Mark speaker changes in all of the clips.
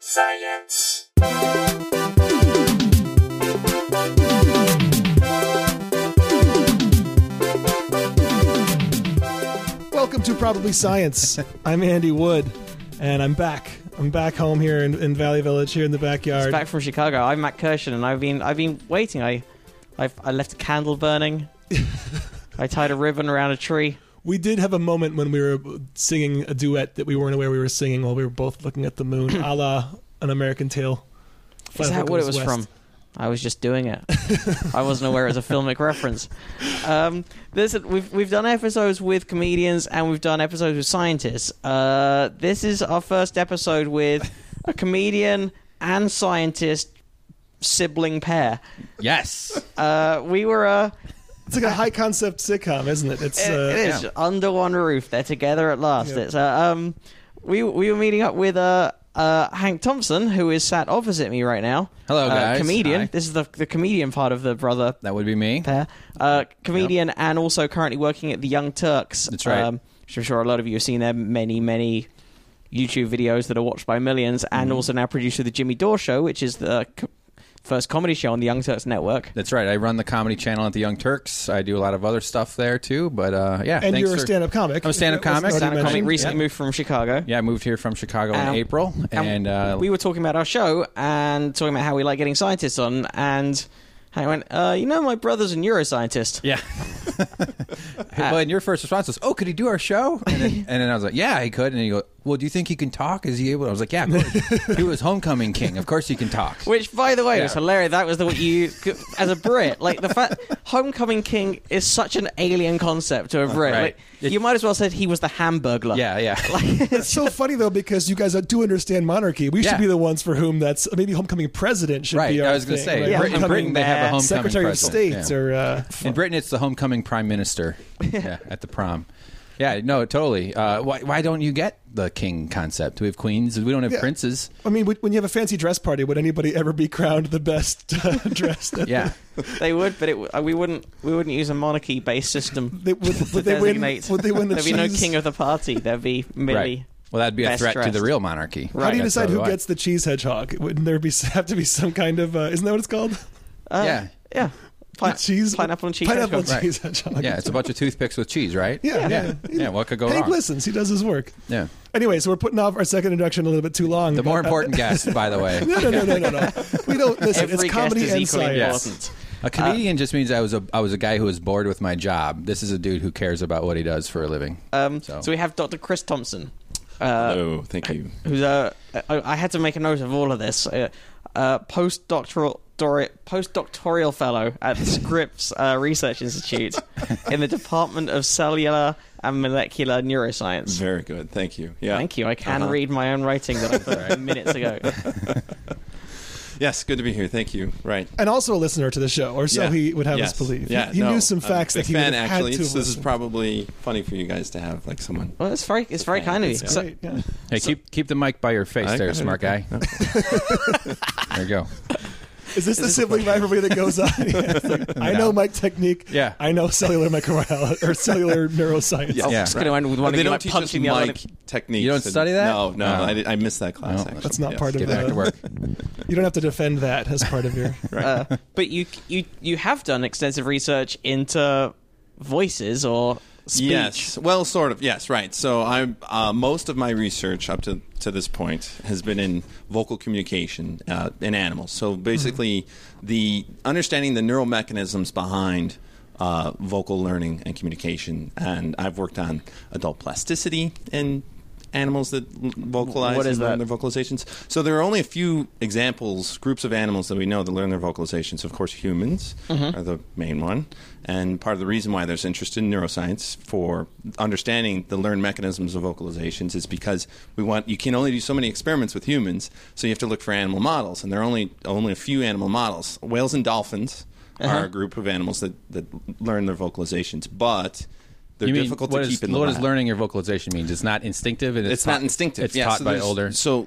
Speaker 1: science.
Speaker 2: Welcome to Probably Science. I'm Andy Wood, and I'm back. I'm back home here in, in Valley Village, here in the backyard.
Speaker 3: back from Chicago. I'm Matt Kirshen, and I've been I've been waiting. I I've, I left a candle burning. I tied a ribbon around a tree.
Speaker 2: We did have a moment when we were singing a duet that we weren't aware we were singing while we were both looking at the moon, a la An American Tale.
Speaker 3: Is
Speaker 2: Flight of
Speaker 3: that what it
Speaker 2: Icarus
Speaker 3: was
Speaker 2: West.
Speaker 3: from? I was just doing it. I wasn't aware it was a filmic reference. Um, this we've we've done episodes with comedians and we've done episodes with scientists. Uh, this is our first episode with a comedian and scientist sibling pair.
Speaker 4: Yes.
Speaker 3: Uh, we were uh,
Speaker 2: It's like a high concept sitcom, isn't it? It's
Speaker 3: It-
Speaker 2: uh,
Speaker 3: it is
Speaker 4: yeah.
Speaker 3: under one roof. They're together at last.
Speaker 2: Yeah.
Speaker 3: It's uh, um, we we were meeting up with uh, uh Hank Thompson, who is sat opposite me right now.
Speaker 4: Hello,
Speaker 3: Uh,
Speaker 4: guys.
Speaker 3: comedian.
Speaker 4: Hi.
Speaker 3: This is the the comedian part of the brother
Speaker 4: that would be me.
Speaker 3: pair. Uh, comedian and also currently working at the Young Turks. Um,
Speaker 4: That's right.
Speaker 3: which I'm sure a lot of you have seen their many many. YouTube videos that are watched by millions,
Speaker 4: Mm-hmm.
Speaker 3: and also now producer of the Jimmy Dore Show, which is the co- first comedy show on the Young Turks network.
Speaker 4: That's right. I run the comedy channel at the Young Turks. I do a lot of other stuff there too. But uh, yeah,
Speaker 2: and
Speaker 4: thanks
Speaker 2: you're a
Speaker 4: for-
Speaker 2: stand up comic.
Speaker 4: I'm a stand-up
Speaker 2: That wasn't
Speaker 4: comic.
Speaker 2: already
Speaker 3: Stand-up comic
Speaker 2: mentioned.
Speaker 3: recently
Speaker 2: Yeah.
Speaker 3: moved from Chicago.
Speaker 4: Yeah, I moved here from Chicago
Speaker 3: Um,
Speaker 4: in April, and, uh,
Speaker 3: we were talking about our show and talking about how we like getting scientists on, and I went, uh, you know, my brother's a neuroscientist.
Speaker 4: yeah.
Speaker 2: Uh,
Speaker 4: well, and your first response was, "Oh, could he do our show?" And then, and then I was like, "Yeah, he could." And he goes, "Well, do you think he can talk? Is he able?" I was like, "Yeah, of course. he was homecoming king. Of course, he can talk."
Speaker 3: Which, by the way,
Speaker 4: Yeah.
Speaker 3: was hilarious. That was the what you, as a Brit, like the fact Homecoming King is such an alien concept to a Brit.
Speaker 4: right.
Speaker 3: Like,
Speaker 4: It-
Speaker 3: you might as well said he was the Hamburglar.
Speaker 4: yeah, yeah.
Speaker 2: It's so funny though because you guys do understand monarchy. We
Speaker 4: Yeah.
Speaker 2: should be the ones for whom that's maybe homecoming president should
Speaker 4: right.
Speaker 2: be. Our
Speaker 4: I was going to
Speaker 2: thing, right?
Speaker 4: say, in Brit- in
Speaker 2: Homecoming
Speaker 4: Britain, they have a
Speaker 3: mayor,
Speaker 4: homecoming
Speaker 2: secretary of state
Speaker 4: president. Yeah.
Speaker 2: or uh,
Speaker 4: In Britain, it's the homecoming prime minister yeah, at the prom. Yeah, no, totally. Uh, why, why don't you get the king concept? We have queens. We don't have
Speaker 2: Yeah.
Speaker 4: princes.
Speaker 2: I mean, when when you have a fancy dress party, would anybody ever be crowned the best uh, dressed?
Speaker 4: Yeah.
Speaker 3: They would, but it, w- we wouldn't. We wouldn't use a monarchy-based system.
Speaker 2: They, would,
Speaker 3: to
Speaker 2: would they win?
Speaker 3: designate.
Speaker 2: Would they win the
Speaker 3: There'd be no
Speaker 2: cheese?
Speaker 3: king of the party. There'd be merely.
Speaker 4: right. Well, that'd be a
Speaker 3: Best
Speaker 4: threat to
Speaker 3: dressed.
Speaker 4: the real monarchy.
Speaker 2: How do you
Speaker 4: That's
Speaker 2: decide who
Speaker 4: probably why.
Speaker 2: gets the cheese hedgehog? Wouldn't there be have to be some kind of? Uh, isn't that what it's called?
Speaker 3: Uh,
Speaker 4: Yeah.
Speaker 3: Yeah. Pi-
Speaker 2: The cheese
Speaker 3: pineapple and cheese.
Speaker 2: Pineapple and
Speaker 3: hedgehog.
Speaker 2: cheese hedgehog.
Speaker 4: Yeah, it's a bunch of toothpicks with cheese, right?
Speaker 2: Yeah,
Speaker 4: yeah. Yeah, what could go
Speaker 2: Hank
Speaker 4: wrong?
Speaker 2: listens. He does his work.
Speaker 4: Yeah.
Speaker 2: Anyway, so we're putting off our second introduction a little bit too long.
Speaker 4: The more
Speaker 2: Uh,
Speaker 4: important guest, by the way.
Speaker 2: No, no, no, no, no, no. We don't listen.
Speaker 3: Every
Speaker 2: it's comedy
Speaker 3: guest is
Speaker 2: and science.
Speaker 3: equally
Speaker 4: Yes.
Speaker 3: important.
Speaker 4: A comedian just means I was a I was a guy who was bored with my job. This is a dude who cares about what he does for a living.
Speaker 3: Um, so.
Speaker 4: So-
Speaker 3: we have Dr. Chris Thompson, uh,
Speaker 1: Oh, thank you.
Speaker 3: who's uh, I, I had to make a note of all of this. Uh, uh, postdoctoral dori- postdoctoral fellow at the Scripps uh, Research Institute in the Department of Cellular and Molecular Neuroscience.
Speaker 1: Very good. Thank you. Yeah.
Speaker 3: Thank you. I can
Speaker 1: Uh-huh.
Speaker 3: read my own writing that I put minutes ago.
Speaker 1: Yes, good to be here. Thank you. Right.
Speaker 2: And also a listener to the show, or so
Speaker 1: Yeah.
Speaker 2: he would have us
Speaker 1: Yes.
Speaker 2: believe. He-
Speaker 1: Yeah,
Speaker 2: he
Speaker 1: no,
Speaker 2: knew some
Speaker 1: I'm a
Speaker 2: facts that
Speaker 1: big
Speaker 2: he would
Speaker 1: fan,
Speaker 2: have had
Speaker 1: actually.
Speaker 2: to.
Speaker 1: So this is
Speaker 2: listen.
Speaker 1: probably funny for you guys to have like someone.
Speaker 3: Well, it's very it's very
Speaker 1: Yeah,
Speaker 3: kind of you.
Speaker 1: it's
Speaker 3: So-
Speaker 2: Right, yeah.
Speaker 4: Hey, keep keep the mic by your face
Speaker 1: I
Speaker 4: there,
Speaker 1: got it.
Speaker 4: smart guy. there you go.
Speaker 2: Is this the sibling rivalry that goes on? Yeah, it's like, I know my technique.
Speaker 4: Yeah.
Speaker 2: I know cellular microbiology or cellular neuroscience.
Speaker 1: Yeah.
Speaker 4: Yeah.
Speaker 3: I'm just going to end with one of
Speaker 1: they
Speaker 3: you
Speaker 1: don't
Speaker 3: like
Speaker 1: teach
Speaker 3: punching the
Speaker 1: us
Speaker 3: other.
Speaker 1: mic techniques.
Speaker 4: You don't
Speaker 1: and-
Speaker 4: study that?
Speaker 1: No, no.
Speaker 4: No.
Speaker 1: I, did- I missed that class.
Speaker 4: No,
Speaker 1: actually.
Speaker 2: that's not
Speaker 1: Yes.
Speaker 2: part of
Speaker 4: Get
Speaker 2: the-
Speaker 4: back to work.
Speaker 2: You don't have to defend that as part of your.
Speaker 3: Uh, but you you you have done extensive research into voices or speech.
Speaker 1: Yes. Well, sort of. Yes. Right. So I uh, most of my research up to to this point has been in vocal communication uh, in animals. So basically,
Speaker 3: Mm-hmm.
Speaker 1: the understanding the neural mechanisms behind. Uh, vocal learning and communication, and I've worked on adult plasticity in animals that l- vocalize
Speaker 3: What is
Speaker 1: and learn
Speaker 3: that?
Speaker 1: their vocalizations. So there are only a few examples, groups of animals that we know that learn their vocalizations. Of course, humans
Speaker 4: Mm-hmm.
Speaker 1: are the main one, and part of the reason why there's interest in neuroscience for understanding the learned mechanisms of vocalizations is because we want you can only do so many experiments with humans, so you have to look for animal models, and there are only only a few animal models. Whales and dolphins
Speaker 4: Uh-huh.
Speaker 1: are a group of animals that that learn their vocalizations, but they're
Speaker 4: You mean
Speaker 1: difficult
Speaker 4: what
Speaker 1: to
Speaker 4: is-
Speaker 1: keep in the
Speaker 4: what
Speaker 1: lab
Speaker 4: does learning your vocalization means? It's not instinctive. And it's,
Speaker 1: it's
Speaker 4: taught-
Speaker 1: not instinctive.
Speaker 4: It's
Speaker 1: yeah,
Speaker 4: taught
Speaker 1: so
Speaker 4: by
Speaker 1: there's-
Speaker 4: older.
Speaker 1: So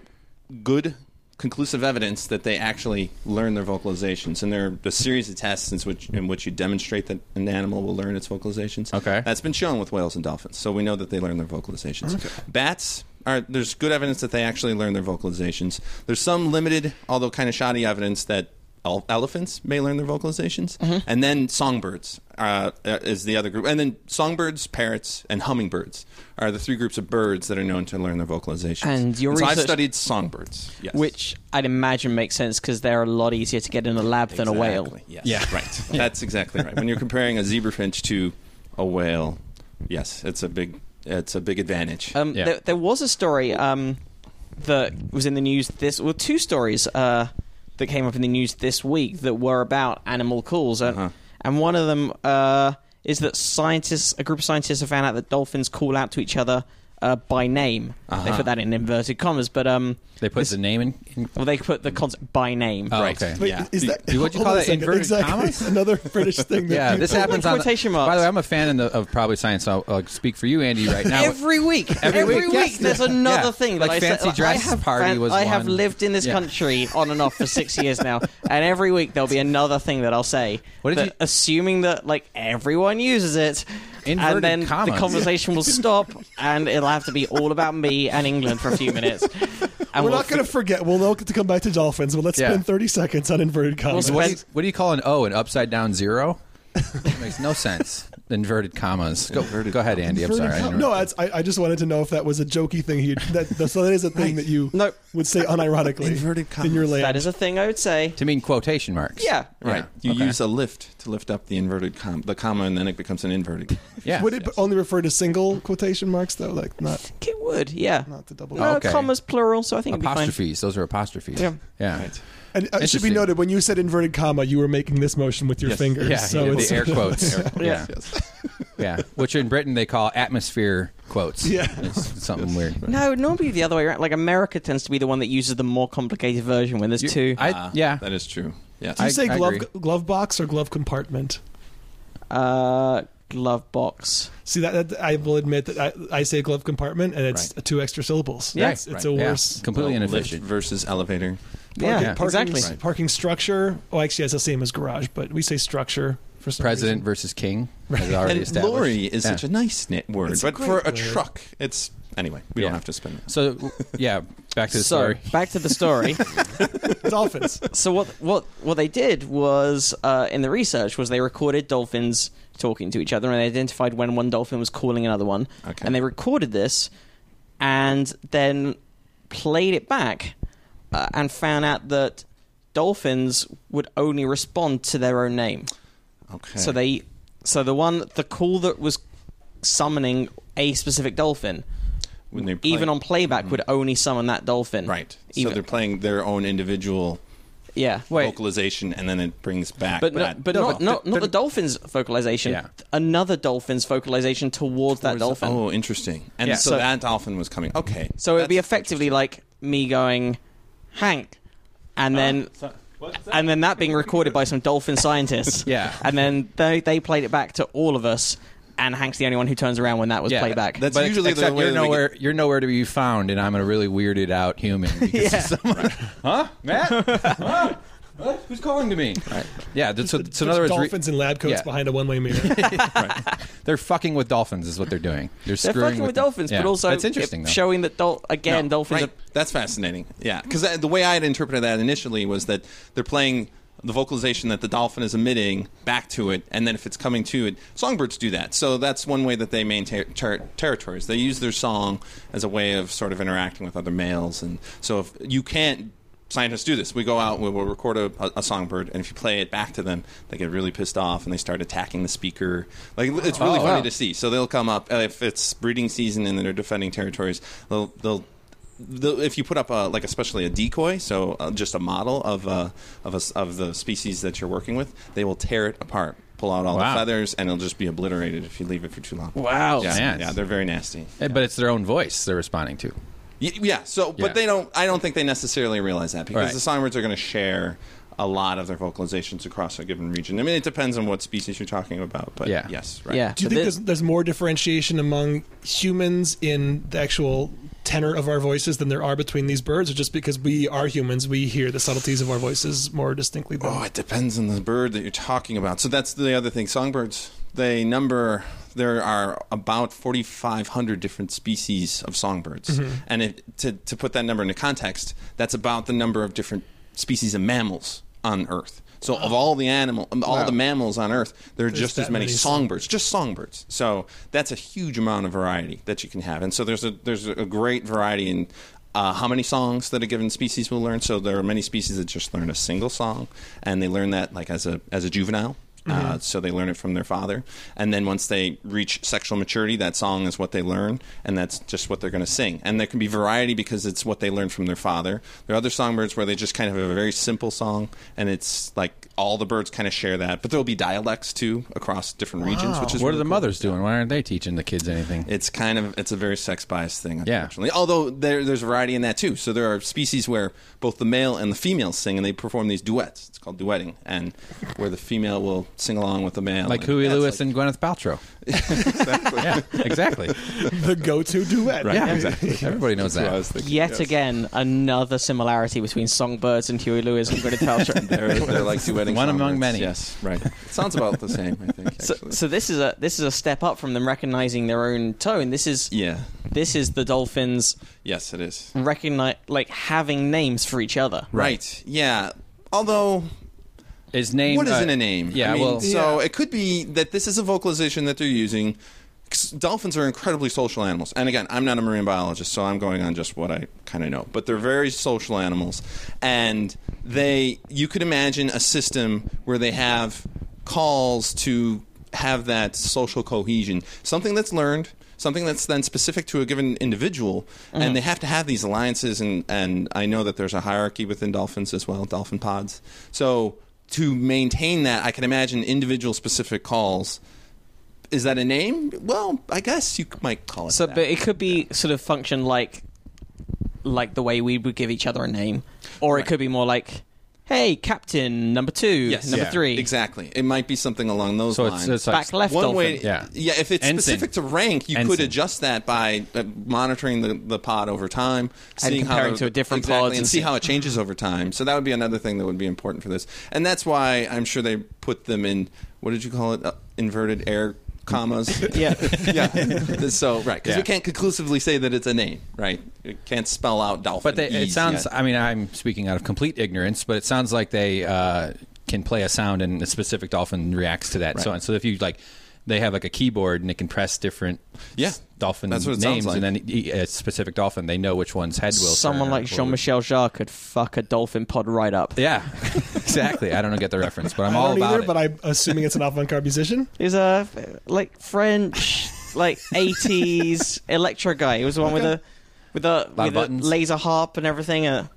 Speaker 1: good conclusive evidence that they actually learn their vocalizations, and there are a series of tests in which in which you demonstrate that an animal will learn its vocalizations.
Speaker 4: Okay.
Speaker 1: that's been shown with whales and dolphins, so we know that they learn their vocalizations. Bats. are there's good evidence that they actually learn their vocalizations. There's some limited, although kind of shoddy evidence that el- elephants may learn their vocalizations, and then songbirds uh, is the other group, and then songbirds, parrots, and hummingbirds are the three groups of birds that are known to learn their vocalizations.
Speaker 3: And your
Speaker 1: so I've
Speaker 3: research-
Speaker 1: studied songbirds, yes.
Speaker 3: Which I'd imagine makes sense because they're a lot easier to get in a lab than a whale.
Speaker 1: Exactly, Yes.
Speaker 4: Yeah.
Speaker 1: Right. That's exactly right. When you're comparing a zebrafinch to a whale, yes, it's a big it's a big advantage.
Speaker 3: Um,
Speaker 4: Yeah.
Speaker 3: there, there was a story um, that was in the news this. Well, two stories uh, that came up in the news this week that were about animal calls, and,
Speaker 1: Uh-huh.
Speaker 3: and one of them uh, is that scientists, a group of scientists, have found out that dolphins call out to each other uh, by name.
Speaker 1: Uh-huh.
Speaker 3: They put that in inverted commas, but um,
Speaker 4: They put the name in. in
Speaker 3: well, they put the concept by name.
Speaker 4: oh,
Speaker 1: Right.
Speaker 4: okay.
Speaker 2: Wait,
Speaker 1: Yeah.
Speaker 2: is that
Speaker 4: You- what'd you
Speaker 2: hold
Speaker 4: call
Speaker 2: on a
Speaker 4: that,
Speaker 2: second.
Speaker 4: inverted
Speaker 2: exactly.
Speaker 4: commas?
Speaker 2: Another British thing. That
Speaker 4: Yeah,
Speaker 2: people-
Speaker 4: this happens on.
Speaker 3: Quotation
Speaker 4: the,
Speaker 3: marks.
Speaker 4: By the way, I'm a fan in the, of probably science. So I'll, I'll speak for you, Andy, right now.
Speaker 3: Every week, every,
Speaker 4: week,
Speaker 3: week,
Speaker 4: yes.
Speaker 3: there's another
Speaker 4: Yeah.
Speaker 3: thing.
Speaker 4: Like
Speaker 3: that I
Speaker 4: fancy
Speaker 3: said,
Speaker 4: dress
Speaker 3: I have
Speaker 4: party was
Speaker 3: I have
Speaker 4: one.
Speaker 3: lived in this
Speaker 4: Yeah.
Speaker 3: country on and off for six years now, and every week there'll be another thing that I'll say.
Speaker 4: What did
Speaker 3: that,
Speaker 4: you-
Speaker 3: Assuming that like everyone uses it,
Speaker 4: Inverted
Speaker 3: and then the
Speaker 4: commas.
Speaker 3: conversation will stop, and it'll have to be all about me and England for a few minutes. And
Speaker 2: We're
Speaker 3: we'll
Speaker 2: not going to forget. We'll not get to come back to dolphins, but let's
Speaker 4: Yeah.
Speaker 2: spend 30 seconds on inverted commas.
Speaker 3: spend-
Speaker 4: What do, you, what do you call an O? An upside down zero? It makes no sense. Inverted commas. Go, go ahead, Andy. I'm
Speaker 2: Inverted
Speaker 4: sorry. I
Speaker 2: com-
Speaker 4: interrupted.
Speaker 2: no, that's, I, I just wanted to know if that was a jokey thing. You, that, that- so that is a thing that you
Speaker 3: No.
Speaker 2: would say unironically
Speaker 1: Inverted
Speaker 2: in your
Speaker 1: commas.
Speaker 2: land.
Speaker 3: That is a thing I would say.
Speaker 4: to mean quotation marks.
Speaker 3: Yeah.
Speaker 1: Right.
Speaker 4: Yeah.
Speaker 1: You
Speaker 4: Okay.
Speaker 1: use a lift to lift up the inverted com- the comma, and then it becomes an inverted.
Speaker 4: Yeah.
Speaker 2: would it only refer to single quotation marks though? Like not
Speaker 3: I think it would. Yeah.
Speaker 2: not the double.
Speaker 3: No,
Speaker 4: Okay.
Speaker 3: commas plural, so I think it'd be fine.
Speaker 4: apostrophes. Those are apostrophes.
Speaker 3: Yeah.
Speaker 4: Yeah.
Speaker 2: And uh, it should be
Speaker 4: Interesting.
Speaker 2: noted when you said inverted comma, you were making this motion with your
Speaker 1: Yes.
Speaker 2: fingers.
Speaker 4: Yeah,
Speaker 2: so
Speaker 4: yeah,
Speaker 2: it's
Speaker 4: the air quotes.
Speaker 3: Yeah.
Speaker 1: Yes.
Speaker 4: Yeah. Which in Britain they call atmosphere quotes.
Speaker 2: Yeah.
Speaker 4: It's something weird.
Speaker 3: No, normally the other way around. Like America tends to be the one that uses the more complicated version when there's two.
Speaker 4: I,
Speaker 1: Ah,
Speaker 4: yeah.
Speaker 1: That is true. Yes.
Speaker 2: Do you
Speaker 4: I-
Speaker 2: say
Speaker 4: I
Speaker 2: glove
Speaker 4: agree.
Speaker 2: glove box or glove compartment?
Speaker 3: Uh, glove box.
Speaker 2: See that, that I will admit that I, I say glove compartment and it's two extra syllables.
Speaker 3: Yeah.
Speaker 2: it's, it's
Speaker 1: Right.
Speaker 2: a
Speaker 4: Yeah.
Speaker 2: worse
Speaker 4: Completely
Speaker 1: Well, lift
Speaker 4: inefficient.
Speaker 1: versus elevator.
Speaker 3: Yeah,
Speaker 4: Yeah.
Speaker 3: exactly.
Speaker 2: s- Parking structure. Oh, actually, that's the same as garage, but we say structure for some
Speaker 4: President
Speaker 2: reason.
Speaker 4: versus king. As already
Speaker 1: And
Speaker 4: established.
Speaker 1: lorry is
Speaker 4: Yeah.
Speaker 1: such a nice knit word,
Speaker 2: It's a
Speaker 1: but
Speaker 2: great
Speaker 1: for a
Speaker 2: word.
Speaker 1: truck, it's anyway. We
Speaker 4: Yeah.
Speaker 1: don't have to spend. It.
Speaker 4: So, w- yeah, back to the
Speaker 3: so
Speaker 4: story.
Speaker 3: back to the story.
Speaker 2: Dolphins.
Speaker 3: so what what what they did was uh, in the research was they recorded dolphins talking to each other and they identified when one dolphin was calling another one.
Speaker 1: Okay.
Speaker 3: And they recorded this and then played it back uh, and found out that dolphins would only respond to their own name.
Speaker 1: Okay.
Speaker 3: So they, so the one, the call that was summoning a specific dolphin,
Speaker 1: when they
Speaker 3: even
Speaker 1: play-
Speaker 3: on playback,
Speaker 4: mm.
Speaker 3: would only summon that dolphin.
Speaker 1: right.
Speaker 3: Even,
Speaker 1: So they're playing their own individual
Speaker 3: yeah.
Speaker 1: vocalization, and then it brings back.
Speaker 3: But, no,
Speaker 1: that.
Speaker 3: but
Speaker 4: No,
Speaker 3: not,
Speaker 4: but
Speaker 3: not,
Speaker 4: the-
Speaker 3: not the
Speaker 4: the-
Speaker 3: dolphin's vocalization.
Speaker 4: Yeah.
Speaker 3: Another dolphin's vocalization towards that dolphin.
Speaker 1: Oh, interesting. And
Speaker 4: Yeah.
Speaker 1: so,
Speaker 3: So-
Speaker 1: that dolphin was coming. Okay.
Speaker 3: so it'd be
Speaker 1: That's
Speaker 3: effectively like me going, Hank, and
Speaker 4: Uh,
Speaker 3: then and then that being recorded by some dolphin scientists.
Speaker 4: Yeah.
Speaker 3: and then they they played it back to all of us, and Hank's the only one who turns around when that was
Speaker 4: Yeah,
Speaker 3: playback.
Speaker 1: that's
Speaker 4: But
Speaker 1: usually the
Speaker 4: except
Speaker 1: way
Speaker 4: you're
Speaker 1: that we
Speaker 4: nowhere you're nowhere to be found, and I'm a really weirded out human. Because yeah. huh, Matt? Huh? What? Who's calling to me? Right. Yeah. th- So, so in other words, re-
Speaker 2: dolphins in lab coats
Speaker 4: yeah.
Speaker 2: behind a one-way mirror.
Speaker 4: they're fucking with dolphins, is what they're doing. They're,
Speaker 3: They're
Speaker 4: screwing
Speaker 3: fucking with
Speaker 4: them.
Speaker 3: dolphins,
Speaker 4: Yeah.
Speaker 3: but also
Speaker 4: that's interesting.
Speaker 3: it-
Speaker 4: Though.
Speaker 3: showing that dol- again
Speaker 1: No,
Speaker 3: dolphins.
Speaker 1: right.
Speaker 3: Are-
Speaker 1: That's fascinating. Yeah, because the way I had interpreted that initially was that they're playing the vocalization that the dolphin is emitting back to it, and then if it's coming to it, songbirds do that. So that's one way that they maintain ter- territories. They use their song as a way of sort of interacting with other males, and so if you can't. Scientists do this. We go out, we will record a, a- a songbird, and if you play it back to them, they get really pissed off and they start attacking the speaker. Like it's really
Speaker 4: Oh,
Speaker 1: funny
Speaker 4: wow.
Speaker 1: to see. So they'll come up uh, if it's breeding season and they're defending territories. They'll they'll the, if you put up a, like especially a decoy, so uh, just a model of uh, of a s of the species that you're working with, they will tear it apart, pull out all
Speaker 4: Wow.
Speaker 1: the feathers, and it'll just be obliterated if you leave it for too long.
Speaker 3: wow.
Speaker 1: Yeah,
Speaker 4: Man.
Speaker 1: yeah, they're very nasty.
Speaker 4: Eh, But it's their own voice they're responding to.
Speaker 1: Y- Yeah, so but
Speaker 4: Yeah.
Speaker 1: they don't. I don't think they necessarily realize that because
Speaker 4: Right.
Speaker 1: the songbirds are going to share a lot of their vocalizations across a given region. I mean, it depends on what species you're talking about, but
Speaker 4: Yeah.
Speaker 1: yes, right.
Speaker 3: Yeah.
Speaker 2: Do you think
Speaker 3: So this-
Speaker 2: there's, there's more differentiation among humans in the actual tenor of our voices than there are between these birds, or just because we are humans, we hear the subtleties of our voices more distinctly? Than
Speaker 1: Oh, it depends on the bird that you're talking about. So that's the other thing. Songbirds, they number there are about 4,500 different species of songbirds. And it, to, to put that number into context, that's about the number of different species of mammals on Earth. So of all the animal, all the mammals on Earth, there are just
Speaker 2: that
Speaker 1: as many
Speaker 2: many
Speaker 1: songbirds, just songbirds. So that's a huge amount of variety that you can have, and so there's a there's a great variety in uh, how many songs that a given species will learn. So there are many species that just learn a single song, and they learn that like as a as a juvenile.
Speaker 2: Mm-hmm.
Speaker 1: Uh, so they learn it from their father, and then once they reach sexual maturity, that song is what they learn, and that's just what they're going to sing. And there can be variety because it's what they learned from their father. There are other songbirds where they just kind of have a very simple song, and it's like all the birds kind of share that. But there will be dialects too across different regions, which is
Speaker 4: What are
Speaker 1: really
Speaker 4: the
Speaker 1: cool.
Speaker 4: mothers doing? Why aren't they teaching the kids anything?
Speaker 1: It's kind of it's a very sex biased thing,
Speaker 4: Yeah.
Speaker 1: unfortunately. Although there, there's variety in that too. So there are species where both the male and the female sing, and they perform these duets. It's called duetting, and where the female will sing along with the male,
Speaker 4: like
Speaker 1: and
Speaker 4: Huey
Speaker 1: that's
Speaker 4: Lewis
Speaker 1: like-
Speaker 4: and Gwyneth Paltrow. Yeah, exactly.
Speaker 2: the go-to duet.
Speaker 4: Right. exactly. Everybody knows
Speaker 1: That's what I
Speaker 4: that.
Speaker 1: was thinking.
Speaker 3: Yet
Speaker 1: Yes.
Speaker 3: again, another similarity between songbirds and Huey Lewis and Gwyneth Paltrow.
Speaker 1: They're, they're like duetting.
Speaker 4: One among
Speaker 1: songbirds.
Speaker 4: many.
Speaker 1: Yes, right. It sounds about the same, I think.
Speaker 3: so,
Speaker 1: Actually.
Speaker 3: so this is a this is a step up from them recognizing their own tone. This is
Speaker 1: yeah.
Speaker 3: this is the dolphins
Speaker 1: Yes, it is.
Speaker 3: recognize like having names for each other.
Speaker 1: Right. Yeah. Although
Speaker 4: His name.
Speaker 1: What
Speaker 4: uh,
Speaker 1: isn't a name?
Speaker 4: Yeah,
Speaker 1: I mean,
Speaker 4: well,
Speaker 1: so it could be that this is a vocalization that they're using. 'Cause Dolphins are incredibly social animals, and again, I'm not a marine biologist, so I'm going on just what I kind of know. But they're very social animals, and they you could imagine a system where they have calls to have that social cohesion, something that's learned. Something that's then specific to a given individual,
Speaker 4: Mm-hmm.
Speaker 1: and they have to have these alliances. And, and I know that there's a hierarchy within dolphins as well, dolphin pods. So to maintain that, I can imagine individual specific calls. Is that a name? Well, I guess you c- might call it
Speaker 3: So,
Speaker 1: that.
Speaker 3: but it could be sort of function like like the way we would give each other a name, or it could be more like, "Hey, Captain Number Two,
Speaker 1: yes,
Speaker 3: Number
Speaker 1: yeah,
Speaker 3: Three,
Speaker 1: exactly. It might be something along those
Speaker 4: so
Speaker 1: lines.
Speaker 4: it's, it's like
Speaker 3: back left
Speaker 1: One
Speaker 3: dolphin."
Speaker 1: way,
Speaker 4: Yeah.
Speaker 1: yeah. If it's
Speaker 4: Ensign.
Speaker 1: specific to rank, you could
Speaker 4: Ensign.
Speaker 1: adjust that by uh, monitoring the, the pod over time, seeing
Speaker 3: comparing
Speaker 1: how
Speaker 3: to a different
Speaker 1: exactly,
Speaker 3: pods
Speaker 1: and,
Speaker 3: and
Speaker 1: see
Speaker 3: see-
Speaker 1: how it changes over time. So that would be another thing that would be important for this, and that's why I'm sure they put them in what did you call it? Uh, inverted air commas.
Speaker 3: Yeah.
Speaker 1: yeah. So right, because
Speaker 4: Yeah.
Speaker 1: we can't conclusively say that it's a name, right? It can't spell out dolphin.
Speaker 4: But they, it
Speaker 1: ease
Speaker 4: sounds.
Speaker 1: yet.
Speaker 4: I mean, I'm speaking out of complete ignorance, but it sounds like they uh, can play a sound and a specific dolphin reacts to that. So and so if you like, they have like a keyboard and it can press different
Speaker 1: Yeah.
Speaker 4: s- dolphin
Speaker 1: That's what it
Speaker 4: names,
Speaker 1: sounds
Speaker 4: and
Speaker 1: like.
Speaker 4: then e- a specific dolphin they know which one's head will.
Speaker 3: Someone
Speaker 4: turn
Speaker 3: like
Speaker 4: or-
Speaker 3: Jean Michel Jarre could fuck a dolphin pod right up.
Speaker 4: Yeah, exactly. I don't get the reference, but I'm
Speaker 2: I
Speaker 4: all
Speaker 2: don't
Speaker 4: about
Speaker 2: either,
Speaker 4: it.
Speaker 2: but I'm assuming it's an avant-garde musician.
Speaker 3: He's a like French, like eighties electro guy. He was the one with a with a,
Speaker 4: of
Speaker 3: with a
Speaker 4: buttons.
Speaker 3: laser harp and everything. Uh,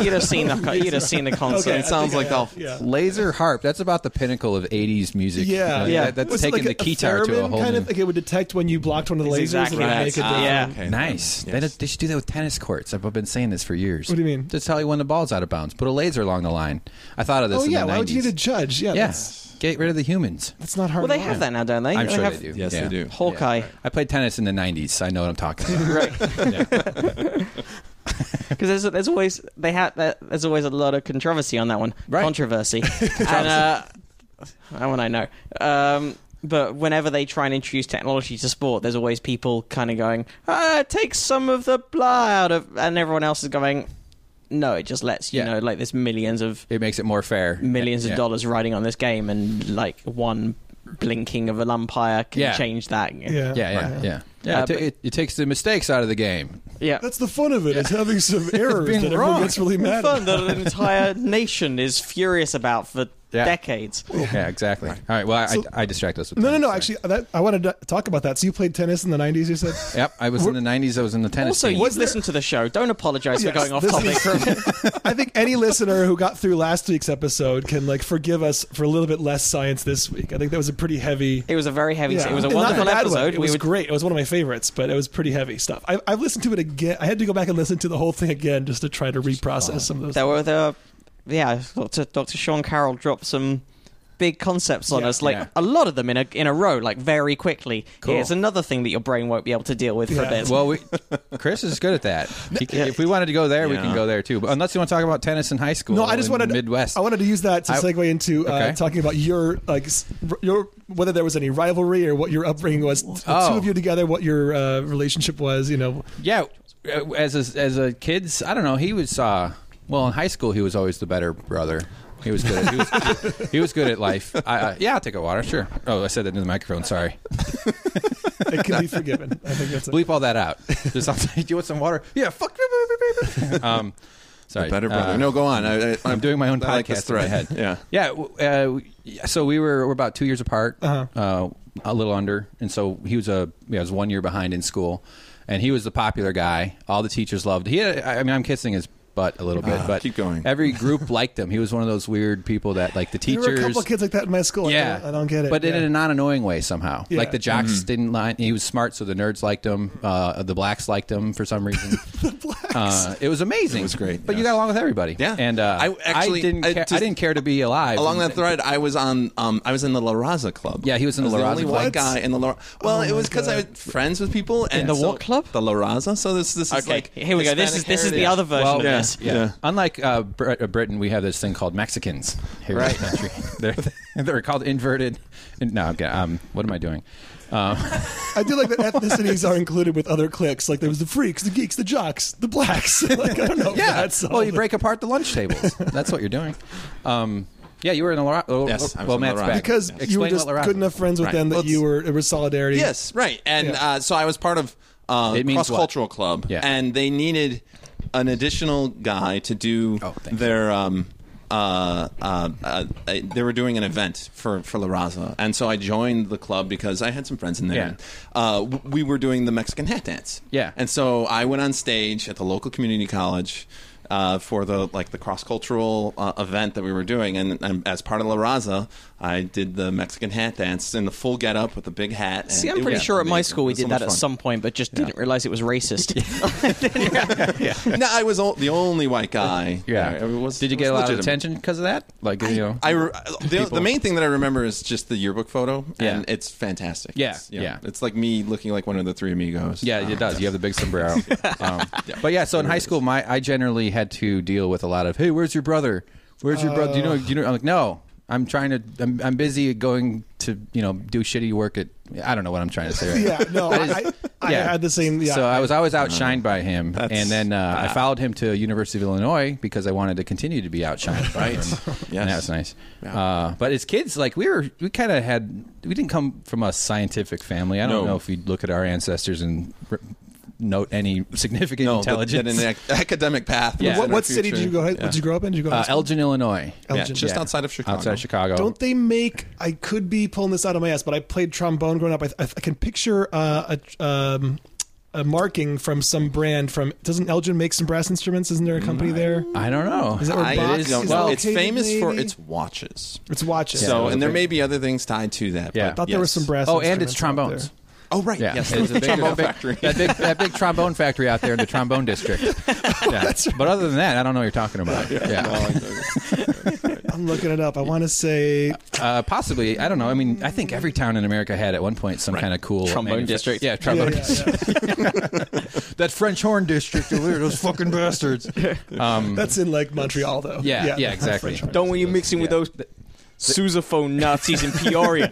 Speaker 3: you'd have seen the co- you'd have seen the concert.
Speaker 2: Okay,
Speaker 1: it sounds like dolphins.
Speaker 2: Yeah.
Speaker 4: Laser harp. That's about the pinnacle of '80s music.
Speaker 2: Yeah,
Speaker 4: Uh,
Speaker 3: Yeah.
Speaker 4: that- that's
Speaker 2: Was it
Speaker 4: taking
Speaker 2: like
Speaker 4: the
Speaker 2: a- a
Speaker 4: guitar to a
Speaker 2: theremin
Speaker 4: whole
Speaker 2: kind
Speaker 4: new.
Speaker 2: of like it would detect when you blocked one of the lasers. and
Speaker 3: Exactly
Speaker 2: it would
Speaker 3: that.
Speaker 2: make it Oh,
Speaker 3: Ah,
Speaker 2: different.
Speaker 3: yeah.
Speaker 1: okay.
Speaker 4: Nice. They,
Speaker 1: Yes.
Speaker 4: don't- they should do that with tennis courts. I've been saying this for years.
Speaker 2: What do you mean?
Speaker 4: That's how he won the balls out of bounds. Put a laser along the line. I thought of this.
Speaker 2: Oh
Speaker 4: in
Speaker 2: yeah,
Speaker 4: the
Speaker 2: why would you
Speaker 4: 90s.
Speaker 2: need a judge? Yeah,
Speaker 4: Yeah.
Speaker 2: that's,
Speaker 4: Get rid of the humans.
Speaker 2: that's not hard.
Speaker 3: Well, they
Speaker 2: at all.
Speaker 3: have that now, don't they?
Speaker 4: I'm
Speaker 3: They
Speaker 4: sure
Speaker 3: have
Speaker 4: they do.
Speaker 1: Yes,
Speaker 4: Yeah.
Speaker 1: they do.
Speaker 3: Hawkeye.
Speaker 4: I played tennis in the '90s. so I know what I'm talking about.
Speaker 3: right because there's, there's always they have there's always a lot of controversy on that one
Speaker 4: Right.
Speaker 3: controversy and uh that one i know um but whenever they try and introduce technology to sport, there's always people kind of going, ah, take some of the blah out of, and everyone else is going, no, it just lets you
Speaker 4: Yeah.
Speaker 3: know, like there's millions of
Speaker 4: it makes it more fair.
Speaker 3: millions
Speaker 4: Yeah.
Speaker 3: of dollars riding on this game, and like one blinking of an umpire can
Speaker 4: Yeah.
Speaker 3: change that.
Speaker 2: Yeah,
Speaker 4: Yeah, yeah,
Speaker 2: Right.
Speaker 4: yeah. Yeah,
Speaker 3: Uh,
Speaker 4: it, ta-
Speaker 3: but-
Speaker 4: it, it takes the mistakes out of the game.
Speaker 3: yeah.
Speaker 2: That's the fun of it. It's having some errors
Speaker 4: being
Speaker 2: that
Speaker 4: wrong.
Speaker 2: everyone gets really mad.
Speaker 3: fun
Speaker 2: at.
Speaker 3: that an entire nation is furious about for
Speaker 4: Yeah.
Speaker 3: decades.
Speaker 2: Oh,
Speaker 4: Yeah, exactly. All right. Well, I,
Speaker 2: So-
Speaker 4: I, I distract us. With
Speaker 2: No, no,
Speaker 4: tennis,
Speaker 2: no.
Speaker 4: sorry.
Speaker 2: Actually, that, I wanted to talk about that. So you played tennis in the '90s. You said.
Speaker 4: Yep. I was in the '90s. I was in the tennis.
Speaker 3: Also,
Speaker 4: team.
Speaker 3: you've listened to the show. Don't apologize
Speaker 2: Yes,
Speaker 3: for going off
Speaker 2: this
Speaker 3: topic.
Speaker 2: is- I think any listener who got through last week's episode can like forgive us for a little bit less science this week. I think that was a pretty heavy.
Speaker 3: it was a very heavy. It was a
Speaker 2: And not in
Speaker 3: wonderful
Speaker 2: bad way.
Speaker 3: episode.
Speaker 2: It was
Speaker 3: we were,
Speaker 2: great. It was one of my favorites, but it was pretty heavy stuff. I, I've listened to it again. I had to go back and listen to the whole thing again just to try to reprocess some of those.
Speaker 3: there were the yeah. Doctor Doctor Sean Carroll dropped some big concepts on
Speaker 2: Yeah.
Speaker 3: us, like
Speaker 4: Yeah.
Speaker 3: a lot of them in a in a row, like very quickly.
Speaker 4: Cool.
Speaker 3: Here's another thing that your brain won't be able to deal with for a
Speaker 2: Yeah.
Speaker 3: bit.
Speaker 4: Well, we, Chris is good at that. He can-
Speaker 3: Yeah.
Speaker 4: If we wanted to go there, we can
Speaker 1: Yeah.
Speaker 4: go there too. But unless you want to talk about tennis in high school,
Speaker 2: No, I just
Speaker 4: in
Speaker 2: wanted
Speaker 4: Midwest.
Speaker 2: I wanted to use that to
Speaker 4: I-
Speaker 2: segue into uh,
Speaker 4: Okay.
Speaker 2: talking about your like s- r- your whether there was any rivalry or what your upbringing was. The
Speaker 4: Oh.
Speaker 2: two of you together, what your uh, relationship was. You know,
Speaker 4: yeah, uh, as a, as a kids, I don't know. He was uh, well in high school. He was always the better brother. He was good. At, he, was, he was good at life. I, I, yeah, I'll take a water. Sure. Oh, I said that into the microphone. Sorry.
Speaker 2: it can be forgiven. I think that's it.
Speaker 4: Bleep all that out. Just I'll say, do you want some water? Yeah. Fuck. um, sorry.
Speaker 1: Better brother.
Speaker 4: Uh,
Speaker 1: no, go on. I, I,
Speaker 4: I'm doing my own
Speaker 1: I like this
Speaker 4: podcast in my
Speaker 1: thread.
Speaker 4: head.
Speaker 1: Yeah.
Speaker 4: Yeah. w- Uh, w- yeah, so we were, we're about two years apart,
Speaker 2: Uh-huh.
Speaker 4: uh a little under, and so he was a yeah, I was one year behind in school, and he was the popular guy. All the teachers loved. He, had, I I mean, I'm kissing his butt a little bit,
Speaker 2: Uh-huh.
Speaker 1: Ah,
Speaker 4: but
Speaker 1: keep going.
Speaker 4: Every group liked him. He was one of those weird people that like the
Speaker 2: There
Speaker 4: teachers.
Speaker 2: were a couple of kids like that in my school. I
Speaker 4: Yeah,
Speaker 2: don't- I, don't get it.
Speaker 4: But
Speaker 2: yeah.
Speaker 4: in a non-annoying way somehow.
Speaker 2: Yeah. Mm-hmm.
Speaker 4: Like the jocks didn't like. He was smart, so the nerds liked him. Uh, the blacks liked him for some reason. the blacks. Uh, it was amazing. It
Speaker 1: was great,
Speaker 4: But you
Speaker 1: yes.
Speaker 4: got along with everybody.
Speaker 1: Yeah.
Speaker 4: And uh,
Speaker 1: I actually-
Speaker 4: didn't.
Speaker 1: I
Speaker 4: care, I
Speaker 1: just-
Speaker 4: didn't care to be alive
Speaker 1: Along
Speaker 4: And-
Speaker 1: that thread, I was on. Um, I was in the La Raza Club.
Speaker 4: Yeah, he was in
Speaker 1: I
Speaker 4: the La Raza
Speaker 1: only
Speaker 4: Club. Oh
Speaker 1: white guy in the La. Well, it was because I was friends with people and
Speaker 3: The
Speaker 1: so-
Speaker 3: what club?
Speaker 1: The La Raza. So this this is
Speaker 3: okay,
Speaker 1: like
Speaker 3: here we go. This is
Speaker 1: Hispanic
Speaker 3: this is the
Speaker 1: heritage.
Speaker 3: other version of
Speaker 4: yeah.
Speaker 3: this.
Speaker 4: Oh, Yeah.
Speaker 1: Yeah.
Speaker 4: Unlike uh, Br- uh, Britain, we have this thing called Mexicans here in this country. They're, they're called inverted. No, okay, um, what am I doing? Um,
Speaker 2: I do like that ethnicities are included with other cliques. Like there was the freaks, the geeks, the jocks, the blacks. like I don't know. if
Speaker 4: yeah.
Speaker 2: that's all
Speaker 4: well, you
Speaker 2: the-
Speaker 4: break apart the lunch tables. That's what you're doing. Um, yeah, you were in the Lara.
Speaker 1: Yes, I
Speaker 4: oh,
Speaker 1: was
Speaker 4: well,
Speaker 1: in the
Speaker 4: Matt's
Speaker 1: Lara-
Speaker 4: back.
Speaker 2: because you were
Speaker 4: Explain
Speaker 2: just
Speaker 4: what Lara-
Speaker 2: good enough friends with
Speaker 4: Right.
Speaker 2: them that
Speaker 1: Let's-
Speaker 2: you were. It was solidarity.
Speaker 1: Yes, right. And
Speaker 2: Yeah.
Speaker 1: uh, so I was part of uh,
Speaker 4: It means
Speaker 1: cross cultural club,
Speaker 4: Yeah.
Speaker 1: and they needed an additional guy to do
Speaker 4: Oh, thank you.
Speaker 1: their. Um, uh, uh, uh, they were doing an event for for La Raza, and so I joined the club because I had some friends in there.
Speaker 4: Yeah.
Speaker 1: And, uh, w- we were doing the Mexican hat dance.
Speaker 4: Yeah.
Speaker 1: and so I went on stage at the local community college. Uh, for the like the cross cultural uh, event that we were doing, and, and as part of La Raza, I did the Mexican hat dance in the full get up with the big hat
Speaker 3: See, I'm pretty sure at my school we did that at
Speaker 1: some
Speaker 3: some point, but just didn't realize it was racist.
Speaker 1: no, I was o- the only white guy.
Speaker 4: yeah.
Speaker 1: there. It was-
Speaker 4: Did you
Speaker 1: it
Speaker 4: get
Speaker 1: was
Speaker 4: a lot
Speaker 1: legitimate.
Speaker 4: of attention because of that? Like you know,
Speaker 1: I re- uh, the, the main thing that I remember is just the yearbook photo,
Speaker 4: Yeah.
Speaker 1: and it's fantastic.
Speaker 4: Yeah,
Speaker 1: it's, you know,
Speaker 4: yeah.
Speaker 1: it's like me looking like one of the Three Amigos.
Speaker 4: Yeah,
Speaker 1: Um,
Speaker 4: it does. You have the big sombrero. Um, But yeah, so in high school, my I generally had to deal with a lot of, hey, where's your brother? Where's your brother? Do you know? Do you know? I'm like, no, I'm trying to. I'm, I'm busy going to you know do shitty work at. I don't know what I'm trying to say. Right
Speaker 2: Yeah.
Speaker 4: now.
Speaker 2: No.
Speaker 4: That is-
Speaker 2: I, I, I had the same. Yeah.
Speaker 4: so I was always outshined by him,
Speaker 1: That's-
Speaker 4: and then uh, I followed him to University of Illinois because I wanted to continue to be outshined. by him.
Speaker 1: Yes.
Speaker 4: and that was nice.
Speaker 1: Yeah.
Speaker 4: Uh, but as kids, like we were, we kind of had, we didn't come from a scientific family. I don't
Speaker 1: No.
Speaker 4: know if we look at our ancestors and r note any significant
Speaker 1: no, that-
Speaker 4: intelligence. Uh,
Speaker 1: that an ac- academic path. was
Speaker 4: Yeah.
Speaker 1: in
Speaker 2: what
Speaker 1: our
Speaker 2: what city did
Speaker 1: future.
Speaker 2: you go?
Speaker 1: Yeah.
Speaker 2: Did you grow up in? Did you go? to high
Speaker 4: uh,
Speaker 2: school?
Speaker 4: Elgin, Illinois,
Speaker 1: Yeah,
Speaker 2: Elgin.
Speaker 1: Oh, just
Speaker 4: Yeah.
Speaker 1: outside of Chicago.
Speaker 4: outside Chicago.
Speaker 2: Don't they make? I could be pulling this out of my ass, but I played trombone growing up. I, I can picture uh, a, um, a marking from some brand. From doesn't Elgin make some brass instruments? Isn't there a company there?
Speaker 4: Mm, I don't know.
Speaker 2: Is that where
Speaker 1: I
Speaker 2: Bach
Speaker 1: don't know.
Speaker 2: is
Speaker 1: well,
Speaker 2: located,
Speaker 1: it's famous for
Speaker 2: maybe?
Speaker 1: its watches.
Speaker 2: It's watches.
Speaker 1: so,
Speaker 4: Yeah.
Speaker 1: and there may be other things tied to that.
Speaker 4: Yeah.
Speaker 2: I
Speaker 1: but
Speaker 2: thought there were
Speaker 1: yes.
Speaker 2: some brass.
Speaker 4: oh, and it's
Speaker 2: instruments
Speaker 4: trombones.
Speaker 2: out
Speaker 1: Oh, right.
Speaker 4: Yeah,
Speaker 1: Yes,
Speaker 4: There's a big-
Speaker 1: trombone
Speaker 4: that big-
Speaker 1: factory.
Speaker 4: That big, that big trombone factory out there in the trombone district. Yeah. But other than that, I don't know what you're talking about. yeah.
Speaker 2: there. I'm looking it up. I want to say
Speaker 4: Uh, possibly, I don't know. I mean, I think every town in America had at one point some kind of cool
Speaker 3: Trombone
Speaker 4: manufa-
Speaker 3: district.
Speaker 4: Yeah, trombone
Speaker 2: Yeah, yeah,
Speaker 4: district. that French horn district over there, those fucking bastards. Um,
Speaker 2: that's in like Montreal, though.
Speaker 4: yeah, yeah, exactly.
Speaker 2: French horn.
Speaker 3: Don't want you mixing with those sousaphone Nazis in Peoria.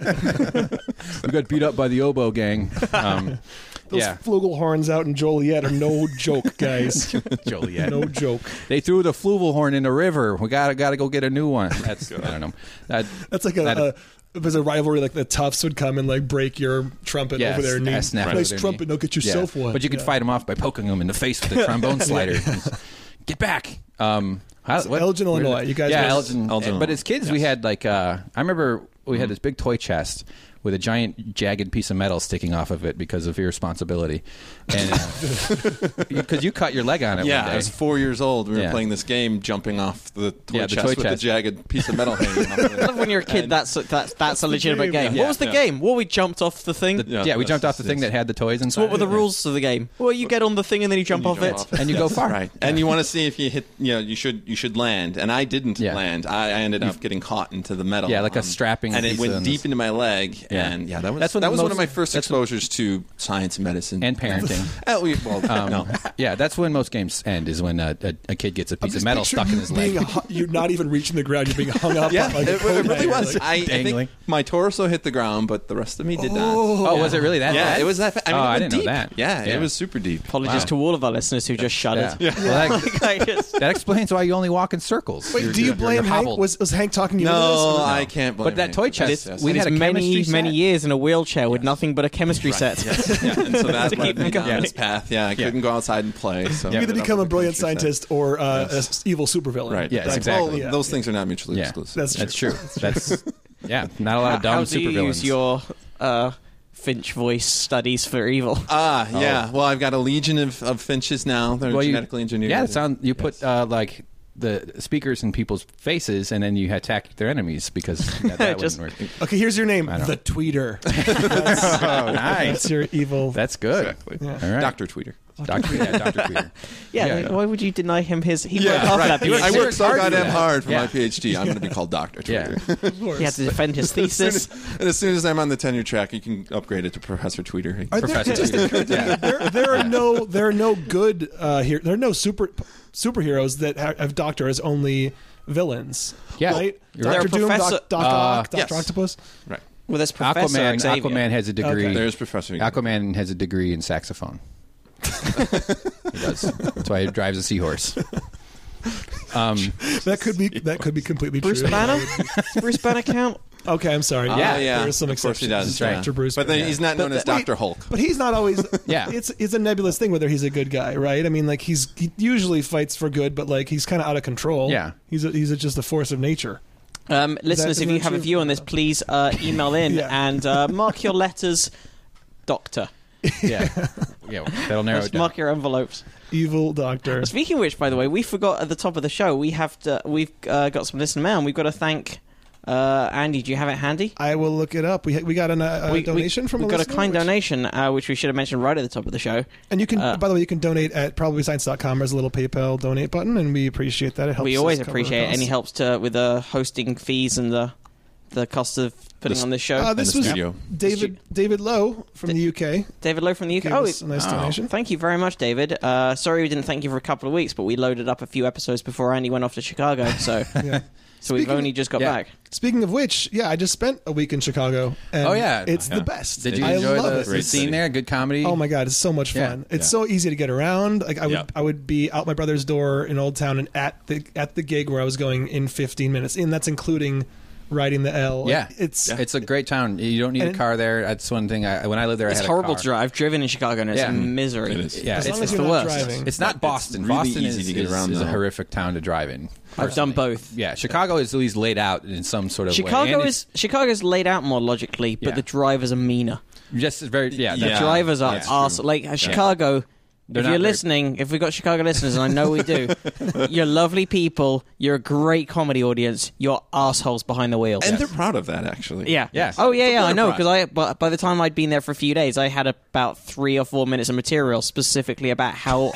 Speaker 4: we got beat up by the oboe gang. Um,
Speaker 2: Those
Speaker 4: yeah,
Speaker 2: flugelhorns out in Joliet are no joke, guys.
Speaker 4: Joliet.
Speaker 2: no joke.
Speaker 4: They threw the flugelhorn in the river. We gotta gotta go get a new one. That's I don't know. That,
Speaker 2: That's like a.
Speaker 4: That-
Speaker 2: a it was a rivalry. Like the Tufts would come and like break your trumpet
Speaker 4: Yes,
Speaker 2: over their knee.
Speaker 4: I snap it
Speaker 2: nice
Speaker 4: over their
Speaker 2: trumpet.
Speaker 4: knee.
Speaker 2: Now get yourself
Speaker 4: Yeah.
Speaker 2: one.
Speaker 4: But you could
Speaker 2: Yeah.
Speaker 4: fight them off by poking them in the face with a trombone slider. Get back. Um, how- what-
Speaker 2: Elgin,
Speaker 4: where did-
Speaker 2: Illinois. You guys
Speaker 4: yeah,
Speaker 2: were-
Speaker 4: Elgin, Mm-hmm.
Speaker 1: Elgin,
Speaker 4: But as kids, we had like uh, I remember we had this big toy chest with a giant jagged piece of metal sticking off of it because of irresponsibility, and because you cut your leg on it.
Speaker 1: Yeah,
Speaker 4: one day.
Speaker 1: I was four years old. We were
Speaker 4: Yeah.
Speaker 1: playing this game, jumping off the toy
Speaker 4: Yeah, the
Speaker 1: chest
Speaker 4: toy
Speaker 1: with
Speaker 4: chest.
Speaker 1: the jagged piece of metal hanging off of
Speaker 3: I
Speaker 1: it.
Speaker 3: love when you're a kid. That's that's that's a legitimate
Speaker 2: game.
Speaker 3: game.
Speaker 1: Yeah,
Speaker 3: what was the
Speaker 1: yeah.
Speaker 3: game? Well, we jumped off the thing.
Speaker 1: Yeah,
Speaker 4: yeah, we
Speaker 1: that's-
Speaker 4: jumped off the thing
Speaker 1: that's-
Speaker 4: that had the toys inside.
Speaker 3: so what were the
Speaker 4: it.
Speaker 3: rules of the game? Well, you get on the thing and then you jump,
Speaker 1: You
Speaker 3: off,
Speaker 1: jump
Speaker 3: it.
Speaker 1: off
Speaker 4: And you go far.
Speaker 1: Right. And you want to see if you hit, you know, you should you should land. And I didn't
Speaker 4: Yeah.
Speaker 1: land. I, I ended up getting caught into the metal. Um,
Speaker 4: Yeah, like a strapping
Speaker 1: And it
Speaker 4: piece
Speaker 1: went
Speaker 4: on
Speaker 1: deep
Speaker 4: this-
Speaker 1: into my leg.
Speaker 4: Yeah.
Speaker 1: And yeah, that was
Speaker 4: That's when
Speaker 1: that
Speaker 4: the
Speaker 1: was one of
Speaker 4: most-
Speaker 1: my first exposures to science and medicine
Speaker 4: And parenting. Um,
Speaker 1: Oh, we- well, no.
Speaker 4: Yeah, that's when most games end. Is when a, a, a kid gets a piece of
Speaker 2: Just
Speaker 4: metal
Speaker 2: picture
Speaker 4: stuck
Speaker 2: you
Speaker 4: in his
Speaker 2: being
Speaker 4: leg.
Speaker 2: hu- you're not even reaching the ground. You're being hung up.
Speaker 1: Yeah,
Speaker 2: on, like, a
Speaker 1: it, it
Speaker 2: coat
Speaker 1: really
Speaker 2: hanger,
Speaker 1: was.
Speaker 2: like-
Speaker 1: I, I
Speaker 4: dangling.
Speaker 1: think my torso hit the ground, but the rest of me did not.
Speaker 4: Oh, was it really that?
Speaker 1: Yeah,
Speaker 4: bad?
Speaker 1: it was that. fa- I mean,
Speaker 4: oh,
Speaker 1: it
Speaker 4: I
Speaker 1: went
Speaker 4: didn't
Speaker 1: deep.
Speaker 4: know that.
Speaker 1: Yeah, it was super deep.
Speaker 3: Apologies to all of our listeners who just
Speaker 4: Yeah.
Speaker 3: shuddered.
Speaker 4: Well, that,
Speaker 3: Like, I just-
Speaker 4: that explains why you only walk in circles.
Speaker 2: Wait,
Speaker 4: You're-
Speaker 2: do you
Speaker 4: you're-
Speaker 2: blame
Speaker 4: you're
Speaker 2: Hank?
Speaker 4: hobbled.
Speaker 2: Was, was Hank talking you into this?
Speaker 1: No,
Speaker 2: or-
Speaker 1: I can't blame
Speaker 4: But that
Speaker 1: you.
Speaker 4: toy chest,
Speaker 1: Yes, yes.
Speaker 4: we
Speaker 3: and
Speaker 4: had a
Speaker 3: it's many,
Speaker 4: chemistry
Speaker 3: many
Speaker 4: set.
Speaker 3: years in a wheelchair with nothing but a chemistry set.
Speaker 1: yeah, and so that
Speaker 3: To
Speaker 1: led
Speaker 3: keep
Speaker 1: me
Speaker 3: him
Speaker 1: down
Speaker 3: going.
Speaker 1: this path. Yeah, I couldn't go outside and play. So
Speaker 4: You
Speaker 2: Either become a brilliant scientist or uh, an evil supervillain.
Speaker 1: Right.
Speaker 4: Yes,
Speaker 2: That's-
Speaker 4: exactly.
Speaker 2: well,
Speaker 1: Well,
Speaker 2: yeah.
Speaker 1: Those things are not mutually
Speaker 4: Yeah.
Speaker 1: exclusive.
Speaker 2: That's
Speaker 4: That's true. That's yeah. Not a lot
Speaker 3: How,
Speaker 4: of dumb
Speaker 3: how do you
Speaker 4: supervillains.
Speaker 3: use your uh, Finch voice studies for evil?
Speaker 1: Ah, yeah. Well, I've got a legion of, of finches now. They're
Speaker 4: Oh. Well, you-
Speaker 1: genetically engineered.
Speaker 4: Yeah, it sound you put uh, like the speakers in people's faces, and then you attack their enemies because that, that
Speaker 3: Just-
Speaker 4: wouldn't work.
Speaker 2: Okay, here's your name,
Speaker 4: I don't-
Speaker 2: the tweeter.
Speaker 4: Oh, nice.
Speaker 2: That's your evil.
Speaker 4: That's good.
Speaker 1: Exactly.
Speaker 4: All right,
Speaker 1: Doctor Tweeter.
Speaker 4: Doctor, yeah, Doctor Peter.
Speaker 3: Yeah,
Speaker 4: Yeah.
Speaker 3: like, why would you deny him his? He worked hard for that. He worked
Speaker 1: I
Speaker 3: so
Speaker 1: worked so
Speaker 3: hard for
Speaker 1: goddamn
Speaker 3: that.
Speaker 1: hard for
Speaker 4: Yeah.
Speaker 1: my PhD. I'm going to be called Doctor
Speaker 4: Yeah.
Speaker 1: Tweeter.
Speaker 3: He had to defend his thesis.
Speaker 1: and as soon as I'm on the tenure track, you can upgrade it to Professor Tweeter.
Speaker 2: Are there,
Speaker 4: Professor
Speaker 2: it just
Speaker 4: Tweeter.
Speaker 2: occurred to me,
Speaker 4: Yeah.
Speaker 2: there, there are no there are no good uh, here. There are no super superheroes that ha- have Doctor as only villains.
Speaker 4: Yeah.
Speaker 2: right. Doctor
Speaker 4: You're
Speaker 3: right. They're
Speaker 2: Doom,
Speaker 3: professor-
Speaker 2: Doc, Doc Ock,
Speaker 1: Uh,
Speaker 2: Doctor
Speaker 1: yes.
Speaker 2: Octopus.
Speaker 1: right.
Speaker 3: Well, that's Professor
Speaker 4: Aquaman.
Speaker 3: Xavier.
Speaker 4: Aquaman has a degree.
Speaker 2: Okay.
Speaker 1: There's Professor.
Speaker 4: Aquaman has a degree in saxophone. he does. That's why he drives a seahorse. Um,
Speaker 2: That could be that could be completely
Speaker 3: Bruce
Speaker 2: true.
Speaker 3: Banner. Bruce Banner count.
Speaker 2: Okay, I'm sorry.
Speaker 1: Ah, yeah.
Speaker 2: there is some
Speaker 1: of course he
Speaker 2: exception.
Speaker 1: does. yeah.
Speaker 2: Doctor Bruce,
Speaker 1: but then
Speaker 2: Banner.
Speaker 1: he's not known as
Speaker 2: Wait,
Speaker 1: Doctor Hulk.
Speaker 2: But he's not always.
Speaker 4: Yeah.
Speaker 2: it's it's a nebulous thing whether he's a good guy, right? I mean, like he's he usually fights for good, but like he's kind of out of control.
Speaker 4: Yeah.
Speaker 2: he's a, he's a, just a force of nature.
Speaker 3: Um, listeners,
Speaker 2: is
Speaker 3: if you
Speaker 2: that
Speaker 3: have a
Speaker 2: true?
Speaker 3: view on this, please uh, email in
Speaker 2: Yeah.
Speaker 3: and uh, mark your letters, Doctor.
Speaker 4: yeah, yeah. That'll narrow it
Speaker 3: Just
Speaker 4: down.
Speaker 3: mark your envelopes.
Speaker 2: Evil Doctor.
Speaker 3: Speaking of which, by the way, we forgot at the top of the show. We have to. We've uh, got some listener mail. and We've got to thank uh, Andy. Do you have it handy?
Speaker 2: I will look it up. We we got an, uh, a donation from
Speaker 3: we
Speaker 2: a
Speaker 3: got a
Speaker 2: listener,
Speaker 3: kind
Speaker 2: which-
Speaker 3: donation, uh, which we should have mentioned right at the top of the show.
Speaker 2: And you can,
Speaker 3: Uh,
Speaker 2: by the way, you can donate at probablyscience.com. There's a little PayPal donate button, and we appreciate that. It helps.
Speaker 3: we
Speaker 2: us
Speaker 3: always
Speaker 2: cover
Speaker 3: appreciate
Speaker 2: costs.
Speaker 3: any help to with the hosting fees and the the cost of putting
Speaker 1: This-
Speaker 3: on this show.
Speaker 2: Uh, this
Speaker 1: the
Speaker 2: was
Speaker 1: studio.
Speaker 2: David David Lowe from the UK.
Speaker 3: David Lowe from the UK.
Speaker 2: Gave
Speaker 3: Oh,
Speaker 2: us a nice
Speaker 1: oh.
Speaker 2: donation.
Speaker 3: thank you very much, David. Uh, sorry we didn't thank you for a couple of weeks, but we loaded up a few episodes before Andy went off to Chicago. So,
Speaker 2: Yeah.
Speaker 3: so we've
Speaker 2: Speaking-
Speaker 3: only just got
Speaker 4: Yeah.
Speaker 3: back.
Speaker 2: Speaking of which, yeah, I just spent a week in Chicago. And
Speaker 4: Oh, yeah.
Speaker 2: it's
Speaker 1: Yeah.
Speaker 2: the best.
Speaker 4: Did you
Speaker 2: I
Speaker 4: enjoy
Speaker 2: love
Speaker 4: the,
Speaker 2: it.
Speaker 4: the scene there? Good comedy.
Speaker 2: Oh my god, it's so much
Speaker 4: Yeah.
Speaker 2: fun. It's
Speaker 1: Yeah.
Speaker 2: so easy to get around. Like I would
Speaker 1: Yeah.
Speaker 2: I would be out my brother's door in Old Town and at the at the gig where I was going in 15 minutes. And that's including riding the L. Like,
Speaker 4: Yeah,
Speaker 2: It's
Speaker 4: it's a great town. You don't need a
Speaker 2: And-
Speaker 4: car there. That's one thing. I, when I lived there,
Speaker 3: It's
Speaker 4: I had
Speaker 3: horrible
Speaker 4: a
Speaker 3: to
Speaker 4: car.
Speaker 3: drive. I've driven in Chicago and it's
Speaker 4: Yeah.
Speaker 3: misery.
Speaker 1: It is.
Speaker 4: Yeah,
Speaker 2: as
Speaker 4: it's,
Speaker 2: long
Speaker 4: it's
Speaker 2: as
Speaker 4: the
Speaker 2: you're not
Speaker 3: worst.
Speaker 2: driving.
Speaker 4: It's not Boston.
Speaker 1: really
Speaker 4: Boston
Speaker 1: easy
Speaker 4: is,
Speaker 1: to get
Speaker 4: is-
Speaker 1: around,
Speaker 4: is a
Speaker 1: though.
Speaker 4: horrific town to drive in.
Speaker 3: I've done both.
Speaker 4: Yeah, Chicago is at least laid out in some sort of way.
Speaker 3: Chicago
Speaker 4: And
Speaker 3: is Chicago's laid out more logically, but
Speaker 4: Yeah.
Speaker 3: the drivers are meaner.
Speaker 4: it's just very yeah.
Speaker 3: The
Speaker 1: Yeah.
Speaker 4: that's-
Speaker 3: drivers are
Speaker 1: that's true.
Speaker 3: arse. Like uh, Chicago.
Speaker 4: They're
Speaker 3: if
Speaker 4: not
Speaker 3: you're
Speaker 4: very-
Speaker 3: listening, if we've got Chicago listeners, and I know we do, you're lovely people. You're a great comedy audience. You're assholes behind the wheel.
Speaker 1: And they're proud of that, actually.
Speaker 3: yeah.
Speaker 4: Yes.
Speaker 3: Oh yeah, yeah. I know
Speaker 1: Enterprise.
Speaker 3: because I. But by the time I'd been there for a few days, I had about three or four minutes of material specifically about how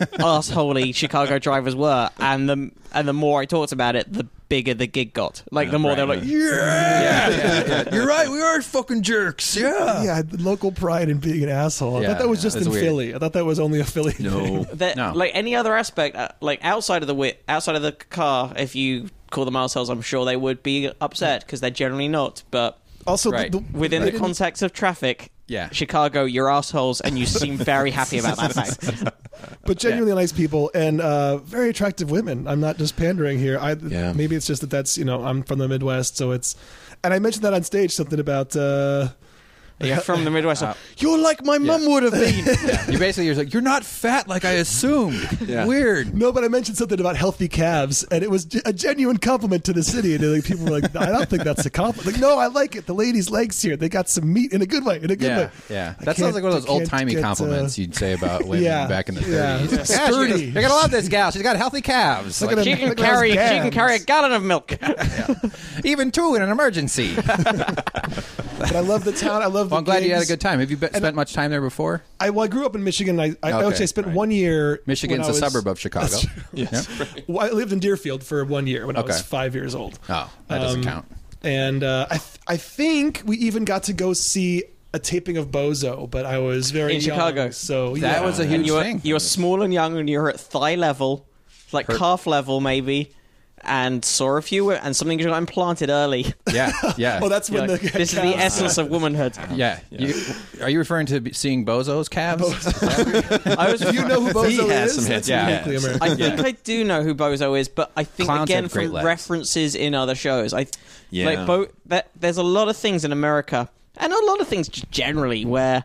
Speaker 3: assholey Chicago drivers were, and the and the more I talked about it, the bigger the gig got. Like the more
Speaker 4: right,
Speaker 3: they were like,
Speaker 4: right.
Speaker 2: yeah.
Speaker 4: You're right. We are fucking jerks. Yeah.
Speaker 2: Yeah, the local pride in being an asshole. I
Speaker 4: Yeah,
Speaker 2: thought that was
Speaker 4: yeah,
Speaker 2: just
Speaker 4: that's
Speaker 2: in
Speaker 4: weird.
Speaker 2: Philly. I thought that was only a Philly thing.
Speaker 1: No.
Speaker 3: that
Speaker 4: No.
Speaker 3: like any other aspect uh, like outside of the wit outside of the car if you call them assholes i'm sure they would be upset because they're generally not but
Speaker 2: Also, the-
Speaker 4: Right.
Speaker 2: the,
Speaker 3: within
Speaker 2: they
Speaker 3: the
Speaker 2: didn't-
Speaker 3: context of traffic
Speaker 4: Yeah.
Speaker 3: chicago you're assholes and you seem very happy about that fact
Speaker 2: but genuinely nice people and uh, very attractive women. I'm not just pandering here. I
Speaker 1: Yeah.
Speaker 2: maybe it's just that that's you know I'm from the Midwest, so it's. And I mentioned that on stage something about. Uh,
Speaker 3: You're from the Midwest.
Speaker 2: You're like my mum would have been.
Speaker 4: You basically you're like you're not fat like I assumed.
Speaker 1: Yeah.
Speaker 4: Weird.
Speaker 2: No, but I mentioned something about healthy calves, and it was ge- a genuine compliment to the city. And like, people were like, "I don't think that's a compliment." Like, no, I like it. The ladies' legs here, they got some meat in a good way. In a good
Speaker 4: Yeah,
Speaker 2: way.
Speaker 4: yeah.
Speaker 2: I
Speaker 4: That sounds
Speaker 2: can't-
Speaker 4: like one of those
Speaker 2: I can't
Speaker 4: old timey
Speaker 2: get, uh,
Speaker 4: compliments you'd say about women
Speaker 2: yeah,
Speaker 4: back in the 30s.
Speaker 2: yeah.
Speaker 4: Yeah, she-
Speaker 2: Sturdy.
Speaker 4: Look at all this gal. She's got healthy calves.
Speaker 2: Look at
Speaker 4: Like,
Speaker 3: She
Speaker 2: him.
Speaker 3: can
Speaker 2: Look at those
Speaker 3: carry. She can
Speaker 2: gams.
Speaker 3: carry a gallon of milk.
Speaker 4: even two in an emergency.
Speaker 2: But I love the town. I love.
Speaker 4: Well,
Speaker 2: the
Speaker 4: I'm glad you had a
Speaker 2: games.
Speaker 4: good time. Have you be- spent much time there before?
Speaker 2: I, well, I grew up in Michigan. And I, I
Speaker 4: Okay,
Speaker 2: actually I spent
Speaker 4: right.
Speaker 2: one year. when
Speaker 4: Michigan's
Speaker 2: I
Speaker 4: a
Speaker 2: was-
Speaker 4: suburb of Chicago.
Speaker 2: That's true.
Speaker 4: Yes.
Speaker 2: Well, I lived in Deerfield for one year when I was
Speaker 4: Okay.
Speaker 2: five years old.
Speaker 4: Oh, that doesn't
Speaker 2: Um,
Speaker 4: count.
Speaker 2: And uh, I, th- I think we even got to go see a taping of Bozo, but I was very
Speaker 3: In
Speaker 2: young,
Speaker 3: Chicago.
Speaker 2: So
Speaker 4: That
Speaker 2: yeah.
Speaker 4: was a
Speaker 3: and
Speaker 4: huge
Speaker 3: you were,
Speaker 4: thing.
Speaker 3: You were small and young, and you were at thigh level, like calf level maybe, and saw a few, and something got implanted early.
Speaker 4: Yeah, yeah.
Speaker 2: Oh, that's
Speaker 3: You're
Speaker 2: when
Speaker 3: like,
Speaker 2: the
Speaker 3: this is the essence of womanhood.
Speaker 4: yeah. You, are you referring to be- seeing Bozo's calves?
Speaker 3: I was.
Speaker 2: You know who Bozo
Speaker 1: He has
Speaker 2: is?
Speaker 1: some
Speaker 2: That's
Speaker 1: hits. Yeah.
Speaker 2: uniquely
Speaker 1: Yeah.
Speaker 2: American.
Speaker 3: I think I do know who Bozo is, but I think
Speaker 4: Clowns
Speaker 3: again
Speaker 4: have great
Speaker 3: from
Speaker 4: legs.
Speaker 3: references in other shows. I
Speaker 1: Yeah.
Speaker 3: like Bo- that, there's a lot of things in America and a lot of things g- generally where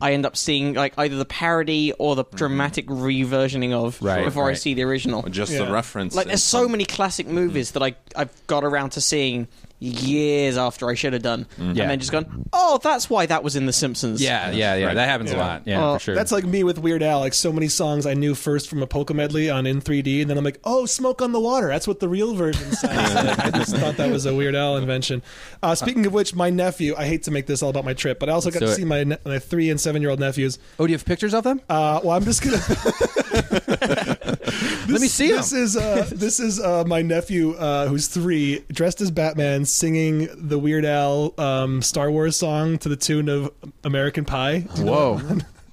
Speaker 3: I end up seeing like either the parody or the dramatic reversioning of
Speaker 4: Right,
Speaker 3: before I
Speaker 4: right.
Speaker 3: see the original.
Speaker 1: Just
Speaker 2: Yeah.
Speaker 1: the reference.
Speaker 3: Like there's so many classic movies that I I've got around to seeing years after I should have done, and
Speaker 4: Yeah.
Speaker 3: then just gone, oh, that's why that was in The Simpsons.
Speaker 4: yeah, yeah, yeah.
Speaker 1: Right.
Speaker 4: That happens
Speaker 2: Yeah.
Speaker 4: a lot. Yeah,
Speaker 3: Oh,
Speaker 4: for sure.
Speaker 2: That's like me with Weird Al. Like so many songs I knew first from a polka medley on in 3D, and then I'm like, oh, Smoke on the Water. That's what the real version sounds like. I just thought that was a Weird Al invention. Uh, speaking of which, my nephew. I hate to make this all about my trip, but I also got
Speaker 4: do
Speaker 2: to
Speaker 4: it.
Speaker 2: see my ne- my three and seven year old nephews.
Speaker 4: oh, do you have pictures of them?
Speaker 2: Uh, well, I'm just gonna.
Speaker 4: Let me see them.
Speaker 2: This is uh, this is uh, my nephew uh, who's three, dressed as Batman, singing the Weird Al um, Star Wars song to the tune of American Pie. Do you know-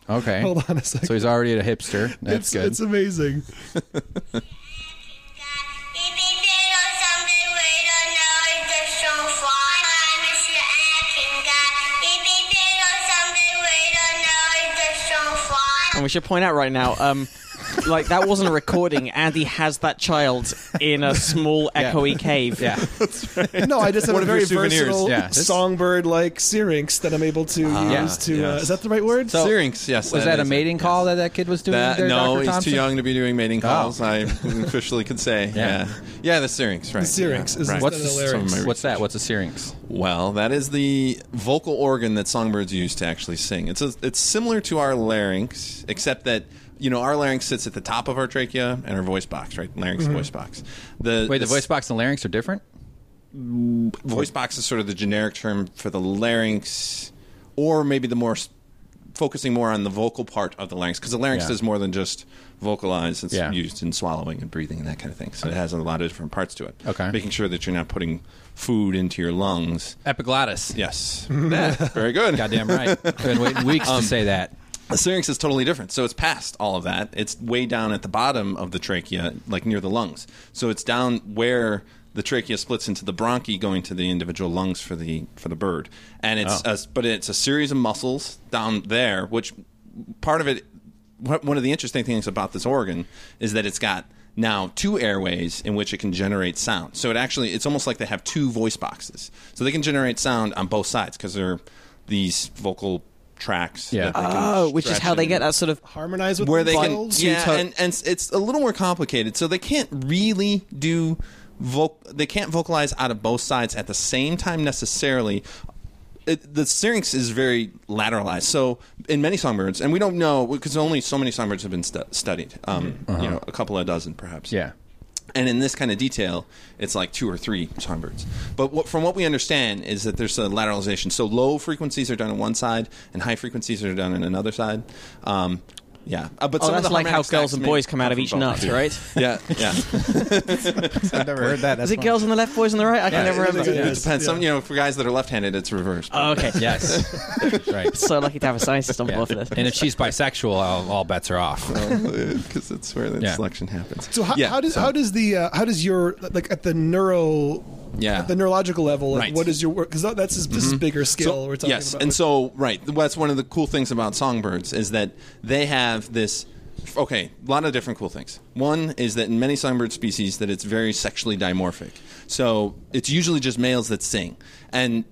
Speaker 4: Whoa. Okay.
Speaker 2: Hold on a second.
Speaker 4: So he's already a hipster.
Speaker 2: it's,
Speaker 4: That's good.
Speaker 2: it's amazing.
Speaker 3: And we should point out right now, um, like that wasn't a recording. Andy has that child in a small echoey cave.
Speaker 4: yeah.
Speaker 2: No, I just have a
Speaker 1: One of your
Speaker 2: very
Speaker 1: souvenirs.
Speaker 2: versatile
Speaker 4: Yeah, this-
Speaker 2: songbird like syrinx that I'm able to
Speaker 4: yeah,
Speaker 2: use to. Uh,
Speaker 1: Ah, yes.
Speaker 2: is that the right word?
Speaker 4: So-
Speaker 1: Syrinx, yes.
Speaker 4: Was that a
Speaker 1: is it.
Speaker 4: mating call that that kid was doing?
Speaker 1: That,
Speaker 4: there,
Speaker 1: no,
Speaker 4: Dr.
Speaker 1: he's
Speaker 4: Thompson? Oh.
Speaker 1: too young to be doing mating calls. I officially could say.
Speaker 4: Yeah.
Speaker 1: Yeah, yeah, the syrinx, right?
Speaker 2: syrinx
Speaker 1: yeah,
Speaker 2: is
Speaker 1: right.
Speaker 2: instead
Speaker 4: What's
Speaker 2: of
Speaker 4: the
Speaker 2: the larynx.
Speaker 1: some of my
Speaker 4: What's that? What's a syrinx?
Speaker 1: Well, that is the vocal organ that songbirds use to actually sing. It's a, it's similar to our larynx, except that you know our larynx sits at the top of our trachea and our voice box, right? Larynx, voice box. The
Speaker 4: Mm-hmm. Wait, the
Speaker 1: s-
Speaker 4: voice box and larynx are different.
Speaker 1: voice box is sort of the generic term for the larynx, or maybe the more s- focusing more on the vocal part of the larynx because the larynx
Speaker 4: Yeah.
Speaker 1: does more than just vocalize. It's
Speaker 4: Yeah.
Speaker 1: used in swallowing and breathing and that kind of thing. So it has a lot of different parts to it.
Speaker 4: Okay.
Speaker 1: making sure that you're not putting food into your lungs.
Speaker 4: Epiglottis.
Speaker 1: Yes, very good.
Speaker 4: Goddamn right. Um, Been waiting weeks to say that.
Speaker 1: The syrinx is totally different. So it's past all of that. It's way down at the bottom of the trachea, like near the lungs. So it's down where the trachea splits into the bronchi, going to the individual lungs for the for the bird. And it's
Speaker 4: Oh.
Speaker 1: a, but it's a series of muscles down there, which part of it. wh- One of the interesting things about this organ is that it's got now two airways in which it can generate sound. So it actually it's almost like they have two voice boxes. So they can generate sound on both sides because they're these vocal tracks
Speaker 4: Yeah.
Speaker 1: that they can
Speaker 3: Oh, which is how they get that sort of.
Speaker 2: Harmonize with
Speaker 1: where they can
Speaker 2: themselves?
Speaker 1: yeah, and, and it's- it's a little more complicated. So they can't really do voc- they can't vocalize out of both sides at the same time necessarily. It, the syrinx is very lateralized. So in many songbirds, and we don't know because only so many songbirds have been stu- studied. Um, You know, a couple of dozen perhaps.
Speaker 4: Yeah.
Speaker 1: And in this kind of detail, it's like two or three songbirds. But what, from what we understand is that there's a lateralization. So low frequencies are done on one side, and high frequencies are done on another side. Um, yeah, Uh, but
Speaker 3: Oh,
Speaker 1: some of
Speaker 3: that's
Speaker 1: the
Speaker 3: like how
Speaker 1: harmonic
Speaker 3: girls
Speaker 1: stacks
Speaker 3: and
Speaker 1: may
Speaker 3: boys come out of
Speaker 1: from
Speaker 3: each
Speaker 1: both.
Speaker 3: nut, right?
Speaker 1: Yeah, yeah.
Speaker 4: I've never heard that.
Speaker 3: Is it girls on the left, boys on the right? I can never
Speaker 1: it,
Speaker 3: remember.
Speaker 2: Yeah.
Speaker 1: depends. Some you know, for guys that are left-handed, it's reversed.
Speaker 3: Oh, okay.
Speaker 4: Yes. right.
Speaker 3: So lucky to have a scientist on
Speaker 4: Yeah.
Speaker 3: board for this.
Speaker 4: And if she's bisexual, all, all bets are off.
Speaker 1: because that's where the
Speaker 4: Yeah.
Speaker 1: selection happens.
Speaker 2: So how,
Speaker 1: yeah,
Speaker 2: how does how does the uh, how does your like at the neuro
Speaker 1: Yeah.
Speaker 2: at the neurological level like
Speaker 1: Right. Mm-hmm.
Speaker 2: what is your work because that's this is bigger scale we're talking
Speaker 1: yes,
Speaker 2: about
Speaker 1: and so right, that's one of the cool things about songbirds is that they have this. Okay, a lot of different cool things. One is that in many songbird species, that it's very sexually dimorphic. So it's usually just males that sing, and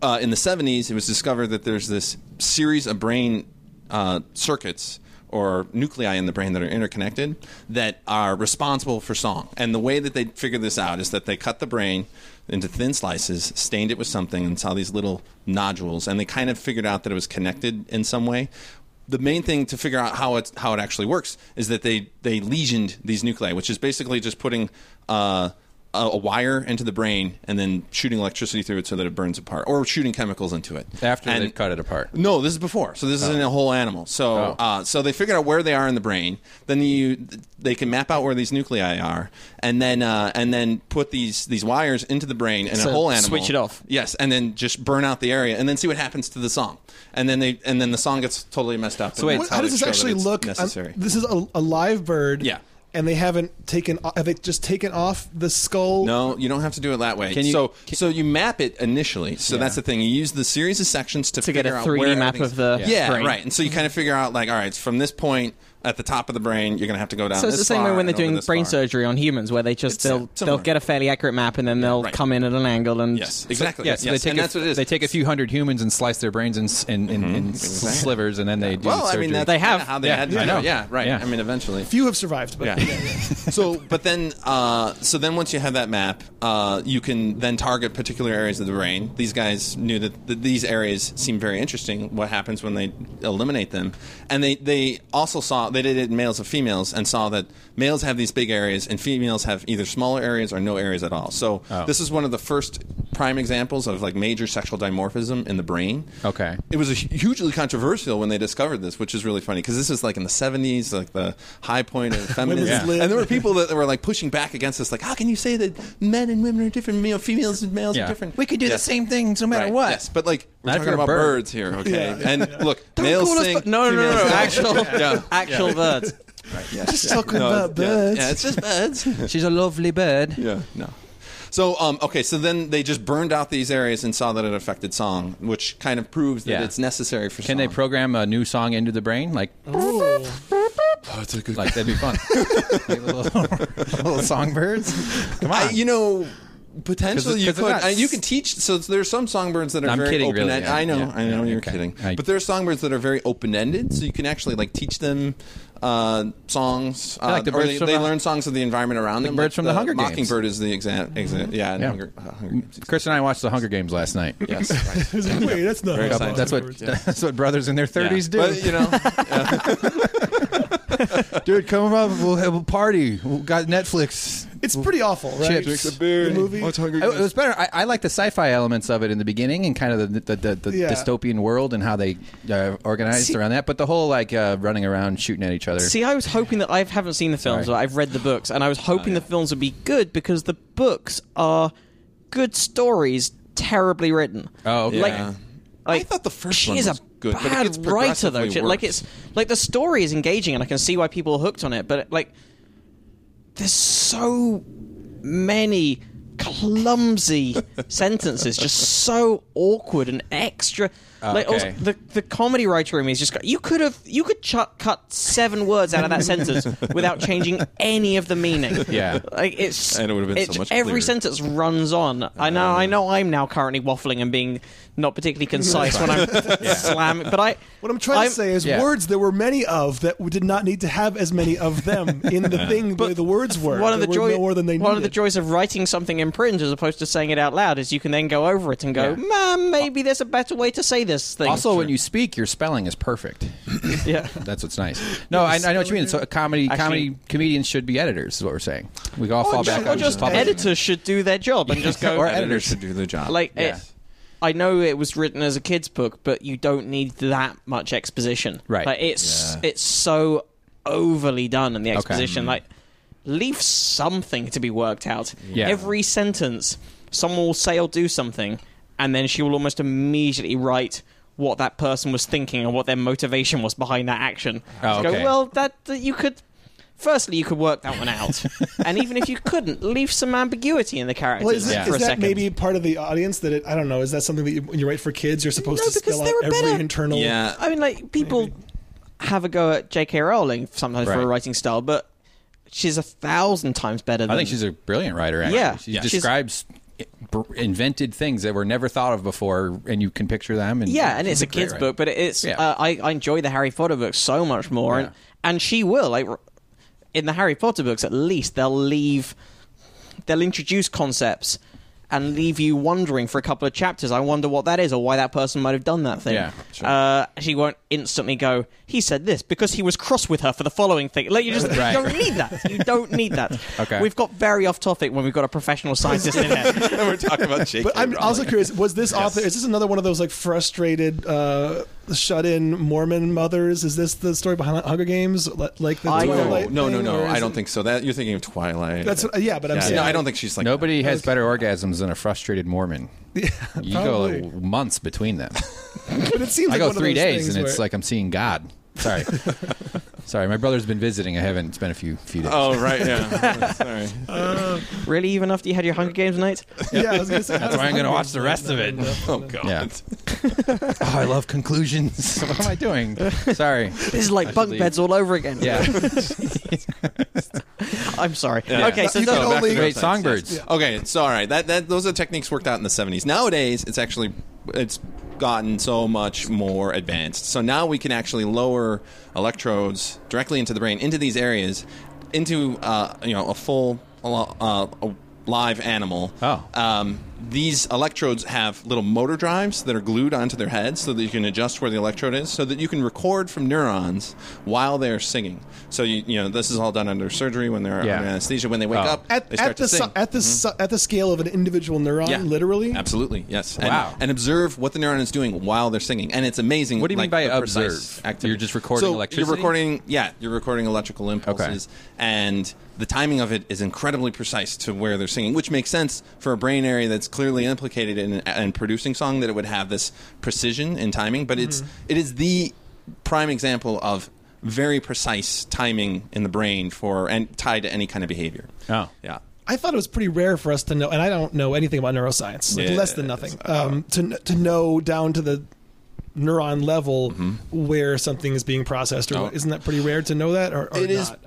Speaker 1: uh, in the 70s, it was discovered that there's this series of brain uh, circuits or nuclei in the brain that are interconnected that are responsible for song. And the way that they figured this out is that they cut the brain into thin slices, stained it with something, and saw these little nodules. And they kind of figured out that it was connected in some way the main thing to figure out how it how it actually works is that they they lesioned these nuclei, which is basically just putting uh, a, a wire into the brain and then shooting electricity through it so that it burns apart, or shooting chemicals into it
Speaker 4: After
Speaker 1: And-
Speaker 4: they've cut it apart.
Speaker 1: No, this is before. So this isn't a whole animal. So
Speaker 4: Oh.
Speaker 1: uh, so they figured out where they are in the brain. Then you they can map out where these nuclei are, and then uh, and then put these these wires into the brain and
Speaker 3: So
Speaker 1: a whole animal
Speaker 3: switch it off.
Speaker 1: Yes, and then just burn out the area, and then see what happens to the song, and then they and then the song gets totally messed up. So
Speaker 4: wait,
Speaker 2: What- how does this actually look? I'm-
Speaker 1: Necessary.
Speaker 2: this is a, a live bird.
Speaker 1: Yeah.
Speaker 2: And they haven't taken. o- Have they just taken off the skull?
Speaker 1: No, you don't have to do it that way.
Speaker 4: you-
Speaker 1: so so you map it initially. So that's the thing. You use the series of sections to,
Speaker 3: To get a
Speaker 1: figure out
Speaker 3: 3D
Speaker 1: where
Speaker 3: map
Speaker 1: everything's-
Speaker 3: of the
Speaker 1: yeah,
Speaker 3: brain.
Speaker 1: right. And so you kind of figure out like, all right, it's from this point at the top of the brain, you're gonna have to go down.
Speaker 3: So it's the
Speaker 1: this
Speaker 3: same way
Speaker 1: far
Speaker 3: when they're
Speaker 1: and over
Speaker 3: doing
Speaker 1: this
Speaker 3: brain
Speaker 1: far.
Speaker 3: surgery on humans, where they just
Speaker 1: It's,
Speaker 3: they'll
Speaker 1: yeah, similar.
Speaker 3: they'll get a fairly accurate map and then they'll
Speaker 1: right.
Speaker 3: come in at an angle and
Speaker 1: Yes, exactly.
Speaker 4: Yeah, so
Speaker 1: yes.
Speaker 4: they take
Speaker 1: and
Speaker 4: a,
Speaker 1: that's what it is. Mm-hmm.
Speaker 4: They take a few hundred humans and slice their brains in, s- in, in, in s- slivers, and then they do
Speaker 1: well, I
Speaker 4: surgery.
Speaker 1: mean, that's
Speaker 3: They have.
Speaker 1: kinda how they
Speaker 4: Yeah,
Speaker 1: had
Speaker 4: I
Speaker 1: to do
Speaker 4: know.
Speaker 1: it. Yeah, right.
Speaker 4: Yeah.
Speaker 1: I mean, eventually.
Speaker 2: Few have survived, but
Speaker 1: so, but then, uh, so then once you have that map, uh, you can then target particular areas of the brain. These guys knew that th- these areas seem very interesting. What happens when they eliminate them? And they they also saw they did it in males and females and saw that males have these big areas and females have either smaller areas or no areas at all. So
Speaker 4: Oh.
Speaker 1: this is one of the first prime examples of like major sexual dimorphism in the brain.
Speaker 4: Okay.
Speaker 1: It was a hu- hugely controversial when they discovered this, which is really funny because this is like in the 70s, like the high point of feminism.
Speaker 2: Women's lib.
Speaker 1: And there were people that were like pushing back against this, like, how can you say that men and women are different, you know, females and males
Speaker 4: Yeah.
Speaker 1: are different?
Speaker 4: We could do
Speaker 1: Yes.
Speaker 4: the same thing no matter
Speaker 1: Right,
Speaker 4: what.
Speaker 1: Yes, but like we're
Speaker 4: Not if
Speaker 1: talking
Speaker 4: you're a
Speaker 1: about
Speaker 4: bird.
Speaker 1: birds here, okay?
Speaker 2: Yeah.
Speaker 1: And look, males
Speaker 3: call us
Speaker 1: sing.
Speaker 3: bu- no, no, no,
Speaker 1: females
Speaker 3: no, no,
Speaker 1: don't.
Speaker 3: actual-
Speaker 1: yeah.
Speaker 3: actual birds.
Speaker 2: just talking
Speaker 1: No,
Speaker 2: about
Speaker 1: yeah,
Speaker 2: birds.
Speaker 1: yeah, it's just birds.
Speaker 4: She's a lovely bird.
Speaker 1: Yeah. No. So um, okay, so then they just burned out these areas and saw that it affected song, which kind of proves that
Speaker 4: Yeah.
Speaker 1: it's necessary for.
Speaker 4: Can they
Speaker 1: song.
Speaker 4: program a new song into the brain? Like,
Speaker 2: Ooh.
Speaker 4: like that'd be fun. like little, little songbirds. Come on.
Speaker 1: I, you know, potentially
Speaker 4: 'Cause it-
Speaker 1: you
Speaker 4: 'cause they're
Speaker 1: could.
Speaker 4: not
Speaker 1: uh, you can teach. So there's some songbirds that are
Speaker 4: I'm
Speaker 1: very
Speaker 4: kidding,
Speaker 1: open.
Speaker 4: really,
Speaker 1: ended
Speaker 4: yeah.
Speaker 1: I know,
Speaker 4: Yeah.
Speaker 1: I know,
Speaker 4: Yeah,
Speaker 1: you're
Speaker 4: okay.
Speaker 1: kidding.
Speaker 4: I-
Speaker 1: but there are songbirds that are very open ended, so you can actually like teach them uh, songs. Uh,
Speaker 4: like the
Speaker 1: or
Speaker 4: birds
Speaker 1: they,
Speaker 4: from
Speaker 1: they
Speaker 4: the-
Speaker 1: learn songs of the environment around them.
Speaker 4: birds from the Hunger Games. Mm-hmm.
Speaker 1: Mockingbird is the exact. Exa- yeah, and
Speaker 4: Yeah. Mm-hmm.
Speaker 1: Hunger, uh, Hunger Games.
Speaker 4: Chris and I watched The Hunger Games last night.
Speaker 1: Yes, right.
Speaker 2: Wait, that's not.
Speaker 1: Very
Speaker 2: how
Speaker 1: exciting.
Speaker 4: That's what that's what brothers in their thirties do.
Speaker 1: but you know,
Speaker 4: Dude, come up, we'll have a party. We got Netflix.
Speaker 2: It's pretty awful, right?
Speaker 4: Chips. It's a
Speaker 2: The movie.
Speaker 4: It was better. I, I like the sci-fi elements of it in the beginning and kind of the the, the, the
Speaker 2: Yeah.
Speaker 4: dystopian world and how they uh, organized
Speaker 3: See-
Speaker 4: around that. But the whole like uh, running around shooting at each other.
Speaker 3: See, I was hoping that I haven't seen the films,
Speaker 4: Sorry.
Speaker 3: but I've read the books, and I was hoping
Speaker 1: Oh,
Speaker 3: the films would be good because the books are good stories, terribly written.
Speaker 4: Oh, okay.
Speaker 3: like,
Speaker 1: Yeah.
Speaker 3: like
Speaker 1: I thought the first
Speaker 3: she
Speaker 1: one
Speaker 3: is
Speaker 1: was
Speaker 3: a
Speaker 1: good, but it
Speaker 3: bad
Speaker 1: gets
Speaker 3: writer though.
Speaker 1: progressively
Speaker 3: She- Like
Speaker 1: worse.
Speaker 3: it's like the story is engaging, and I can see why people are hooked on it. But like, there's so many clumsy sentences, just so awkward and extra.
Speaker 1: Ah,
Speaker 3: Like also,
Speaker 4: Okay.
Speaker 3: the the comedy writer room is just got, you could have you could ch- cut seven words out of that sentence without changing any of the meaning.
Speaker 4: Yeah.
Speaker 3: like it's
Speaker 1: And it would have been so
Speaker 3: it's-
Speaker 1: much
Speaker 3: every
Speaker 1: clearer.
Speaker 3: sentence runs on. I know
Speaker 4: Um,
Speaker 3: I know I'm now currently waffling and being not particularly concise when I'm slamming, but I
Speaker 2: What I'm trying to say is
Speaker 4: Yeah.
Speaker 2: words there were many of that we did not need to have as many of them in the thing the way the words were.
Speaker 3: one of the
Speaker 2: There were
Speaker 3: joy,
Speaker 2: more than they
Speaker 3: one of the
Speaker 2: needed.
Speaker 3: joys of writing something in print as opposed to saying it out loud is you can then go over it and go,
Speaker 4: Yeah.
Speaker 3: man, maybe there's a better way to say this thing.
Speaker 4: also, when you speak, your spelling is perfect.
Speaker 3: yeah.
Speaker 4: That's what's nice. No, I, I know what you mean. So, comedy,
Speaker 3: Actually-
Speaker 4: comedy comedians should be editors. Is what we're saying. We all fall
Speaker 3: Or
Speaker 4: back
Speaker 3: just,
Speaker 4: on
Speaker 3: or just
Speaker 4: publishing.
Speaker 3: editors should do their job and just go.
Speaker 4: Or
Speaker 1: editors
Speaker 4: editors.
Speaker 1: should do their job.
Speaker 3: like it-
Speaker 4: Yeah.
Speaker 3: I know it was written as a kids book, but you don't need that much exposition.
Speaker 4: Right.
Speaker 3: Like it's it's so overly done in the exposition.
Speaker 4: Mm.
Speaker 3: Like leave something to be worked out.
Speaker 4: Yeah.
Speaker 3: Every sentence, someone will say or do something, and then she will almost immediately write what that person was thinking and what their motivation was behind that action.
Speaker 4: Oh,
Speaker 3: Just go,
Speaker 4: okay.
Speaker 3: well, that, that you could. Firstly, you could work that one out, and even if you couldn't, leave some ambiguity in the characters
Speaker 2: Well, is,
Speaker 4: Yeah.
Speaker 2: is
Speaker 3: for a
Speaker 2: that
Speaker 3: second.
Speaker 2: maybe part of the audience that it, I don't know? Is that something that you, when you write for kids, you're supposed
Speaker 3: No,
Speaker 2: to
Speaker 3: because
Speaker 2: spell
Speaker 3: they
Speaker 2: out
Speaker 3: were
Speaker 2: every
Speaker 3: better.
Speaker 2: internal?
Speaker 1: yeah,
Speaker 3: I mean, like people have a go at J.K. Rowling sometimes for
Speaker 4: Right.
Speaker 3: her writing style, but she's a thousand times better. Than,
Speaker 4: I think she's a brilliant writer. Actually.
Speaker 3: Yeah.
Speaker 4: she
Speaker 3: Yeah. She's-
Speaker 4: describes eh, br- invented things that were never thought of before, and you can picture them. And
Speaker 3: Yeah, and it's a
Speaker 4: great
Speaker 3: kids'
Speaker 4: writer.
Speaker 3: book, but it's
Speaker 4: Yeah.
Speaker 3: uh, I, I enjoy the Harry Potter books so much more, and
Speaker 4: Yeah.
Speaker 3: and she will like r- in the Harry Potter books at least they'll leave they'll introduce concepts and leave you wondering for a couple of chapters. I wonder what that is or why that person might have done that thing.
Speaker 4: Yeah, sure.
Speaker 3: uh, she won't instantly go. He said this because he was cross with her for the following thing. Like you just
Speaker 4: Right.
Speaker 3: you don't need that. You don't need that.
Speaker 4: Okay.
Speaker 3: we've got very off topic when we've got a professional scientist in here.
Speaker 1: and we're talking about J.K.
Speaker 2: But I'm
Speaker 1: Rowling.
Speaker 2: also curious: was this author? Is this another one of those like frustrated, uh, shut-in Mormon mothers? Is this the story behind Hunger Games? Li- Like the
Speaker 3: I
Speaker 1: no,
Speaker 2: Twilight
Speaker 1: no, no,
Speaker 2: thing,
Speaker 1: no.
Speaker 2: or is
Speaker 1: I don't
Speaker 2: it-
Speaker 1: think so. That you're thinking of Twilight.
Speaker 2: That's what- yeah, but I'm
Speaker 1: Yeah,
Speaker 2: saying
Speaker 1: no, I don't think she's like
Speaker 4: Nobody
Speaker 3: uh,
Speaker 4: has better orgasms than a frustrated Mormon. you
Speaker 2: probably.
Speaker 4: go months between them.
Speaker 2: But it seems
Speaker 4: I
Speaker 2: like
Speaker 4: go
Speaker 2: one of
Speaker 4: three
Speaker 2: those
Speaker 4: days,
Speaker 2: things
Speaker 4: and it's
Speaker 2: where-
Speaker 4: like I'm seeing God. Sorry, sorry. My brother's been visiting. I haven't. It's been a few few days.
Speaker 1: That. Oh right, yeah. Sorry.
Speaker 3: really, even after you had your Hunger Games night.
Speaker 2: yeah, I was gonna say,
Speaker 4: That's why I'm going to watch the rest of it.
Speaker 1: Oh god.
Speaker 4: Yeah. Oh, I love conclusions. what am I doing? Sorry.
Speaker 3: This is like bunk
Speaker 4: leave.
Speaker 3: beds all over again.
Speaker 4: Yeah.
Speaker 3: I'm sorry.
Speaker 1: Yeah.
Speaker 3: Okay, so
Speaker 2: You can
Speaker 3: those-
Speaker 1: back to
Speaker 2: only-
Speaker 1: neuroscience,
Speaker 4: Great songbirds.
Speaker 1: yes. Okay, it's all right. That that those are techniques worked out in the seventies. Nowadays, it's actually it's gotten so much more advanced. So now we can actually lower electrodes directly into the brain, into these areas, into uh, you know a full uh, a live animal.
Speaker 4: Oh.
Speaker 1: Um, these electrodes have little motor drives that are glued onto their heads so that you can adjust where the electrode is so that you can record from neurons while they're singing. So, you, you know, this is all done under surgery when they're
Speaker 4: Yeah.
Speaker 1: under anesthesia. When they wake
Speaker 4: Oh.
Speaker 1: up,
Speaker 2: at,
Speaker 1: they
Speaker 2: at
Speaker 1: start
Speaker 2: the
Speaker 1: to
Speaker 2: su-
Speaker 1: sing.
Speaker 2: at the su- at the scale of an individual neuron,
Speaker 1: Yeah.
Speaker 2: literally.
Speaker 1: Absolutely, yes. And,
Speaker 4: Wow.
Speaker 1: And observe what the neuron is doing while they're singing. And it's amazing.
Speaker 4: What do you mean
Speaker 1: like,
Speaker 4: by
Speaker 1: the precise
Speaker 4: observe?
Speaker 1: activity.
Speaker 4: You're just recording
Speaker 1: So
Speaker 4: electricity?
Speaker 1: You're recording, yeah, you're recording electrical impulses. And the timing of it is incredibly precise to where they're singing, which makes sense for a brain area that's clearly implicated in, in producing song that it would have this precision in timing. But it's it is the prime example of very precise timing in the brain for and tied to any kind of behavior.
Speaker 4: Oh.
Speaker 1: Yeah.
Speaker 2: I thought it was pretty rare for us to know, and I don't know anything about neuroscience, like
Speaker 1: Yeah,
Speaker 2: less than
Speaker 1: it's-
Speaker 2: nothing. Um, to kn- to know down to the neuron level where something is being processed, or
Speaker 1: Oh.
Speaker 2: what- isn't that pretty rare to know that? Or, or
Speaker 1: It is
Speaker 2: not?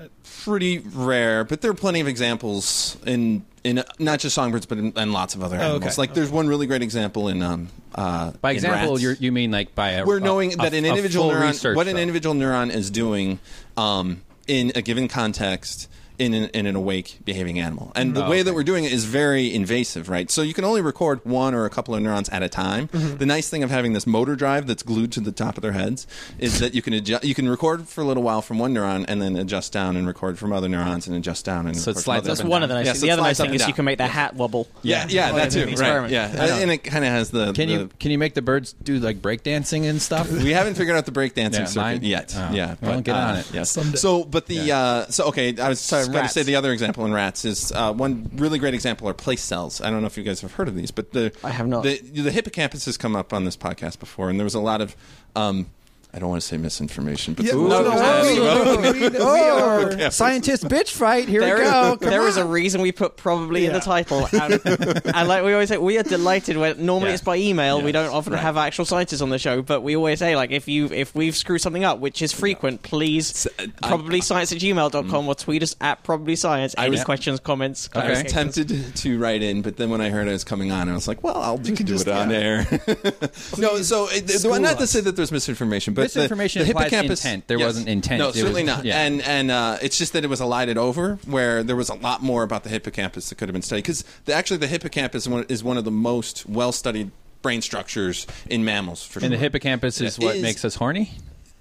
Speaker 1: pretty rare, but there are plenty of examples in in uh, not just songbirds, but in, in lots of other animals.
Speaker 2: okay.
Speaker 1: Like there's one really great example in um uh,
Speaker 4: By
Speaker 1: in
Speaker 4: example,
Speaker 1: rats.
Speaker 4: you're, you mean like by a
Speaker 1: we're knowing
Speaker 4: a-
Speaker 1: that an
Speaker 4: a
Speaker 1: individual
Speaker 4: full
Speaker 1: neuron,
Speaker 4: research,
Speaker 1: what an
Speaker 4: though.
Speaker 1: individual neuron is doing um, in a given context. In an, in an awake behaving animal. And the
Speaker 4: Oh,
Speaker 1: way that
Speaker 4: okay.
Speaker 1: we're doing it is very invasive, right? So you can only record one or a couple of neurons at a time.
Speaker 4: Mm-hmm.
Speaker 1: The nice thing of having this motor drive that's glued to the top of their heads is that you can adjust, you can record for a little while from one neuron and then adjust down and record from other neurons and adjust down and
Speaker 4: So it
Speaker 1: record from
Speaker 4: slides
Speaker 1: other-
Speaker 4: up
Speaker 3: that's
Speaker 4: and
Speaker 3: one
Speaker 4: down.
Speaker 3: of the nice
Speaker 1: Yeah,
Speaker 3: things.
Speaker 1: so
Speaker 3: The
Speaker 1: it
Speaker 3: other nice
Speaker 1: slides up
Speaker 3: thing
Speaker 1: and
Speaker 3: is you
Speaker 1: down.
Speaker 3: can make the hat wobble.
Speaker 1: yeah, yeah,
Speaker 3: Like
Speaker 1: that's
Speaker 3: in the
Speaker 1: that too, right?
Speaker 3: experiment.
Speaker 1: Yeah, and it kind of has the
Speaker 4: Can you
Speaker 1: the-
Speaker 4: can you make the birds do like breakdancing and stuff?
Speaker 1: we haven't figured out the breakdancing
Speaker 4: Yeah,
Speaker 1: circuit
Speaker 4: mine-
Speaker 1: yet.
Speaker 4: oh.
Speaker 1: Yeah,
Speaker 4: Well, get on it.
Speaker 1: Yes.
Speaker 2: Someday.
Speaker 1: So, but the
Speaker 4: Yeah.
Speaker 1: uh, so okay. I was sorry, going
Speaker 3: Rats.
Speaker 1: to say the other example in rats is uh, one really great example are place cells. I don't know if you guys have heard of these, but the
Speaker 3: I have not.
Speaker 1: The, the hippocampus has come up on this podcast before, and there was a lot of. Um, I don't want to say misinformation, but
Speaker 2: Yeah,
Speaker 1: there was
Speaker 2: no,
Speaker 1: a
Speaker 2: no,
Speaker 1: lot of-
Speaker 2: we- no, we- we
Speaker 4: Oh,
Speaker 2: are-
Speaker 4: Scientist bitch fight. Here
Speaker 3: There
Speaker 4: we
Speaker 3: is,
Speaker 4: go.
Speaker 3: there is a reason we put probably in the
Speaker 2: Yeah.
Speaker 3: title, and, and like we always say, we are delighted when normally
Speaker 1: Yeah.
Speaker 3: it's by email. We
Speaker 1: Yes,
Speaker 3: don't often
Speaker 1: right.
Speaker 3: have actual scientists on the show, but we always say like if you if we've screwed something up, which is frequent, please
Speaker 1: uh, I- Mm.
Speaker 3: probably science at gmail.com or tweet us at probably science. Any
Speaker 1: was-
Speaker 3: questions, comments?
Speaker 1: I was
Speaker 4: Okay.
Speaker 1: tempted to write in, but then when I heard I was coming on, I was like, "Well, I'll do,
Speaker 2: can
Speaker 1: do
Speaker 2: just-
Speaker 1: it on
Speaker 2: yeah.
Speaker 1: air." no, so it, the,
Speaker 2: School
Speaker 1: not to
Speaker 2: us.
Speaker 1: say that there's misinformation, but the-
Speaker 4: Misinformation
Speaker 1: the,
Speaker 4: implies
Speaker 1: hippocampus
Speaker 4: intent. There wasn't intent.
Speaker 1: No,
Speaker 4: It
Speaker 1: certainly
Speaker 4: was-
Speaker 1: not.
Speaker 4: yeah.
Speaker 1: And and uh, it's just that it was elided over, where there was a lot more about the hippocampus that could have been studied because actually the hippocampus is one, is one of the most well studied brain structures in mammals. For
Speaker 4: And the
Speaker 1: sure.
Speaker 4: hippocampus is what
Speaker 1: Is-
Speaker 4: makes us horny.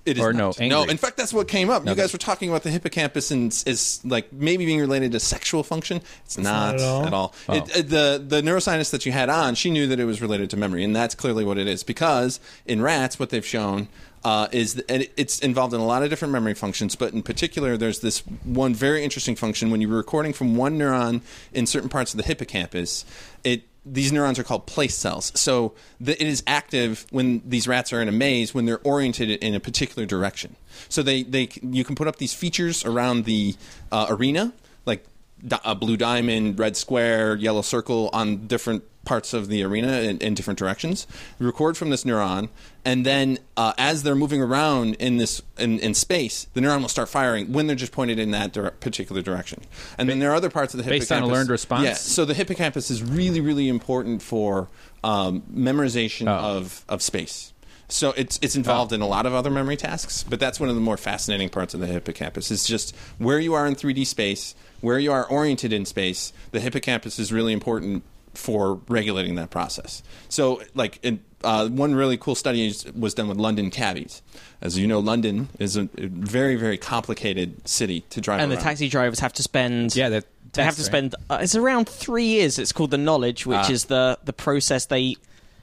Speaker 1: It is
Speaker 4: or
Speaker 1: not.
Speaker 4: no,
Speaker 1: no.
Speaker 4: angry.
Speaker 1: In fact, that's what came up. you
Speaker 4: that's-
Speaker 1: guys were talking about the hippocampus and s- is like maybe being related to sexual function. It's not,
Speaker 2: at all.
Speaker 1: at all. It, uh, the the neuroscientist that you had on, she knew that it was related to memory, and that's clearly what it is. Because in rats, what they've shown. Uh, is th- and it- it's involved in a lot of different memory functions, but in particular, there's this one very interesting function when you're recording from one neuron in certain parts of the hippocampus. It these neurons are called place cells. So the, it is active when these rats are in a maze when they're oriented in a particular direction. So they, they c- you can put up these features around the uh, arena, like di- a blue diamond, red square, yellow circle on different parts of the arena in, in different directions. We record from this neuron, and then uh, as they're moving around in this in, in space, the neuron will start firing when they're just pointed in that dir- particular direction. And then there are other parts of the hippocampus.
Speaker 4: Based on a learned response?
Speaker 1: Yeah. So the hippocampus is really, really important for um, memorization
Speaker 4: Oh.
Speaker 1: of of space. So it's it's involved in a lot of other memory tasks, but that's one of the more fascinating parts of the hippocampus. It's just where you are in 3D space, where you are oriented in space. The hippocampus is really important for regulating that process. So, like in, uh, one really cool study is- was done with London cabbies. As you know, London is a a very very complicated city to drive.
Speaker 3: and the
Speaker 1: around.
Speaker 3: taxi drivers have to spend
Speaker 4: Yeah, that-
Speaker 3: they have to
Speaker 4: that's
Speaker 3: spend uh, it's around three years it's called the knowledge which
Speaker 4: Ah.
Speaker 3: is the the process they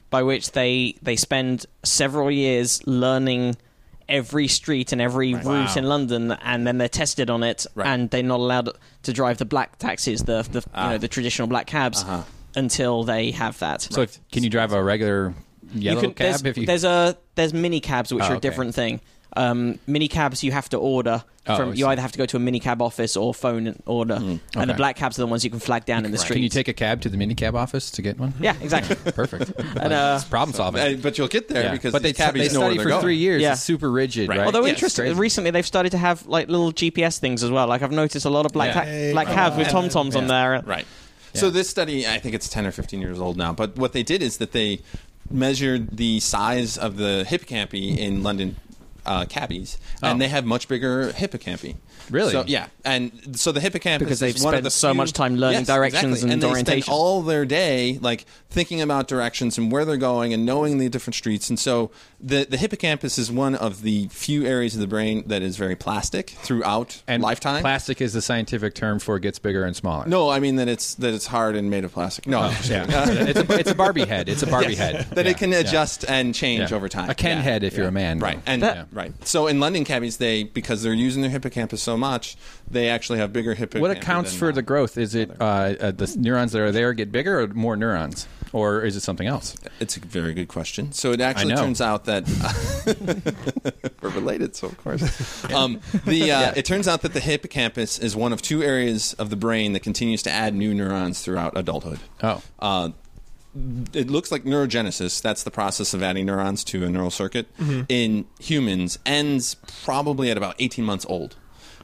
Speaker 3: by which they they spend several years learning every street and every route
Speaker 4: Wow.
Speaker 3: in london and then they're tested on it
Speaker 1: Right.
Speaker 3: and they're not allowed to drive the black taxis the the you
Speaker 4: Ah.
Speaker 3: know the traditional black cabs until they have that
Speaker 4: Uh-huh. So if- can you drive a regular yellow
Speaker 3: you can,
Speaker 4: cab
Speaker 3: there's,
Speaker 4: if you?
Speaker 3: there's a there's mini cabs which
Speaker 4: Oh,
Speaker 3: are a
Speaker 4: okay.
Speaker 3: different thing um mini cabs you have to order
Speaker 4: Oh,
Speaker 3: from
Speaker 4: I
Speaker 3: you
Speaker 4: see. Hmm,
Speaker 3: either have to go to a mini cab office or phone an order and the
Speaker 4: okay.
Speaker 3: black cabs are the ones you can flag down in the street
Speaker 4: Can you take a cab to the minicab office to get one?
Speaker 3: yeah exactly
Speaker 4: Perfect.
Speaker 3: And, uh,
Speaker 4: it's problem solving.
Speaker 1: Uh, but you'll get there
Speaker 4: Yeah.
Speaker 1: because
Speaker 4: but they,
Speaker 1: these cabbies
Speaker 4: they
Speaker 1: know where
Speaker 4: study
Speaker 1: they're
Speaker 4: for
Speaker 1: going.
Speaker 4: three years.
Speaker 3: Yeah.
Speaker 4: It's super rigid, right?
Speaker 1: Right.
Speaker 3: Although
Speaker 1: Yeah, it's
Speaker 3: interesting,
Speaker 4: crazy.
Speaker 3: recently they've started to have like little GPS things as well. Like I've noticed a lot of black
Speaker 4: Yeah.
Speaker 3: ta- black cabs with tom toms on there.
Speaker 1: Right. So this study, I think it's 10 or 15 years old now, but what they did is that they measured the size of the hippocampi in London uh, cabbies, and
Speaker 4: Oh.
Speaker 1: they have much bigger hippocampi.
Speaker 4: Really?
Speaker 1: So, yeah. And so the hippocampus
Speaker 3: Because
Speaker 1: is
Speaker 3: they've
Speaker 1: one of
Speaker 3: spent
Speaker 1: the
Speaker 3: so
Speaker 1: few-
Speaker 3: much time learning
Speaker 1: Yes,
Speaker 3: directions
Speaker 1: exactly.
Speaker 3: and
Speaker 1: they
Speaker 3: orientation.
Speaker 1: Spend all their day like thinking about directions and where they're going and knowing the different streets. And so the the hippocampus is one of the few areas of the brain that is very plastic throughout
Speaker 4: and
Speaker 1: lifetime.
Speaker 4: Plastic is the scientific term for it gets bigger and smaller.
Speaker 1: no, I mean that it's that it's hard and made of plastic. No, I'm just
Speaker 4: Oh, Yeah.
Speaker 1: kidding.
Speaker 4: it's, a, it's a Barbie head. It's a Barbie head.
Speaker 1: that
Speaker 4: Yeah.
Speaker 1: it can
Speaker 4: Yeah.
Speaker 1: adjust and change
Speaker 4: Yeah.
Speaker 1: over time.
Speaker 4: A Ken
Speaker 1: Yeah.
Speaker 4: head if you're a man.
Speaker 1: Right. And
Speaker 3: That-
Speaker 1: yeah, right. So in London cabbies they because they're using their hippocampus so much, they actually have bigger hippocampus.
Speaker 4: What accounts for the growth? Is it uh, uh, the neurons that are there get bigger or more neurons? Or is it something else?
Speaker 1: It's a very good question. So it actually
Speaker 4: know.
Speaker 1: turns out that we're related, so of course. Um, the uh, it turns out that the hippocampus is one of two areas of the brain that continues to add new neurons throughout adulthood.
Speaker 4: Oh.
Speaker 1: Uh, it looks like neurogenesis. That's the process of adding neurons to a neural circuit in humans ends probably at about 18 months old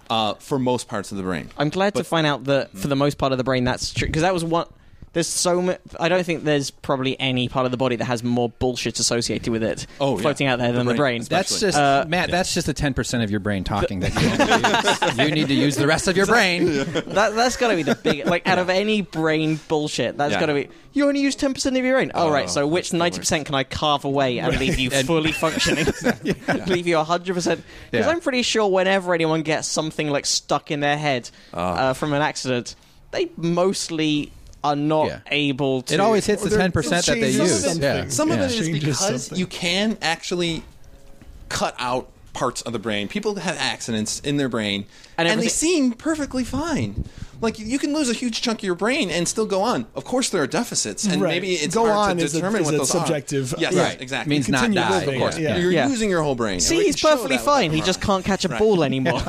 Speaker 1: uh, for most parts of the brain.
Speaker 3: I'm glad to find out
Speaker 4: Hmm.
Speaker 3: that for the most part of the brain that's true because that was one. There's so much. I don't think there's probably any part of the body that has more bullshit associated with it
Speaker 1: Oh, yeah.
Speaker 3: floating out there
Speaker 1: The
Speaker 3: than the
Speaker 1: brain.
Speaker 3: brain.
Speaker 1: That's-
Speaker 4: That's
Speaker 1: Especially. Uh,
Speaker 4: just Matt. That's just the ten percent of your brain talking that you, don't use. you need to use the rest of your brain.
Speaker 3: that, that's got to be the big like out of any brain bullshit. That's
Speaker 1: Yeah.
Speaker 3: got to be you only use ten percent of your brain. All right,
Speaker 4: Oh,
Speaker 3: so which ninety percent can I carve away and leave you fully functioning? Leave you hundred percent because
Speaker 4: Yeah.
Speaker 3: I'm pretty sure whenever anyone gets something like stuck in their head
Speaker 4: Oh.
Speaker 3: uh, from an accident, they mostly are not
Speaker 4: Yeah.
Speaker 3: able to.
Speaker 4: It always hits the
Speaker 2: They're-
Speaker 4: ten percent that they
Speaker 2: Some of
Speaker 4: use.
Speaker 2: it-
Speaker 4: Yeah.
Speaker 1: Some
Speaker 4: yeah.
Speaker 1: of it is
Speaker 2: Changes
Speaker 1: because
Speaker 2: something.
Speaker 1: you can actually cut out parts of the brain. People have accidents in their brain,
Speaker 3: And
Speaker 1: and, they
Speaker 3: everything-
Speaker 1: seem perfectly fine. Like you can lose a huge chunk of your brain and still go on. Of course, there are deficits, and
Speaker 2: Right.
Speaker 1: maybe it's
Speaker 2: Go
Speaker 1: hard
Speaker 2: on
Speaker 1: to
Speaker 2: is a-
Speaker 1: determine
Speaker 2: is
Speaker 1: what
Speaker 2: a
Speaker 1: those
Speaker 2: subjective-
Speaker 1: Are. Yes,
Speaker 2: Right.
Speaker 1: exactly.
Speaker 4: Means not
Speaker 2: Continue
Speaker 4: die.
Speaker 2: living,
Speaker 1: Of course,
Speaker 2: Yeah.
Speaker 1: you're
Speaker 3: Yeah.
Speaker 1: using your whole brain.
Speaker 3: See, he's perfectly fine. He just can't catch a ball anymore.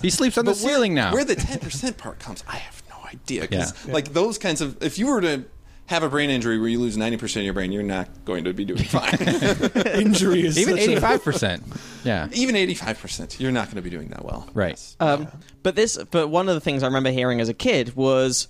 Speaker 4: He sleeps on the ceiling now.
Speaker 1: Where the ten percent part comes, I have no idea. 'Cause,
Speaker 4: Yeah.
Speaker 1: like those kinds of, if you were to have a brain injury where you lose ninety percent of your brain, you're not going to be doing fine.
Speaker 2: Injury is
Speaker 4: Even
Speaker 2: such a-
Speaker 4: eighty-five percent. Yeah.
Speaker 1: even 85%, you're not going to be doing that well.
Speaker 4: Right.
Speaker 1: Yes.
Speaker 3: Um, But this, but one of the things I remember hearing as a kid was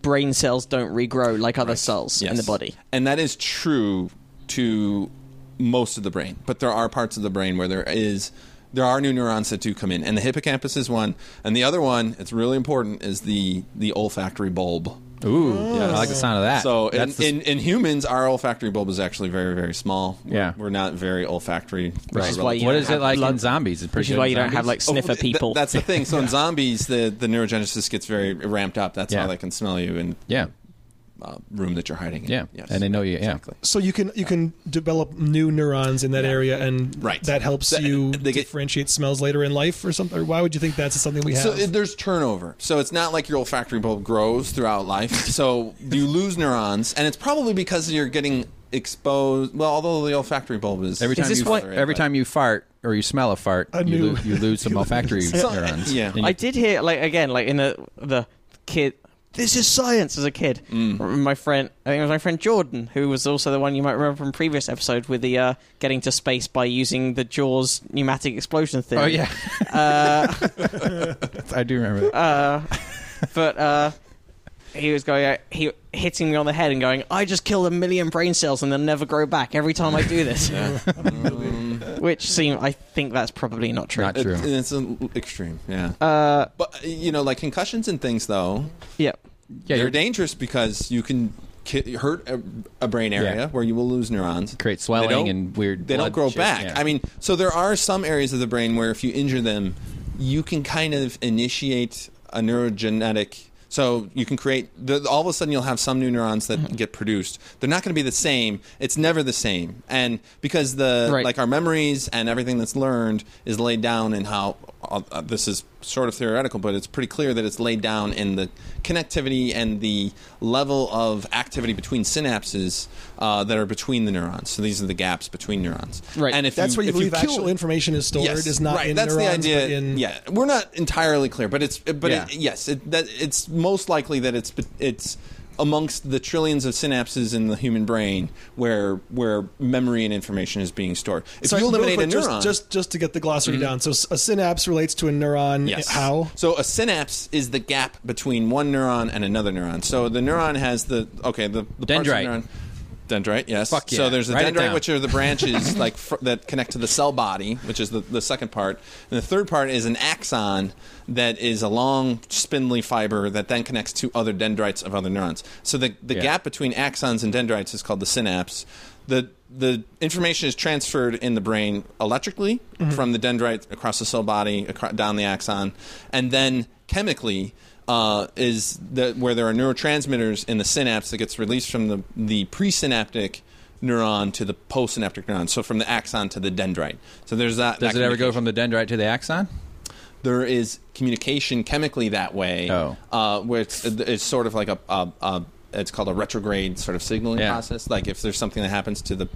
Speaker 3: brain cells don't regrow like other cells in
Speaker 1: Yes.
Speaker 3: the body.
Speaker 1: And that is true to most of the brain, but there are parts of the brain where there is there are new neurons that do come in, and the hippocampus is one, and the other one, it's really important, is the the olfactory bulb.
Speaker 4: Ooh. I like the sound of that.
Speaker 1: So in,
Speaker 4: That's the-
Speaker 1: in, in humans, our olfactory bulb is actually very very small. We're,
Speaker 4: Yeah.
Speaker 1: we're not very olfactory.
Speaker 4: Right.
Speaker 3: is why you
Speaker 4: what
Speaker 3: don't
Speaker 4: is it
Speaker 3: have
Speaker 4: like
Speaker 3: blood-
Speaker 4: in zombies? It's pretty
Speaker 3: Which is
Speaker 4: good
Speaker 3: why
Speaker 4: in
Speaker 3: you don't have
Speaker 4: zombies?
Speaker 3: like
Speaker 1: Oh,
Speaker 3: sniffer
Speaker 1: th-
Speaker 3: people.
Speaker 1: that's the thing. So in zombies, the the neurogenesis gets very ramped up. That's
Speaker 4: Yeah.
Speaker 1: how they can smell you in
Speaker 4: yeah,
Speaker 1: uh, room that you're hiding in.
Speaker 4: yeah,
Speaker 1: Yes.
Speaker 4: and they know you. Yeah,
Speaker 1: Exactly.
Speaker 2: So you can you can develop new neurons in that area, and
Speaker 1: Right.
Speaker 2: that helps
Speaker 1: Th-
Speaker 2: you
Speaker 1: they get-
Speaker 2: differentiate smells later in life, or something. Or why would you think that's something we have?
Speaker 1: So it, there's turnover. So it's not like your olfactory bulb grows throughout life. So you lose neurons, and it's probably because you're getting exposed. Well, although the olfactory bulb is
Speaker 4: every
Speaker 3: Is
Speaker 4: time
Speaker 3: this
Speaker 4: you
Speaker 3: why-
Speaker 4: every time you fart or you smell a fart,
Speaker 2: I
Speaker 4: you,
Speaker 2: knew.
Speaker 4: lo- you lose some olfactory
Speaker 1: So,
Speaker 4: neurons.
Speaker 1: yeah.
Speaker 4: And you-
Speaker 3: I did hear like again like in the the kid. This is science as a kid.
Speaker 4: Mm.
Speaker 3: My friend, I think it was my friend Jordan, who was also the one you might remember from previous episode with the uh, getting to space by using the Jaws pneumatic explosion theory.
Speaker 4: Oh yeah,
Speaker 3: Uh,
Speaker 4: I do remember. That.
Speaker 3: uh, but uh, he was going, uh, he hitting me on the head and going, "I just killed a million brain cells and they'll never grow back every time I do this." Which seem, I think that's probably not true.
Speaker 4: Not
Speaker 1: It-
Speaker 4: true.
Speaker 1: it's an extreme, yeah.
Speaker 3: Uh,
Speaker 1: but you know, like concussions and things, though,
Speaker 3: yeah.
Speaker 4: yeah,
Speaker 1: they're
Speaker 4: you
Speaker 1: dangerous because you can ki- hurt a, a brain area
Speaker 4: Yeah.
Speaker 1: where you will lose neurons.
Speaker 4: create
Speaker 1: They
Speaker 4: swelling
Speaker 1: don't-
Speaker 4: and weird.
Speaker 1: They
Speaker 4: blood
Speaker 1: don't grow
Speaker 4: shit,
Speaker 1: back.
Speaker 4: yeah.
Speaker 1: I mean, so there are some areas of the brain where if you injure them, you can kind of initiate a neurogenetic. So you can create the, all of a sudden you'll have some new neurons that
Speaker 4: Mm-hmm.
Speaker 1: get produced. They're not going to be the same. It's never the same, and because the
Speaker 3: Right.
Speaker 1: like our memories and everything that's learned is laid down in how uh, this is sort of theoretical, but it's pretty clear that it's laid down in the connectivity and the level of activity between synapses uh, that are between the neurons. So these are the gaps between neurons.
Speaker 3: Right.
Speaker 1: And if
Speaker 2: That's
Speaker 1: you,
Speaker 2: where you
Speaker 1: if
Speaker 2: believe
Speaker 1: kill-
Speaker 2: actual information is stored.
Speaker 1: Yes,
Speaker 2: Is not
Speaker 1: right.
Speaker 2: in
Speaker 1: That's
Speaker 2: neurons,
Speaker 1: the idea.
Speaker 2: but in
Speaker 1: yeah, we're not entirely clear, but it's but
Speaker 4: Yeah.
Speaker 1: it, yes, it, that it's most likely that it's it's amongst the trillions of synapses in the human brain where where memory and information is being stored. If
Speaker 2: Sorry,
Speaker 1: you
Speaker 2: real
Speaker 1: eliminate a
Speaker 2: quick, just,
Speaker 1: neuron, Mm-hmm.
Speaker 2: just just to get the glossary down. So s- a synapse relates to a neuron.
Speaker 1: Yes.
Speaker 2: How?
Speaker 1: So a synapse is the gap between one neuron and another neuron. So the neuron has the okay the, the parts of
Speaker 4: Dendrite.
Speaker 1: the neuron. Dendrite, yes.
Speaker 4: Fuck yeah.
Speaker 1: So there's the
Speaker 4: Write it
Speaker 1: dendrite,
Speaker 4: down.
Speaker 1: which are the branches like fr- that connect to the cell body, which is the, the second part, and the third part is an axon that is a long spindly fiber that then connects to other dendrites of other neurons. So the the
Speaker 4: Yeah.
Speaker 1: gap between axons and dendrites is called the synapse. The the information is transferred in the brain electrically
Speaker 4: Mm-hmm.
Speaker 1: from the dendrite across the cell body acro- down the axon, and then chemically uh, is the, where there are neurotransmitters in the synapse that gets released from the the presynaptic neuron to the postsynaptic neuron. So from the axon to the dendrite. So there's that.
Speaker 4: does
Speaker 1: that
Speaker 4: it ever go
Speaker 1: communication.
Speaker 4: from the dendrite to the axon?
Speaker 1: There is communication chemically that way.
Speaker 4: Oh.
Speaker 1: uh, where it's, it's sort of like a. a, a it's called a retrograde sort of signaling
Speaker 4: Yeah.
Speaker 1: process. Like if there's something that happens to the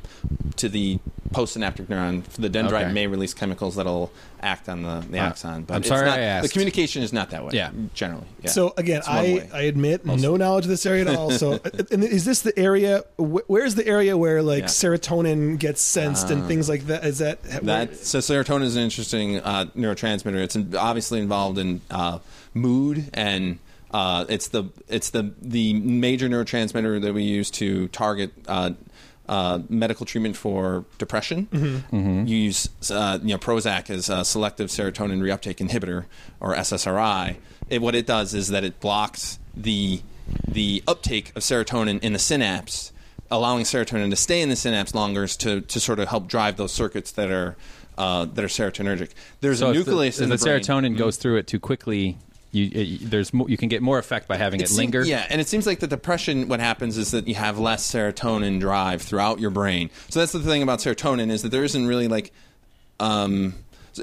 Speaker 1: to the postsynaptic neuron, the dendrite
Speaker 4: Okay.
Speaker 1: may release chemicals that'll act on the, the
Speaker 4: Huh.
Speaker 1: axon. But
Speaker 4: I'm
Speaker 1: it's
Speaker 4: sorry
Speaker 1: not-
Speaker 4: I asked.
Speaker 1: The communication is not that way.
Speaker 4: Yeah.
Speaker 1: generally. Yeah.
Speaker 2: So again,
Speaker 1: It's one
Speaker 2: I,
Speaker 1: way.
Speaker 2: I admit no knowledge of this area at all. So, uh, and is this the area? Wh- where's the area where like
Speaker 1: Yeah. Ah.
Speaker 2: serotonin gets sensed and things like that? Is that
Speaker 1: That so serotonin is an interesting uh, neurotransmitter. It's in, obviously involved in uh, mood and. Uh, it's the it's the the major neurotransmitter that we use to target uh, uh, medical treatment for depression. You use uh, you know Prozac as a selective serotonin reuptake inhibitor or SSRI. It, what it does is that it blocks the the uptake of serotonin in the synapse, allowing serotonin to stay in the synapse longer to, to sort of help drive those circuits that are uh, that are serotonergic. There's a
Speaker 4: if
Speaker 1: nucleus
Speaker 4: the,
Speaker 1: in
Speaker 4: if
Speaker 1: the, brain.
Speaker 4: serotonin
Speaker 3: Mm.
Speaker 4: goes through it too quickly. You, it, there's mo- you can get more effect by having it,
Speaker 1: seem-
Speaker 4: linger.
Speaker 1: yeah, and it seems like the depression. What happens is that you have less serotonin drive throughout your brain. So that's the thing about serotonin is that there isn't really like, um,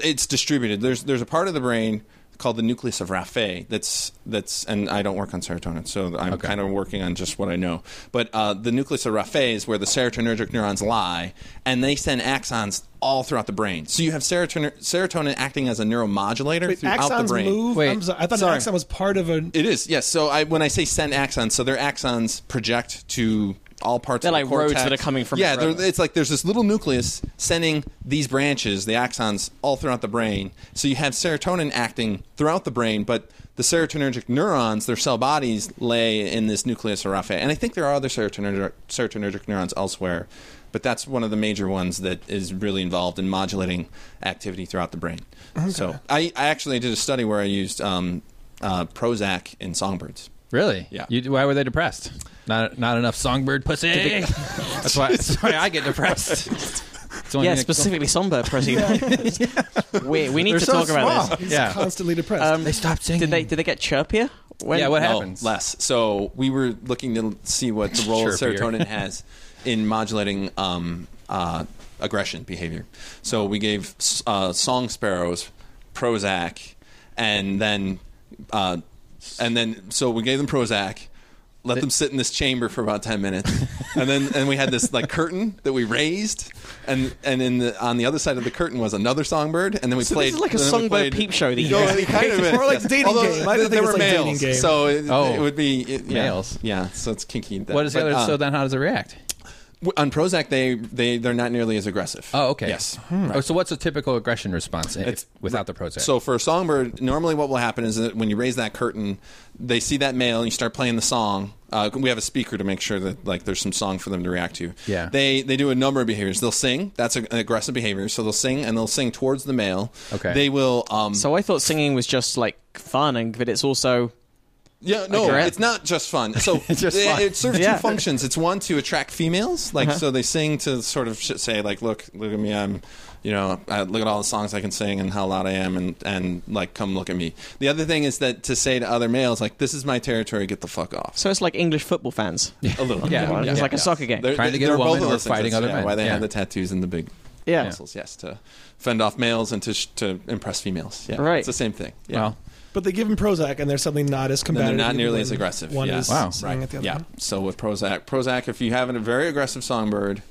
Speaker 1: it's distributed. There's there's a part of the brain called the nucleus of Raphe. That's that's and I don't work on serotonin, so I'm kind of working on just what I know. But uh, the nucleus of Raphe is where the serotonergic neurons lie, and they send axons all throughout the brain. So you have serotonin serotonin acting as a neuromodulator
Speaker 2: Wait,
Speaker 1: throughout the
Speaker 2: axons
Speaker 1: brain.
Speaker 2: move.
Speaker 4: Wait,
Speaker 2: I'm sorry, I thought an
Speaker 1: sorry.
Speaker 2: axon was part of a.
Speaker 1: It is, yes. So I, when I say send axons, so their axons project to all parts
Speaker 3: They're
Speaker 1: of
Speaker 3: like
Speaker 1: the
Speaker 3: roads
Speaker 1: cortex.
Speaker 3: that are coming from
Speaker 1: Yeah,
Speaker 3: the road.
Speaker 1: they're- it's like there's this little nucleus sending these branches, the axons, all throughout the brain. So you have serotonin acting throughout the brain, but the serotonergic neurons, their cell bodies, lay in this nucleus of Raphe. And I think there are other serotonergic, serotonergic neurons elsewhere, but that's one of the major ones that is really involved in modulating activity throughout the brain. So I, I actually did a study where I used um, uh, Prozac in songbirds.
Speaker 4: Really?
Speaker 1: Yeah.
Speaker 4: You, why were they depressed? Not not enough songbird pussy. that's why. That's why I get depressed. It's the only
Speaker 3: Yeah,
Speaker 4: thing that-
Speaker 3: specifically Songbird Pressing. we, we need
Speaker 4: They're
Speaker 3: to
Speaker 4: so
Speaker 3: talk about
Speaker 4: small.
Speaker 3: this.
Speaker 4: Yeah.
Speaker 2: Constantly depressed.
Speaker 3: Um,
Speaker 4: They stopped singing.
Speaker 3: Did they did they get chirpier? When,
Speaker 4: Yeah, what
Speaker 1: No,
Speaker 4: happens?
Speaker 1: less. So we were looking to see what the role of
Speaker 4: Sure, Peter.
Speaker 1: serotonin has in modulating um, uh, aggression behavior. So we gave s- uh, song sparrows Prozac, and then uh, and then so we gave them Prozac. let them sit in this chamber for about 10 minutes and then and we had this like curtain that we raised and and in the, on the other side of the curtain was another songbird and then we
Speaker 3: So this
Speaker 1: played
Speaker 3: is like a
Speaker 1: and then we
Speaker 3: songbird
Speaker 1: played-
Speaker 3: peep show that you
Speaker 1: No,
Speaker 3: guys
Speaker 1: it kind of is,
Speaker 2: More like
Speaker 1: yes.
Speaker 2: dating
Speaker 1: Although
Speaker 2: game. I
Speaker 1: they,
Speaker 2: think
Speaker 1: they
Speaker 2: it's
Speaker 1: were
Speaker 2: like dating
Speaker 1: males
Speaker 2: game.
Speaker 1: so it,
Speaker 4: Oh.
Speaker 1: it would be it- yeah.
Speaker 4: Males.
Speaker 1: yeah so it's kinky that,
Speaker 4: What is the
Speaker 1: but,
Speaker 4: other?
Speaker 1: uh,
Speaker 4: so then, how does it react?
Speaker 1: w- on Prozac they they they're not nearly as aggressive
Speaker 4: Oh, okay.
Speaker 1: yes
Speaker 4: Oh, so what's a typical aggression response if,
Speaker 1: It's-
Speaker 4: without the Prozac?
Speaker 1: So for a songbird, normally what will happen is that when you raise that curtain, they see that male and you start playing the song. Uh, we have a speaker to make sure that like there's some song for them to react to.
Speaker 4: Yeah.
Speaker 1: They they do a number of behaviors. They'll sing. That's a, an aggressive behavior. So they'll sing and they'll sing towards the male.
Speaker 4: Okay.
Speaker 1: They will. Um,
Speaker 3: So I thought singing was just like fun, and but it's also
Speaker 1: Yeah, no,
Speaker 3: Aggressive.
Speaker 1: it's not just fun. So
Speaker 4: It's just
Speaker 1: it,
Speaker 4: fun. Uh-huh.
Speaker 1: it serves
Speaker 3: Yeah.
Speaker 1: two functions. It's one to attract females, like so they sing to sort of sh- say like, look, look at me, I'm, you know, uh, look at all the songs I can sing and how loud I am, and and like come look at me. The other thing is that to say to other males like, this is my territory, get the fuck off.
Speaker 3: so it's like English football fans.
Speaker 1: A little,
Speaker 4: Yeah,
Speaker 1: bit.
Speaker 4: yeah,
Speaker 3: it's like a
Speaker 4: yeah.
Speaker 3: soccer game.
Speaker 1: They're,
Speaker 4: Trying to get
Speaker 1: they're-
Speaker 4: a
Speaker 1: they're
Speaker 4: woman
Speaker 1: both of
Speaker 4: or
Speaker 1: those things.
Speaker 4: fighting
Speaker 1: That's,
Speaker 4: other
Speaker 1: yeah,
Speaker 4: men.
Speaker 1: Why they
Speaker 4: Yeah.
Speaker 1: had the tattoos and the big
Speaker 3: yeah.
Speaker 1: muscles? Yes, to fend off males and to sh- to impress females. Yeah,
Speaker 3: Right.
Speaker 1: It's the same thing. Yeah.
Speaker 4: well,
Speaker 2: But they give him Prozac, and they're suddenly not as
Speaker 1: they're
Speaker 2: combative.
Speaker 1: not
Speaker 2: even
Speaker 1: nearly
Speaker 2: when
Speaker 1: as aggressive.
Speaker 2: One
Speaker 1: Yeah.
Speaker 2: is
Speaker 4: Wow.
Speaker 2: singing at the other
Speaker 1: yeah.
Speaker 2: one.
Speaker 1: So with Prozac, Prozac, if you have a very aggressive songbird,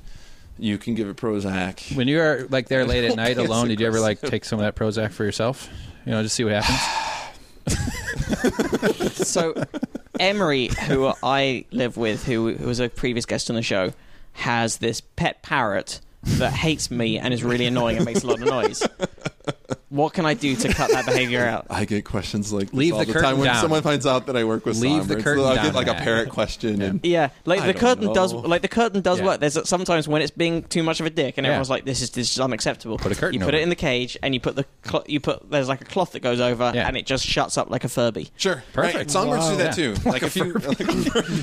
Speaker 1: you can give it Prozac.
Speaker 4: when you are like there late at night
Speaker 1: think it's
Speaker 4: alone, did you ever like take some of that Prozac for yourself? You know, just see what happens.
Speaker 3: so Emery, who I live with, who, who was a previous guest on the show, has this pet parrot that hates me and is really annoying and makes a lot of noise. What can I do to cut that behavior out?
Speaker 1: I get questions like this
Speaker 4: Leave
Speaker 1: all
Speaker 4: the
Speaker 1: the,
Speaker 4: curtain
Speaker 1: time when
Speaker 4: down.
Speaker 1: someone finds out that I work with
Speaker 4: Leave the
Speaker 1: songbirds.
Speaker 4: curtain
Speaker 1: I'll
Speaker 4: down,
Speaker 1: get like
Speaker 4: Matt.
Speaker 1: a parrot question and
Speaker 3: Yeah, like
Speaker 1: I
Speaker 3: the
Speaker 1: don't
Speaker 3: curtain
Speaker 1: know.
Speaker 3: does, like the curtain does
Speaker 4: Yeah.
Speaker 3: work. There's sometimes when it's being too much of a dick, and
Speaker 4: Yeah.
Speaker 3: everyone's like, "This is this is unacceptable."
Speaker 4: Put a curtain
Speaker 3: You put
Speaker 4: over
Speaker 3: it
Speaker 4: it.
Speaker 3: in the cage, and you put the cl- you put there's like a cloth that goes over,
Speaker 4: Yeah.
Speaker 3: and it just shuts up like a Furby.
Speaker 1: sure,
Speaker 4: Perfect.
Speaker 1: Right. Songbirds do
Speaker 2: Wow.
Speaker 1: that too. Like if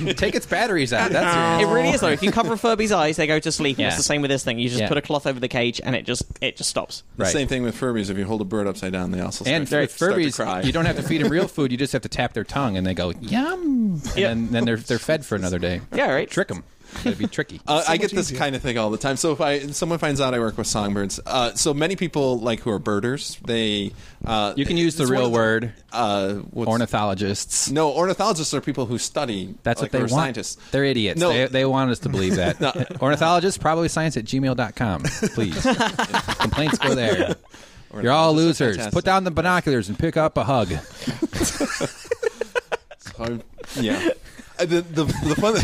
Speaker 1: you
Speaker 4: take its batteries out. That's
Speaker 3: It really is though. If you cover a Furby's eyes, they go to sleep. And
Speaker 4: Yeah.
Speaker 3: it's the same with this thing. You just
Speaker 4: Yeah.
Speaker 3: put a cloth over the cage, and it just it just stops.
Speaker 1: the
Speaker 4: Right.
Speaker 1: same thing with Furbies. If you hold a bird upside down, they also
Speaker 4: And
Speaker 1: start,
Speaker 4: with
Speaker 1: start to cry.
Speaker 4: Furbies, you don't have to feed them real food. You just have to tap their tongue, and they go yum, and
Speaker 3: Yeah.
Speaker 4: then, then they're they're fed for another day.
Speaker 3: Yeah, right.
Speaker 4: Trick them. That'd be tricky.
Speaker 1: Uh, I
Speaker 2: much
Speaker 1: get this
Speaker 2: easier.
Speaker 1: kind of thing all the time. So if I someone finds out I work with songbirds, uh, so many people like who are birders, they uh,
Speaker 4: you can use the
Speaker 1: it's one
Speaker 4: real
Speaker 1: of
Speaker 4: word.
Speaker 1: Uh, what's-
Speaker 4: Ornithologists.
Speaker 1: No, ornithologists are people who study.
Speaker 4: That's
Speaker 1: like,
Speaker 4: what they
Speaker 1: or
Speaker 4: want.
Speaker 1: Scientists.
Speaker 4: They're idiots.
Speaker 1: No.
Speaker 4: They, they want us to believe that. Ornithologists, probably science at gmail.com, please. Complaints go there. You're all
Speaker 1: Ornithologists are
Speaker 4: losers.
Speaker 1: fantastic.
Speaker 4: Put down the binoculars and pick up a hug.
Speaker 1: I'm- yeah. Uh, The, the, the fun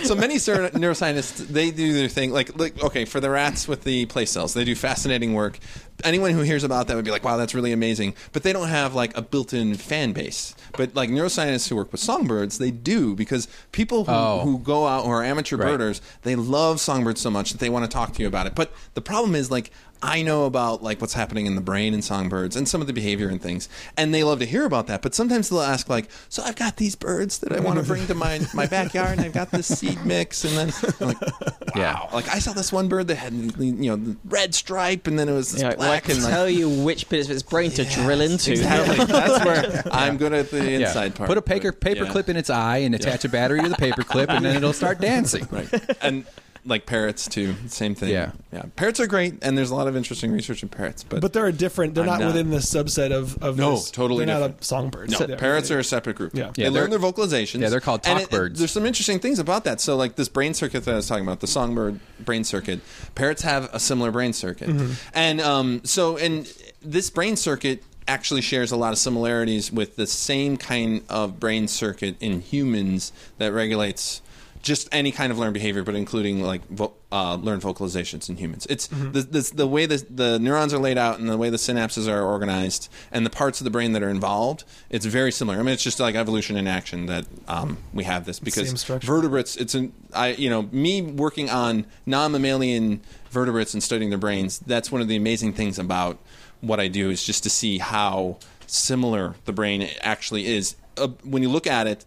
Speaker 1: so many ser- neuroscientists they do their thing like like okay for the rats with the place cells they do fascinating work anyone who hears about that would be like wow that's really amazing but they don't have like a built-in fan base but like neuroscientists who work with songbirds they do because people who,
Speaker 4: Oh.
Speaker 1: who go out who are amateur
Speaker 4: Right.
Speaker 1: birders they love songbirds so much that they want to talk to you about it but the problem is like I know about like what's happening in the brain in songbirds and some of the behavior and things, and they love to hear about that. But sometimes they'll ask like, "So I've got these birds that I want to bring to my my backyard, and I've got this seed mix, and then I'm like, wow,
Speaker 4: Yeah.
Speaker 1: like I saw this one bird that had you know the red stripe, and then it was this
Speaker 3: You know,
Speaker 1: black
Speaker 3: like,
Speaker 1: and like,
Speaker 3: tell you which bits of its brain to drill into.
Speaker 1: exactly. That's where I'm good at the
Speaker 4: Yeah.
Speaker 1: inside part.
Speaker 4: Put a paper, paper
Speaker 1: Yeah.
Speaker 4: clip in its eye and attach a battery to the paper clip, and then it'll start dancing.
Speaker 1: right. and like parrots too, same thing.
Speaker 4: Yeah.
Speaker 1: yeah. Parrots are great, and there's a lot of interesting research in parrots, but
Speaker 2: But they're a different. They're
Speaker 1: I'm
Speaker 2: not,
Speaker 1: not-
Speaker 2: within the subset of of
Speaker 1: No,
Speaker 2: this.
Speaker 1: totally
Speaker 2: They're not
Speaker 1: different.
Speaker 2: a songbird.
Speaker 1: No,
Speaker 2: So they're-
Speaker 1: parrots are a separate group.
Speaker 2: Yeah.
Speaker 1: they
Speaker 4: Yeah,
Speaker 1: learn
Speaker 4: they're-
Speaker 1: their vocalizations.
Speaker 4: yeah, they're called
Speaker 1: And
Speaker 4: talk birds.
Speaker 1: There's some interesting things about that. So, like this brain circuit that I was talking about, the songbird brain circuit. Parrots have a similar brain circuit, and um, so and this brain circuit actually shares a lot of similarities with the same kind of brain circuit in humans that regulates just any kind of learned behavior, but including like vo- uh, learned vocalizations in humans. It's the, this, the way the, the neurons are laid out and the way the synapses are organized and the parts of the brain that are involved. It's very similar. I mean, it's just like evolution in action that um, we have this
Speaker 2: Same
Speaker 1: because
Speaker 2: structure.
Speaker 1: vertebrates. It's an I you know me working on non-mammalian vertebrates and studying their brains. That's one of the amazing things about what I do is just to see how similar the brain actually is uh, when you look at it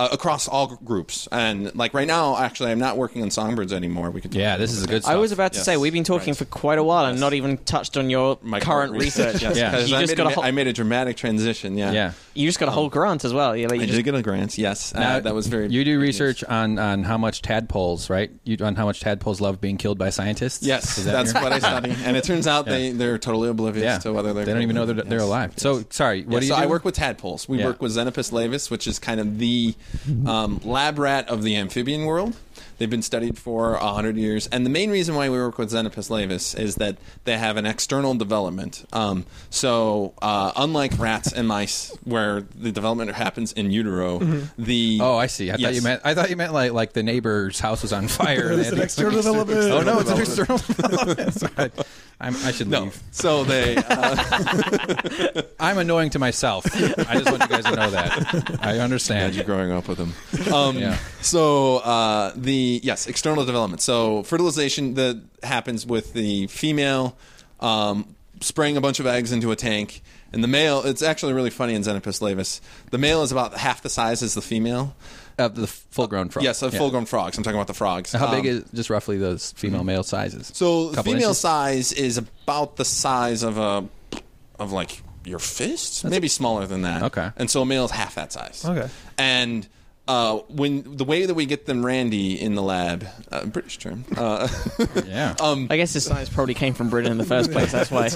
Speaker 1: uh, across all groups. And like right now, actually, I'm not working on songbirds anymore. We could talk
Speaker 4: Yeah, this is a good stuff.
Speaker 3: I was about to
Speaker 1: Yes.
Speaker 3: say we've been talking
Speaker 1: Right.
Speaker 3: for quite a while and not even touched on your
Speaker 1: my
Speaker 3: current research.
Speaker 1: Yes,
Speaker 4: Yeah.
Speaker 1: 'cause
Speaker 3: You
Speaker 1: I,
Speaker 3: just
Speaker 1: made
Speaker 3: got a
Speaker 1: a,
Speaker 3: whole-
Speaker 1: I made a dramatic transition. Yeah,
Speaker 4: Yeah.
Speaker 3: You just got a whole grant as well. Yeah, like,
Speaker 1: I
Speaker 3: you just-
Speaker 1: did get a grant. Yes, uh,
Speaker 4: Now,
Speaker 1: that was very.
Speaker 4: You do
Speaker 1: good
Speaker 4: research
Speaker 1: news.
Speaker 4: on, on how much tadpoles, right? You on how much tadpoles love being killed by scientists.
Speaker 1: Yes,
Speaker 4: Is that
Speaker 1: that's
Speaker 4: your-
Speaker 1: what I study, and it turns out they they're totally oblivious
Speaker 4: Yeah,
Speaker 1: to whether they're
Speaker 4: they don't even know they're,
Speaker 1: killed.
Speaker 4: they're
Speaker 1: Yes.
Speaker 4: alive. So sorry, what
Speaker 1: Yeah,
Speaker 4: do you?
Speaker 1: so
Speaker 4: do?
Speaker 1: I work with tadpoles. We
Speaker 4: Yeah.
Speaker 1: work with Xenopus laevis, which is kind of the um, lab rat of the amphibian world. They've been studied for 100 years. And the main reason why we work with Xenopus laevis is that they have an external development. Um, so, uh, unlike rats and mice, where the development happens in utero, the.
Speaker 4: Oh, I see. I thought
Speaker 1: Yes.
Speaker 4: you meant. I thought you meant like like the neighbor's house was on fire.
Speaker 2: It's an
Speaker 4: and-
Speaker 2: external development.
Speaker 4: oh no, it's an external. Sorry. I'm, I should
Speaker 1: No.
Speaker 4: leave.
Speaker 1: So they. Uh,
Speaker 4: I'm annoying to myself. I just want you guys to know that. I understand.
Speaker 1: you're growing up with them. Um,
Speaker 4: Yeah.
Speaker 1: So uh, the yes, external development. So fertilization that happens with the female um, spraying a bunch of eggs into a tank, and the male. It's actually really funny in Xenopus laevis. The male is about half the size as the female.
Speaker 4: Of uh, the full-grown frog.
Speaker 1: Yes, of
Speaker 4: Yeah.
Speaker 1: full-grown frogs. I'm talking about the frogs.
Speaker 4: How
Speaker 1: Um,
Speaker 4: big is just roughly those female male sizes?
Speaker 1: So
Speaker 4: Couple
Speaker 1: female
Speaker 4: inches?
Speaker 1: size is about the size of a of like your fist, maybe smaller than that.
Speaker 4: Okay.
Speaker 1: And so a male is half that size.
Speaker 2: Okay.
Speaker 1: And uh, when the way that we get them randy in the lab, uh, British term, uh,
Speaker 4: Yeah.
Speaker 3: I guess this science probably came from Britain in the first place. That's why.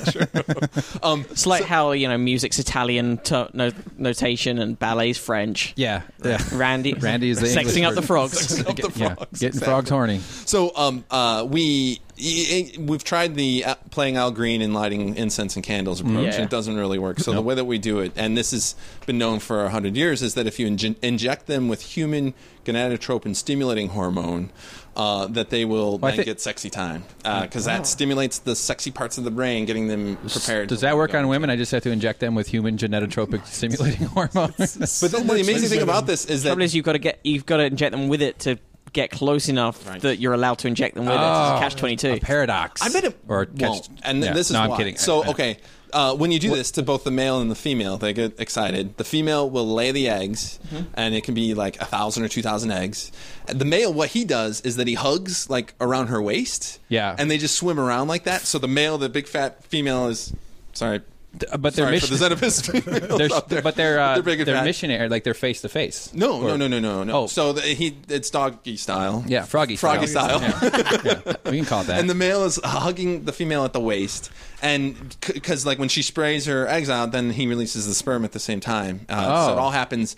Speaker 1: um,
Speaker 3: It's like how you know music's Italian to- no- notation and ballet's French.
Speaker 4: yeah. Yeah.
Speaker 3: Randy,
Speaker 4: Randy is the
Speaker 3: sexing
Speaker 4: English
Speaker 3: up the
Speaker 4: word.
Speaker 3: frogs.
Speaker 1: of the frogs.
Speaker 4: yeah. Getting
Speaker 1: exactly.
Speaker 4: frogs horny.
Speaker 1: So um, uh, we y- y- we've tried the uh, playing Al Green and lighting incense and candles approach,
Speaker 3: Yeah.
Speaker 1: and it doesn't really work. So the way that we do it, and this has been known for hundred years, is that if you inje- inject them with human gonadotropin stimulating hormone, uh, that they will
Speaker 4: I
Speaker 1: then
Speaker 4: thi- Oh.
Speaker 1: get sexy time because that stimulates the sexy parts of the brain, getting them prepared.
Speaker 4: Does that work on women? I just have to inject them with human genototropic stimulating hormone.
Speaker 1: But then the amazing thing about this is
Speaker 3: The
Speaker 1: that
Speaker 3: problem is you've got to get you've got to inject them with it to get close enough
Speaker 1: Right.
Speaker 3: that you're allowed to inject them with it.
Speaker 4: Oh.
Speaker 3: It's catch twenty two.
Speaker 4: A paradox.
Speaker 1: I bet it
Speaker 4: or
Speaker 1: won't.
Speaker 4: catch,
Speaker 1: and
Speaker 4: yeah.
Speaker 1: this is
Speaker 4: no,
Speaker 1: why.
Speaker 4: I'm kidding.
Speaker 1: So
Speaker 4: I- I-
Speaker 1: okay, uh, when you do this to both the male and the female, they get excited. The female will lay the eggs,
Speaker 4: Mm-hmm.
Speaker 1: and it can be like a thousand or two thousand eggs. And the male, what he does is that he hugs like around her waist.
Speaker 4: Yeah.
Speaker 1: and they just swim around like that. So the male, the big fat female, is sorry.
Speaker 4: Th- but their
Speaker 1: Sorry
Speaker 4: mission,
Speaker 1: for the Xenopus
Speaker 4: they're,
Speaker 1: females out there.
Speaker 4: but they're uh,
Speaker 1: They're big
Speaker 4: they're,
Speaker 1: and fat.
Speaker 4: missionary, like they're face to face.
Speaker 1: No, no, no, no, no, no.
Speaker 4: Oh.
Speaker 1: So the, he, it's doggy style.
Speaker 4: Yeah, froggy style.
Speaker 1: Froggy style.
Speaker 4: Yeah. We can call it that.
Speaker 1: and the male is hugging the female at the waist, and because like when she sprays her eggs out, then he releases the sperm at the same time. Uh,
Speaker 4: Oh.
Speaker 1: So it all happens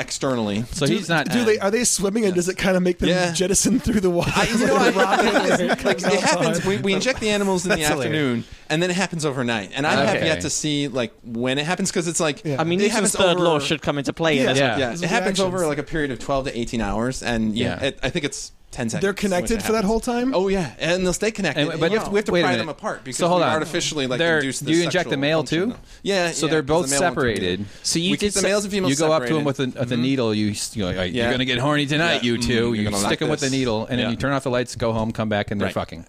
Speaker 1: externally.
Speaker 4: so he's not. uh,
Speaker 2: Do they are they swimming and does it kind of make them
Speaker 1: Yeah.
Speaker 2: jettison through the water?
Speaker 1: I, you know, I, like,
Speaker 2: Comes
Speaker 1: it happens.
Speaker 2: outside.
Speaker 1: We, we inject the animals in the
Speaker 2: That's hilarious.
Speaker 1: afternoon, and then it happens overnight. And I have
Speaker 4: Okay.
Speaker 1: yet to see like when it happens because it's like
Speaker 2: Yeah.
Speaker 3: I mean,
Speaker 1: it
Speaker 3: Newton's
Speaker 1: happens
Speaker 3: third
Speaker 1: over-
Speaker 3: law should come into play. in
Speaker 2: Yeah.
Speaker 3: this
Speaker 4: Yeah.
Speaker 3: one.
Speaker 1: Yeah,
Speaker 2: Those
Speaker 1: it happens
Speaker 2: reactions.
Speaker 1: over like a period of twelve to eighteen hours, and yeah,
Speaker 4: Yeah.
Speaker 1: it, I think it's ten seconds.
Speaker 2: They're connected for that whole time.
Speaker 1: Oh yeah, and they'll stay connected.
Speaker 4: And- but
Speaker 1: but you have to, we have to
Speaker 4: wait a
Speaker 1: pry
Speaker 4: minute.
Speaker 1: them apart because
Speaker 4: So hold
Speaker 1: we
Speaker 4: on.
Speaker 1: artificially like
Speaker 4: They're-
Speaker 1: induce.
Speaker 4: do
Speaker 1: the
Speaker 4: you inject
Speaker 1: sexual
Speaker 4: the male,
Speaker 1: function.
Speaker 4: too?
Speaker 1: Yeah.
Speaker 4: So
Speaker 1: yeah,
Speaker 4: they're
Speaker 1: 'cause
Speaker 4: both
Speaker 1: the male won't do it.
Speaker 4: separated.
Speaker 3: So you
Speaker 1: we
Speaker 3: did
Speaker 1: keep the
Speaker 3: se-
Speaker 1: males and females.
Speaker 4: You go up to him
Speaker 1: separated. Mm-hmm.
Speaker 4: with a, with a needle. You s- you know, like, you're
Speaker 1: Yeah.
Speaker 4: gonna get horny tonight,
Speaker 1: Yeah.
Speaker 4: you two.
Speaker 1: Mhm. You're
Speaker 4: you
Speaker 1: gonna
Speaker 4: stick
Speaker 1: like
Speaker 4: him with the
Speaker 1: this.
Speaker 4: needle, and
Speaker 1: Yeah.
Speaker 4: then you turn off the lights, go home, come back, and they're
Speaker 1: Right.
Speaker 4: fucking.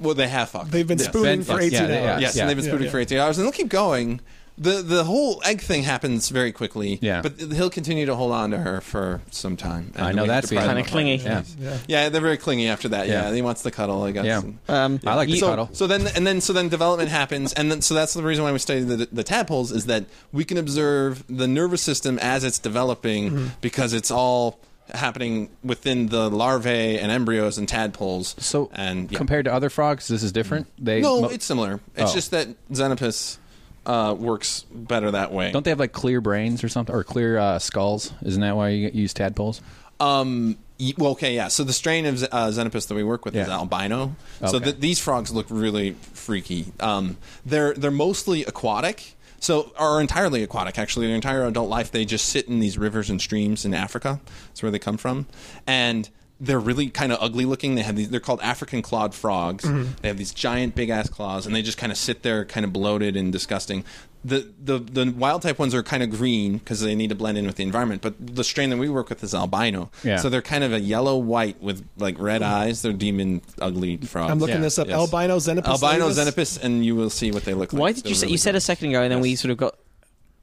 Speaker 1: Well, they have fucked.
Speaker 2: They've been
Speaker 1: Yeah.
Speaker 2: spooning
Speaker 4: Ben-
Speaker 2: for
Speaker 4: yeah,
Speaker 2: 18
Speaker 4: yeah, yeah.
Speaker 2: hours.
Speaker 1: Oh, Yes, and they've been spooning
Speaker 2: yeah.
Speaker 1: for 18 hours, and they'll keep going. The the whole egg thing happens very quickly.
Speaker 4: Yeah.
Speaker 1: But he'll continue to hold on to her for some time. and
Speaker 4: I
Speaker 1: then
Speaker 4: know
Speaker 1: we
Speaker 4: that's
Speaker 1: deprive
Speaker 4: the-
Speaker 1: them
Speaker 3: Kinda clingy.
Speaker 1: her.
Speaker 2: Yeah.
Speaker 1: Yeah, they're very clingy after that. Yeah.
Speaker 4: Yeah.
Speaker 1: He wants to cuddle, I guess.
Speaker 4: Yeah.
Speaker 1: And-
Speaker 3: Um,
Speaker 4: I like the
Speaker 3: you-
Speaker 1: so,
Speaker 4: cuddle.
Speaker 1: so then and then so then development happens and then so that's the reason why we study the, the tadpoles is that we can observe the nervous system as it's developing
Speaker 4: Mm-hmm.
Speaker 1: because it's all happening within the larvae and embryos and tadpoles
Speaker 4: So
Speaker 1: and yeah. Mm-hmm.
Speaker 4: compared to other frogs, this is different. They
Speaker 1: no
Speaker 4: mo-
Speaker 1: it's similar it's
Speaker 4: Oh.
Speaker 1: just that xenopus uh, works better that way
Speaker 4: don't they have like clear brains or something or clear uh, skulls? Isn't that why you use tadpoles?
Speaker 1: Um. y- Well, okay, yeah. So the strain of uh, Xenopus that we work with is
Speaker 4: Yeah.
Speaker 1: albino. So
Speaker 4: Okay.
Speaker 1: th- these frogs look really freaky. Um, they're they're mostly aquatic. So are entirely aquatic. Actually, their entire adult life they just sit in these rivers and streams in Africa. That's where they come from, and they're really kind of ugly looking. They have these. They're called African clawed frogs.
Speaker 4: Mm-hmm.
Speaker 1: They have these giant big ass claws, and they just kind of sit there, kind of bloated and disgusting. The, the the wild type ones are kind of green because they need to blend in with the environment. But the strain that we work with is albino,
Speaker 4: Yeah.
Speaker 1: so they're kind of a yellow white with like
Speaker 3: Hmm.
Speaker 1: red eyes. They're demon ugly frogs.
Speaker 2: I'm looking
Speaker 4: Yeah,
Speaker 2: this up.
Speaker 1: yes.
Speaker 2: Albino Xenopus.
Speaker 1: albino
Speaker 2: laevis?
Speaker 1: xenopus, and you will see what they look like.
Speaker 3: Why did
Speaker 1: They're
Speaker 3: you say
Speaker 1: really
Speaker 3: you said a second ago and then we sort of got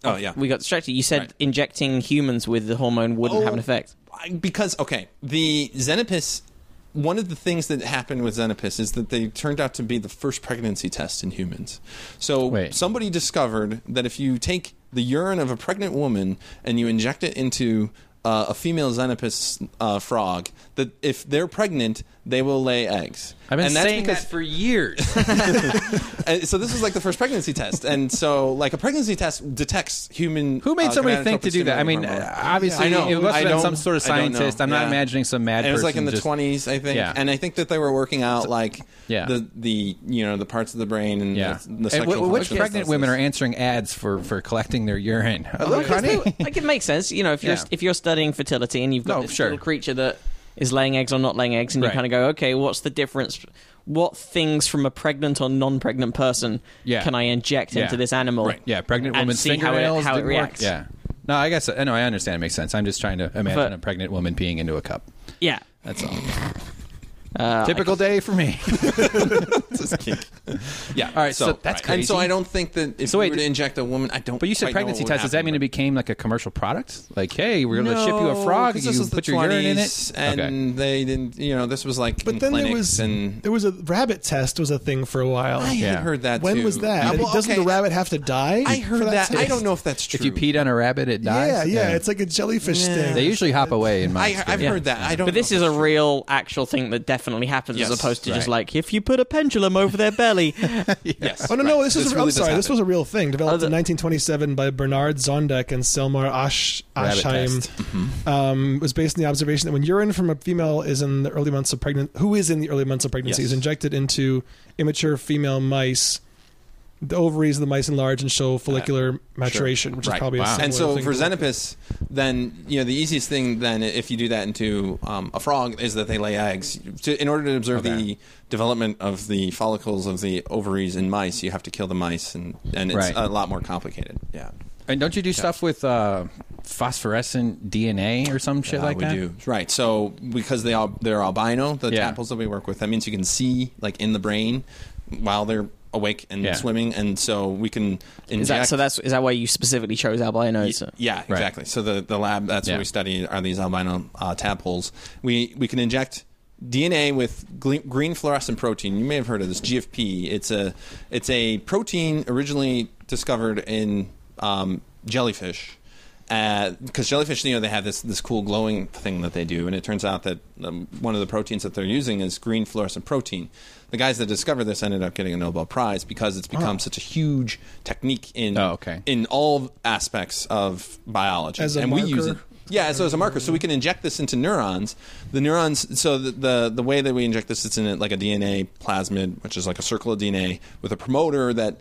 Speaker 1: good. Oh yeah,
Speaker 3: we got distracted. You said
Speaker 1: Right.
Speaker 3: injecting humans with the hormone wouldn't
Speaker 1: Oh.
Speaker 3: have an effect.
Speaker 1: I- because okay, the Xenopus. One of the things that happened with Xenopus is that they turned out to be the first pregnancy test in humans. So
Speaker 4: Wait.
Speaker 1: somebody discovered that if you take the urine of a pregnant woman and you inject it into uh, a female xenopus uh, frog that if they're pregnant, they will lay eggs.
Speaker 4: I've been
Speaker 1: and that's
Speaker 4: saying
Speaker 1: because
Speaker 4: that for years.
Speaker 1: uh, so this was like the first pregnancy test, and so like a pregnancy test detects human.
Speaker 4: Who made
Speaker 1: uh,
Speaker 4: somebody
Speaker 1: gonadotropin
Speaker 4: think to do that? I mean,
Speaker 1: stimulating
Speaker 4: uh,
Speaker 1: hormone.
Speaker 4: obviously,
Speaker 1: I know.
Speaker 4: it must
Speaker 1: I
Speaker 4: have been
Speaker 1: don't-
Speaker 4: some sort of
Speaker 1: I don't know.
Speaker 4: scientist. I'm not
Speaker 1: Yeah.
Speaker 4: imagining some mad.
Speaker 1: And it was like
Speaker 4: person
Speaker 1: in the
Speaker 4: just-
Speaker 1: 20s, I think.
Speaker 4: Yeah.
Speaker 1: And I think that they were working out like
Speaker 4: Yeah.
Speaker 1: the the you know the parts of the brain and
Speaker 4: Yeah.
Speaker 1: the, the
Speaker 4: And
Speaker 1: sexual.
Speaker 4: wh- which
Speaker 1: function
Speaker 4: pregnant
Speaker 1: processes.
Speaker 4: women are answering ads for for collecting their urine? Oh,
Speaker 3: Well,
Speaker 4: look,
Speaker 3: I guess
Speaker 4: honey.
Speaker 3: they- like it makes sense. You know, if you're
Speaker 4: Yeah.
Speaker 3: if you're studying fertility and you've got
Speaker 4: No,
Speaker 3: this
Speaker 4: sure.
Speaker 3: little creature that is laying eggs or not laying eggs, and you
Speaker 4: Right.
Speaker 3: kind of go, okay, what's the difference? What things from a pregnant or non-pregnant person
Speaker 4: Yeah.
Speaker 3: can I inject
Speaker 4: Yeah.
Speaker 3: into this animal?
Speaker 4: Right. Yeah, pregnant
Speaker 3: and
Speaker 4: woman's
Speaker 3: see how it-
Speaker 4: fingernails
Speaker 3: how it
Speaker 4: didn't work.
Speaker 3: reacts.
Speaker 4: Yeah. No, I guess I know. I understand. It makes sense. I'm just trying to imagine
Speaker 3: But-
Speaker 4: a pregnant woman peeing into a cup.
Speaker 3: Yeah.
Speaker 4: That's all.
Speaker 3: Uh,
Speaker 4: Typical day for me.
Speaker 1: Yeah. All
Speaker 4: right, so that's
Speaker 1: And
Speaker 4: crazy.
Speaker 1: so I don't think that if
Speaker 4: So
Speaker 1: we
Speaker 4: wait,
Speaker 1: were to inject a woman, I don't.
Speaker 4: But you said
Speaker 1: quite know
Speaker 4: pregnancy
Speaker 1: what would
Speaker 4: test. Does that
Speaker 1: happen,
Speaker 4: mean it
Speaker 1: but-
Speaker 4: became like a commercial product? Like, hey, we're going to ship you a
Speaker 1: No,
Speaker 4: frog.
Speaker 1: 'cause
Speaker 4: You
Speaker 1: this was the
Speaker 4: put your urine in it.
Speaker 1: 20s, and
Speaker 4: okay.
Speaker 1: they didn't. You know, this was like. in
Speaker 2: But then there
Speaker 1: clinics
Speaker 2: was
Speaker 1: and Ah,
Speaker 2: there was a rabbit test was a thing for a while.
Speaker 1: I
Speaker 4: Yeah.
Speaker 1: had heard that.
Speaker 2: when
Speaker 1: too.
Speaker 2: was that?
Speaker 1: Well,
Speaker 2: Doesn't
Speaker 1: okay,
Speaker 2: the rabbit have to die?
Speaker 1: I
Speaker 2: for
Speaker 1: heard that. I
Speaker 2: test?
Speaker 1: don't know if that's true.
Speaker 4: If you peed on a rabbit, it dies.
Speaker 2: Yeah, yeah, It's like a jellyfish
Speaker 1: Yeah.
Speaker 2: thing.
Speaker 4: they usually hop away in my.
Speaker 1: I,
Speaker 4: experience.
Speaker 1: I've heard that. I don't.
Speaker 3: but this
Speaker 1: know
Speaker 3: is
Speaker 1: if
Speaker 3: a
Speaker 1: that's true.
Speaker 3: real, actual thing that definitely happens,
Speaker 1: Yes,
Speaker 3: as opposed to just
Speaker 1: right.
Speaker 3: like if you put a pendulum over their belly.
Speaker 1: Yes.
Speaker 2: Oh no, no,
Speaker 1: right.
Speaker 2: this was.
Speaker 1: really
Speaker 2: I'm
Speaker 1: does
Speaker 2: sorry, this
Speaker 1: happen.
Speaker 2: was a real thing developed
Speaker 3: Oh, the-
Speaker 2: in 1927 by Bernard Zondek and Selmar Ash,
Speaker 4: Rabbit
Speaker 2: Ashheim.
Speaker 4: test.
Speaker 1: Mm-hmm.
Speaker 2: Um, it was based on the observation that when urine from a female is in the early months of pregnant, who is in the early months of pregnancy,
Speaker 1: Yes.
Speaker 2: is injected into immature female mice. The ovaries of the mice enlarge and show follicular maturation, which is
Speaker 1: Right.
Speaker 2: probably a
Speaker 4: Wow.
Speaker 2: similar
Speaker 1: and so
Speaker 2: thing
Speaker 1: for
Speaker 2: to look at.
Speaker 1: Xenopus, then you know the easiest thing then if you do that into um, a frog is that they lay eggs. To, in order to observe the
Speaker 4: Okay.
Speaker 1: development of the follicles of the ovaries in mice, you have to kill the mice, and and it's
Speaker 4: Right.
Speaker 1: a lot more complicated. Yeah,
Speaker 4: And don't you do stuff with uh, phosphorescent DNA or some shit
Speaker 1: Uh,
Speaker 4: like
Speaker 1: we
Speaker 4: that?
Speaker 1: do right. So because they all they're albino, the
Speaker 4: Yeah.
Speaker 1: tadpoles that we work with, that means you can see like in the brain while they're awake and
Speaker 4: Yeah.
Speaker 1: swimming, and so we can inject.
Speaker 3: Is that, so that's is that why you specifically chose uh, albinos?
Speaker 1: Yeah, exactly. So the, the lab that's
Speaker 4: Yeah.
Speaker 1: where we study are these albino uh, tadpoles. We we can inject DNA with gle- green fluorescent protein. You may have heard of this GFP. It's a it's a protein originally discovered in um, jellyfish. Because jellyfish, you know, they have this this cool glowing thing that they do, and it turns out that um, one of the proteins that they're using is green fluorescent protein. The guys that discovered this ended up getting a Nobel Prize because it's become such a huge technique in
Speaker 4: Oh, okay.
Speaker 1: in all aspects of biology
Speaker 2: As a
Speaker 1: and we use it
Speaker 2: marker?
Speaker 1: yeah so as a marker so we can inject this into neurons the neurons so the, the the way that we inject this it's in a, like a dna plasmid which is like a circle of dna with a promoter that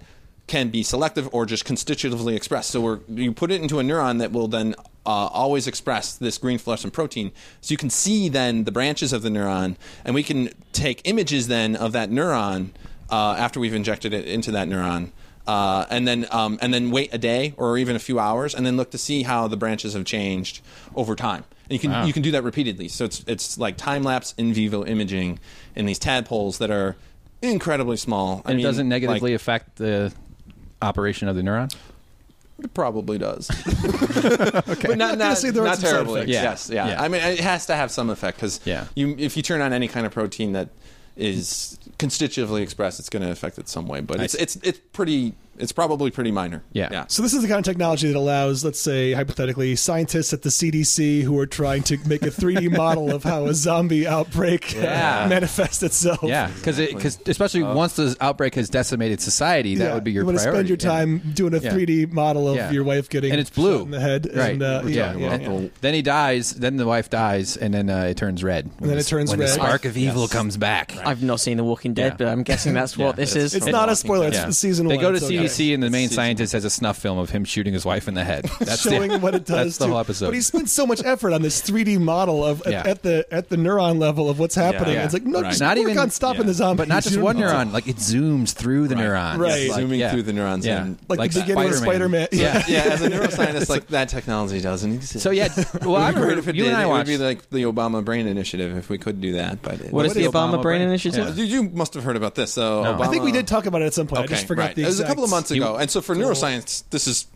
Speaker 1: can be selective or just constitutively expressed so we're you put it into a neuron that will then uh, always express this green fluorescent protein so you can see then the branches of the neuron and we can take images then of that neuron uh, after we've injected it into that neuron uh, and then um, and then wait a day or even a few hours, and then look to see how the branches have changed over time. And you can you can do that repeatedly. So it's it's like time lapse in vivo imaging in these tadpoles that are incredibly small. I
Speaker 4: And
Speaker 1: mean,
Speaker 4: it doesn't negatively
Speaker 1: like,
Speaker 4: affect the operation of the neuron.
Speaker 1: it probably does. But not,
Speaker 2: I'm not gonna
Speaker 1: not,
Speaker 2: say there
Speaker 1: not
Speaker 2: aren't some side
Speaker 1: terribly.
Speaker 2: effects.
Speaker 4: Yeah.
Speaker 1: Yes, yeah.
Speaker 4: Yeah.
Speaker 1: I mean, it has to have some effect because
Speaker 4: Yeah.
Speaker 1: you if you turn on any kind of protein that is constitutively expressed, it's going to affect it some way. But it's
Speaker 4: see.
Speaker 1: it's it's pretty. It's probably pretty minor.
Speaker 4: Yeah.
Speaker 1: Yeah.
Speaker 2: So this is the kind of technology that allows, let's say, hypothetically, scientists at the CDC who are trying to make a 3D model of how a zombie outbreak uh,
Speaker 4: Yeah.
Speaker 2: manifests itself.
Speaker 4: Yeah, because because especially once the outbreak has decimated society, that
Speaker 2: Uh, Yeah.
Speaker 4: would be your
Speaker 2: you want to spend
Speaker 4: priority.
Speaker 2: your time doing a
Speaker 4: Yeah.
Speaker 2: 3D model of
Speaker 4: Yeah.
Speaker 2: your wife getting
Speaker 4: and it's blue
Speaker 2: shot in the head,
Speaker 4: right?
Speaker 2: And, uh,
Speaker 4: We're
Speaker 2: yeah,
Speaker 4: talking
Speaker 2: yeah,
Speaker 4: about
Speaker 2: yeah.
Speaker 4: the- Then he dies. Then the wife dies, and then uh, it turns red. When
Speaker 2: then
Speaker 4: the-
Speaker 2: it turns
Speaker 4: when
Speaker 2: red.
Speaker 4: The spark of evil comes back.
Speaker 3: I've not seen The Walking Dead,
Speaker 4: Yeah.
Speaker 3: but I'm guessing that's what this is.
Speaker 2: It's not a spoiler. It's
Speaker 4: Yeah.
Speaker 2: season
Speaker 4: they
Speaker 2: one.
Speaker 4: go to
Speaker 2: so yeah.
Speaker 4: CDC, and the main scientist has a snuff film of him shooting his wife in the head. That's
Speaker 2: showing
Speaker 4: the,
Speaker 2: what it does.
Speaker 4: That's the
Speaker 2: to-
Speaker 4: whole episode.
Speaker 2: But he spent so much effort on this 3D model of
Speaker 4: Yeah.
Speaker 2: at the at the neuron level of what's happening.
Speaker 4: Yeah.
Speaker 2: It's like no,
Speaker 1: Right.
Speaker 2: just
Speaker 4: Not
Speaker 2: work
Speaker 4: even-
Speaker 2: on stopping
Speaker 1: yeah.
Speaker 2: the zombies.
Speaker 4: but not just
Speaker 2: You
Speaker 4: one
Speaker 2: don't-
Speaker 4: neuron. Like it zooms through the neuron.
Speaker 2: Right.
Speaker 4: It's like-
Speaker 1: Zooming
Speaker 4: yeah.
Speaker 1: through the neurons
Speaker 4: Yeah.
Speaker 1: and-
Speaker 2: Like the beginning of Spider-Man.
Speaker 4: Yeah.
Speaker 1: yeah, as a neuroscientist, like that technology doesn't exist.
Speaker 4: So yeah, well, I
Speaker 1: It'd be great
Speaker 4: remember
Speaker 1: if it
Speaker 4: you
Speaker 1: did.
Speaker 4: and I
Speaker 1: it
Speaker 4: watched.
Speaker 1: would be like the Obama Brain Initiative if we could do that. But it,
Speaker 3: what is,
Speaker 4: is
Speaker 3: the Obama, Brain Initiative?
Speaker 4: Yeah.
Speaker 1: you, you must have heard about this. So
Speaker 4: No.
Speaker 2: I think we did talk about it at some point.
Speaker 1: Okay,
Speaker 2: I just forgot
Speaker 1: right.
Speaker 2: the.
Speaker 1: it was a
Speaker 2: exact-
Speaker 1: couple of months ago, and so for
Speaker 2: Cool.
Speaker 1: neuroscience, this is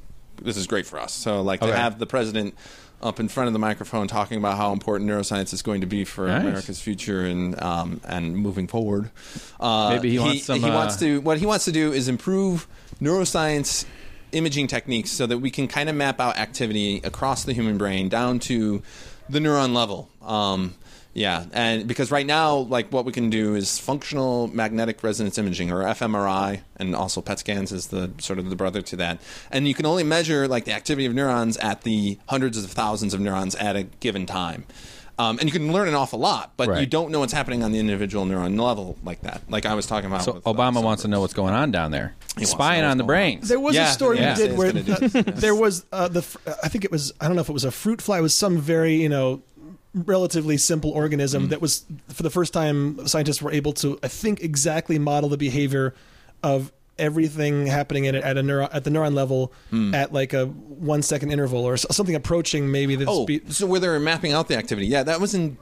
Speaker 1: this is great for us. So like
Speaker 4: Oh. Okay.
Speaker 1: to have the president up in front of the microphone talking about how important neuroscience is going to be for
Speaker 4: Nice.
Speaker 1: America's future and um, and moving forward. Uh,
Speaker 4: Maybe he wants some,
Speaker 1: He wants
Speaker 4: uh,
Speaker 1: to. What he wants to do is improve neuroscience imaging techniques so that we can kind of map out activity across the human brain down to the neuron level. Um, yeah, and because right now, like what we can do is functional magnetic resonance imaging or fMRI, and also PET scans is the sort of the brother to that. And you can only measure like the activity of neurons at the hundreds of thousands of neurons at a given time. Um, and you can learn an awful lot, but
Speaker 4: Right.
Speaker 1: you don't know what's happening on the individual neuron level like that. Like I was talking about.
Speaker 4: So
Speaker 1: with, uh,
Speaker 4: Obama wants
Speaker 1: Zuckerberg.
Speaker 4: to know what's going on down there.
Speaker 1: wants to
Speaker 4: Spying
Speaker 1: know what's
Speaker 4: on the
Speaker 1: going on.
Speaker 4: brains.
Speaker 2: There was
Speaker 1: Yeah,
Speaker 2: a story
Speaker 1: yeah.
Speaker 2: we did
Speaker 1: Yeah,
Speaker 2: where
Speaker 1: it's gonna do
Speaker 2: uh, there was uh, the fr- I think it was I don't know if it was a fruit fly it was some very you know relatively simple organism
Speaker 1: Mm.
Speaker 2: that was for the first time scientists were able to I think exactly model the behavior of everything happening in it at a neuron at the neuron level
Speaker 1: Mm.
Speaker 2: at like a one second interval or s- something approaching maybe the
Speaker 1: Oh,
Speaker 2: speed
Speaker 1: so where they were mapping out the activity? Yeah, that was in.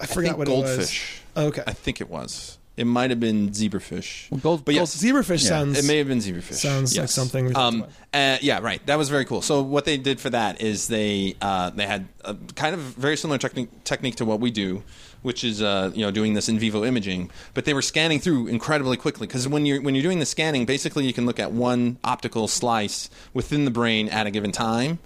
Speaker 1: I,
Speaker 2: forgot
Speaker 1: think
Speaker 2: what it was. Oh,
Speaker 1: goldfish.
Speaker 2: Okay.
Speaker 1: I think it was. It might have been zebrafish.
Speaker 4: gold-
Speaker 1: but
Speaker 4: gold-
Speaker 1: yes,
Speaker 2: zebrafish
Speaker 4: Yeah,
Speaker 2: sounds
Speaker 1: it may have been zebrafish.
Speaker 2: sounds like
Speaker 1: Yes.
Speaker 2: something we talked
Speaker 1: Um, uh, yeah, right. That was very cool. So what they did for that is they uh, they had a kind of very similar technique technique to what we do, which is uh, you know doing this in vivo imaging. But they were scanning through incredibly quickly because when you're when you're doing the scanning, basically you can look at one optical slice within the brain at a given time.